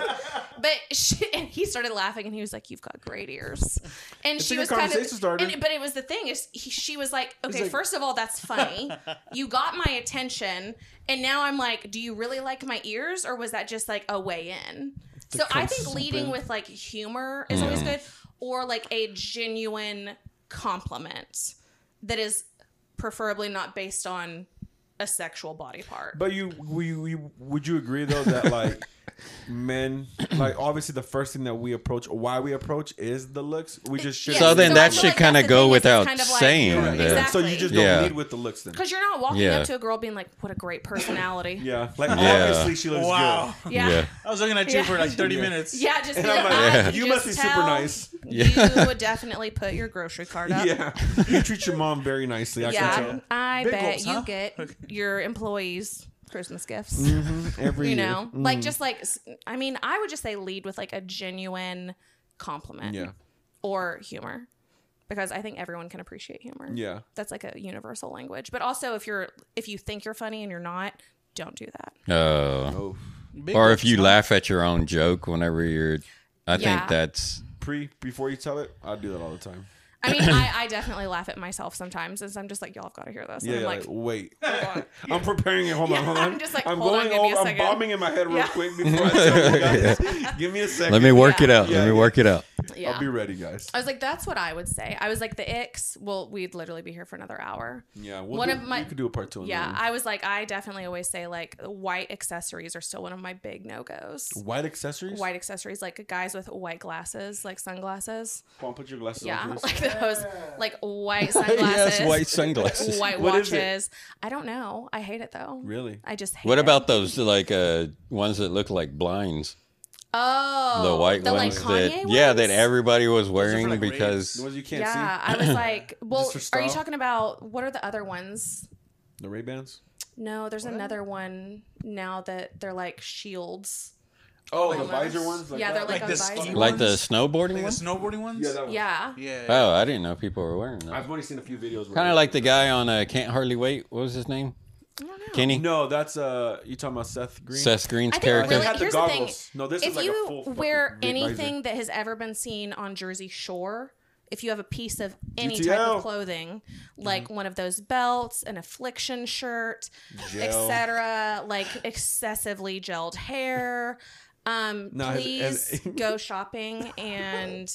but she, and he started laughing, and he was like, "You've got great ears," and
It's a
she
good
was kind of.
conversation starter.
and- but it was the thing is, he, she was like, "Okay,
like-
first of all, that's funny. you got my attention, and now I'm like, do you really like my ears, or was that just like a way in?" So I think leading with like humor is always good, or like a genuine compliment that is preferably not based on a sexual body part.
But you, we, we, would you agree though that like men, like obviously the first thing that we approach, why we approach is the looks. We just should.
Yeah,
So then
I
that
feel
should
that's
kinda
the
go
thing is it's
without
kind of
saying
Like,
that.
exactly.
So you just
Yeah.
don't lead with the looks then.
because you're not walking
Yeah.
up to a girl being like, "What a great personality."
Yeah, like
Yeah.
obviously she looks
Wow.
good.
Yeah.
Yeah.
Yeah.
I was looking at you
Yeah.
for like 30 minutes.
just be
I'm
like,
like,
"I
Yeah.
could
You
just
must be super
tell
nice."
You would definitely put your grocery cart up.
Yeah, you treat your mom very nicely. I can
Yeah,
tell.
I
Big
bet
gulps,
you
huh?
get
Okay.
your employees Christmas gifts.
Mm-hmm. Every
You
year.
know, like just like s- I mean, I would just say lead with like a genuine compliment
Yeah.
or humor because I think everyone can appreciate humor.
Yeah.
that's like a universal language. But also, if you're if you think you're funny and you're not, don't do that.
Oh.
Oh,
Big
Or
lips,
if you
huh?
laugh at your own joke whenever you're, I
Yeah.
think that's
pre before you tell it, I do that all the time.
I mean, I, I definitely laugh at myself sometimes, as I'm just like, y'all have got to hear this.
Yeah,
and
you're
I'm like,
like, wait.
God.
I'm preparing it. Hold on,
Yeah,
hold on.
I'm just like,
I'm
hold on,
going
give me a
over. I'm
second.
bombing in my head real
Yeah.
quick before I tell you guys. Give me a second.
Let me work
Yeah.
it out.
Yeah,
Let me
yeah.
work it out.
yeah.
I'll be ready, guys.
I was like, that's what I would say. I was like, the icks, well, we'd literally be here for another hour.
Yeah, we'll
One
do,
of my-
we could do a part two. on
Yeah,
that
I was like, I definitely always say like white accessories are still one of my big no goes.
one. white accessories.
White accessories, like guys with white glasses, like sunglasses.
Come on, put your glasses
Yeah,
on. for
like
this.
those, like white
Yes,
sunglasses,
white sunglasses.
white
What is it?
watches. I don't know. I hate it though.
Really?
I just hate
What
it.
about those like uh ones that look like blinds?
oh
the white ones
like, Kanye
that yeah
ones?
that everybody was wearing
like,
because
The ones you can't
Yeah,
see.
I was like, well,
Just for
are you
style?
talking about what are the other ones?
The Ray Bans.
No, there's another one now that they're like shields.
Oh,
the visor ones, like Yeah, they're that? Like
like, the
those
ski
visor
like the
ones?
snowboarding
like the
one?
snowboarding ones.
Yeah, that one.
Yeah.
Yeah.
Oh, I didn't know people were wearing that.
I've only seen a few videos. where
Kind
they-
of like the guy on uh, Can't Hardly Wait. What was his name?
I don't know.
Kenny.
No, that's uh, you talking about Seth Green?
Seth Green's
I think
character.
They
really
had the
here's the thing.
goggles. No, this
if
is like a
you
full fucking
wear
big visor.
anything that has ever been seen on Jersey Shore, if you have a piece of any type
UTL.
of clothing, like
Mm-hmm.
one of those belts, an affliction shirt,
Gel.
etc., like excessively gelled hair, um,
No, and-
please
and-
go shopping and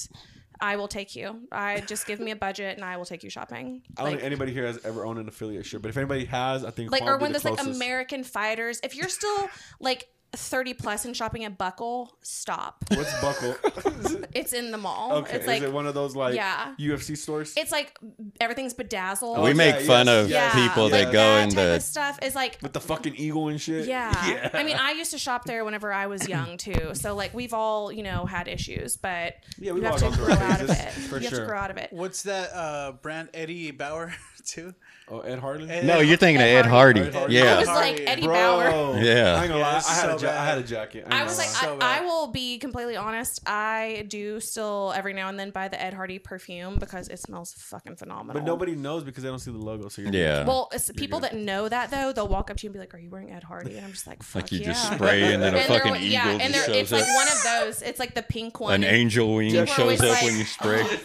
I will take you. I just give me a budget and I will take you shopping.
I don't
Like-
think anybody here has ever owned an affiliate shirt, but if anybody has, I think
like
Juan
or
would
one
be
of
the
those like
closest.
American fighters. If you're still like 30 plus and shopping at Buckle, stop.
What's buckle?
It's in the mall.
okay,
It's like
is it one of those like
Yeah.
UFC stores?
it's like everything's bedazzled.
we
yeah,
make fun
yes,
of
yes,
people
yes.
that
like
go
that
in
type of
the.
stuff is like
with the fucking eagle and shit.
yeah. I mean, I used to shop there whenever I was young too. So like we've all, you know, had issues, but
Yeah,
you
we've
have
all
to
gone through
grow
our
out of
phases,
it.
for
you have
sure.
to grow out of it.
What's that uh, brand? Eddie Bauer too.
Oh, Ed Harley.
Ed-
No, you're thinking of
Ed
Ed Hardy.
Hardy. Ed Hardy.
I
Yeah.
was like
Sorry.
Eddie
Bro.
Bauer.
Yeah.
I ain't gonna
Yeah,
lie.
it's
I had,
so
a ja- I
bad.
had a jacket. ain't
I
gonna
was
lie.
like,
So
I,
bad.
I will be completely honest. I do still every now and then buy the Ed Hardy perfume because it smells fucking phenomenal.
but nobody knows because they don't see the logo. So you're
Yeah.
Well, it's people that know that though, they'll walk up to you and be like, "Are you wearing Ed Hardy?" And I'm just like, "Fuck
like you
yeah."
just spray and then a
And they're
fucking
like-
eagle
yeah, and
just
they're, it's
shows
like
up.
one of those. It's like the pink one.
An angel wing
People are
shows
always
up
like-
when you spray. Oh.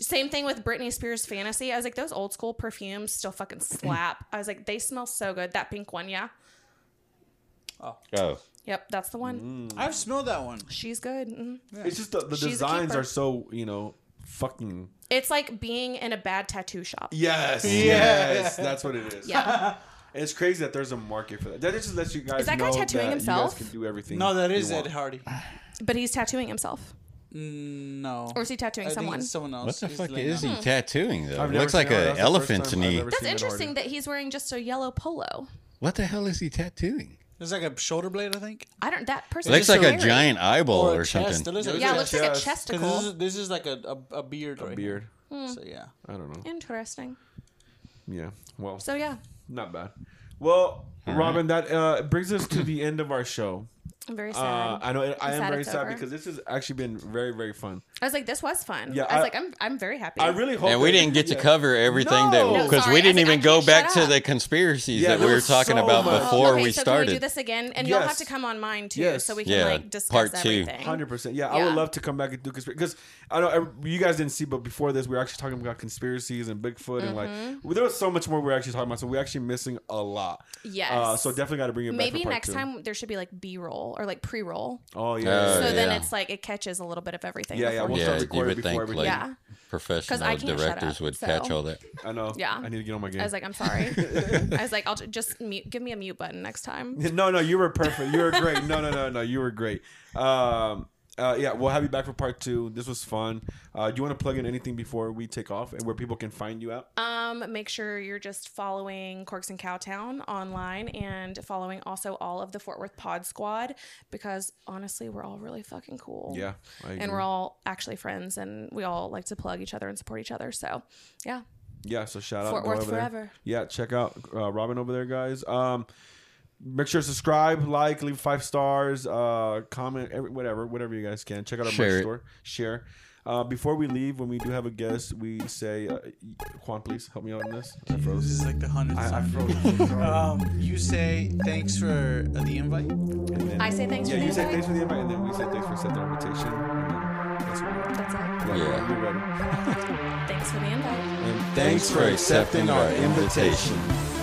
Same thing with Britney Spears Fantasy. I was like, those old school perfumes still fucking slap. I was like, they smell so good. That pink one, yeah.
Oh.
Yep, that's the
Mm.
one.
Hmm.
I've smelled that one.
She's good. Mm.
It's just the, the
She's a
designs
keeper.
are so you know fucking.
It's like being in a bad tattoo shop.
Yes. Yes. That's what it is.
Yeah.
And it's crazy that there's a market for that. That just lets you guys.
Is that guy
know
tattooing
that
himself?
You guys can do everything.
No, that is
you
Ed
want.
Hardy.
But he's tattooing himself.
No.
Or is he
I
tattooing
think
someone?
it's someone else.
What the
He's
fuck
laying
is
down.
Hmm.
he tattooing though?
I've never
Looks
seen
like
it.
an
That's the first
elephant's
time I've
knee.
ever
That's
seen Ed
interesting
Hardy.
that he's wearing just a yellow polo.
What the hell is he tattooing?
It's like a shoulder blade, I think.
I don't. That person
It looks
is
like a
scary.
giant eyeball or,
a chest. It
something.
looks like a
Yeah, it
chest.
looks like a
Yes.
'Cause
chesticle.
This is, this is like a, a, a beard. right here.
Beard.
So yeah.
I don't know.
Interesting.
Yeah. Well,
So yeah,
not bad. Well,
Mm-hmm.
Robin, that uh, brings us to the end of our show.
I'm very sad.
Uh, I know I- I
I'm
am
sad
very
it's
sad
over.
because this has actually been very very fun.
I was like, this was fun.
Yeah,
I was
I-
like, I'm I'm very happy.
I really hope
And we
that-
didn't get to
yeah.
cover everything
No. No,
that because
sorry,
we
I
didn't
was like,
even
I
go
can't
back
shut
to
up.
the conspiracies
Yeah,
that
there
we were
was
talking
so
about
much.
before
Oh, okay,
we
so
started.
Can we do this again, and you'll have to
Yes.
come on mine too,
Yes.
so we can
Yeah,
like discuss
part two.
everything.
Hundred percent. Yeah, I would
Yeah.
love to come back and do conspiracy because I don't. You guys didn't see, but before this, we were actually talking about conspiracies and Bigfoot and like
Mm-hmm.
well, there was so much more we were actually talking about. So we're actually missing a lot.
Yes.
Uh, so definitely got to bring it back.
Maybe
for part
next
two.
time there should be like B roll or like pre roll.
Oh yeah.
Uh,
so then
yeah.
it's like it catches a little bit of everything.
Yeah, yeah,
before
we'll
we-
start
Yeah, you
recording
would
before
think
everything.
like
Yeah.
professional
can't shut
directors
up,
would
so-
catch all that.
I know.
Yeah.
I need to get on my game.
I was like, I'm sorry. I was like, I'll ju- just mute. Give me a mute button next time.
No, no, you were perfect. You were great. No, no, no, no, you were great. Um, uh, yeah, we'll have you back for part two. This was fun. Uh, do you want to plug in anything before we take off and where people can find you at?
Um, make sure you're just following Corks and Cowtown online and following also all of the Fort Worth Pod Squad because honestly, we're all really fucking cool.
Yeah, I
And
agree.
we're all actually friends and we all like to plug each other and support each other. So, yeah.
Yeah, so shout out
Fort
go
Worth
over there.
forever.
Yeah, check out uh, Robin over there, guys. Um, make sure to subscribe, like, leave five stars, uh, comment, every, whatever, whatever you guys can. Check out our
Share
merch
it.
store. Share. Uh, before we leave, when we do have a guest, we say, uh, Juan, please help me out on this. I
This
froze.
is like the hundredth
I, I
time.
froze.
Um, you say thanks for the invite.
And then-
I say thanks
Yeah,
for the
you say
invite.
thanks for the invite, and then we say thanks for accepting the invitation. And then answer.
That's it.
Yeah.
Yeah.
You're ready.
Thanks for the invite.
And thanks for accepting our invitation.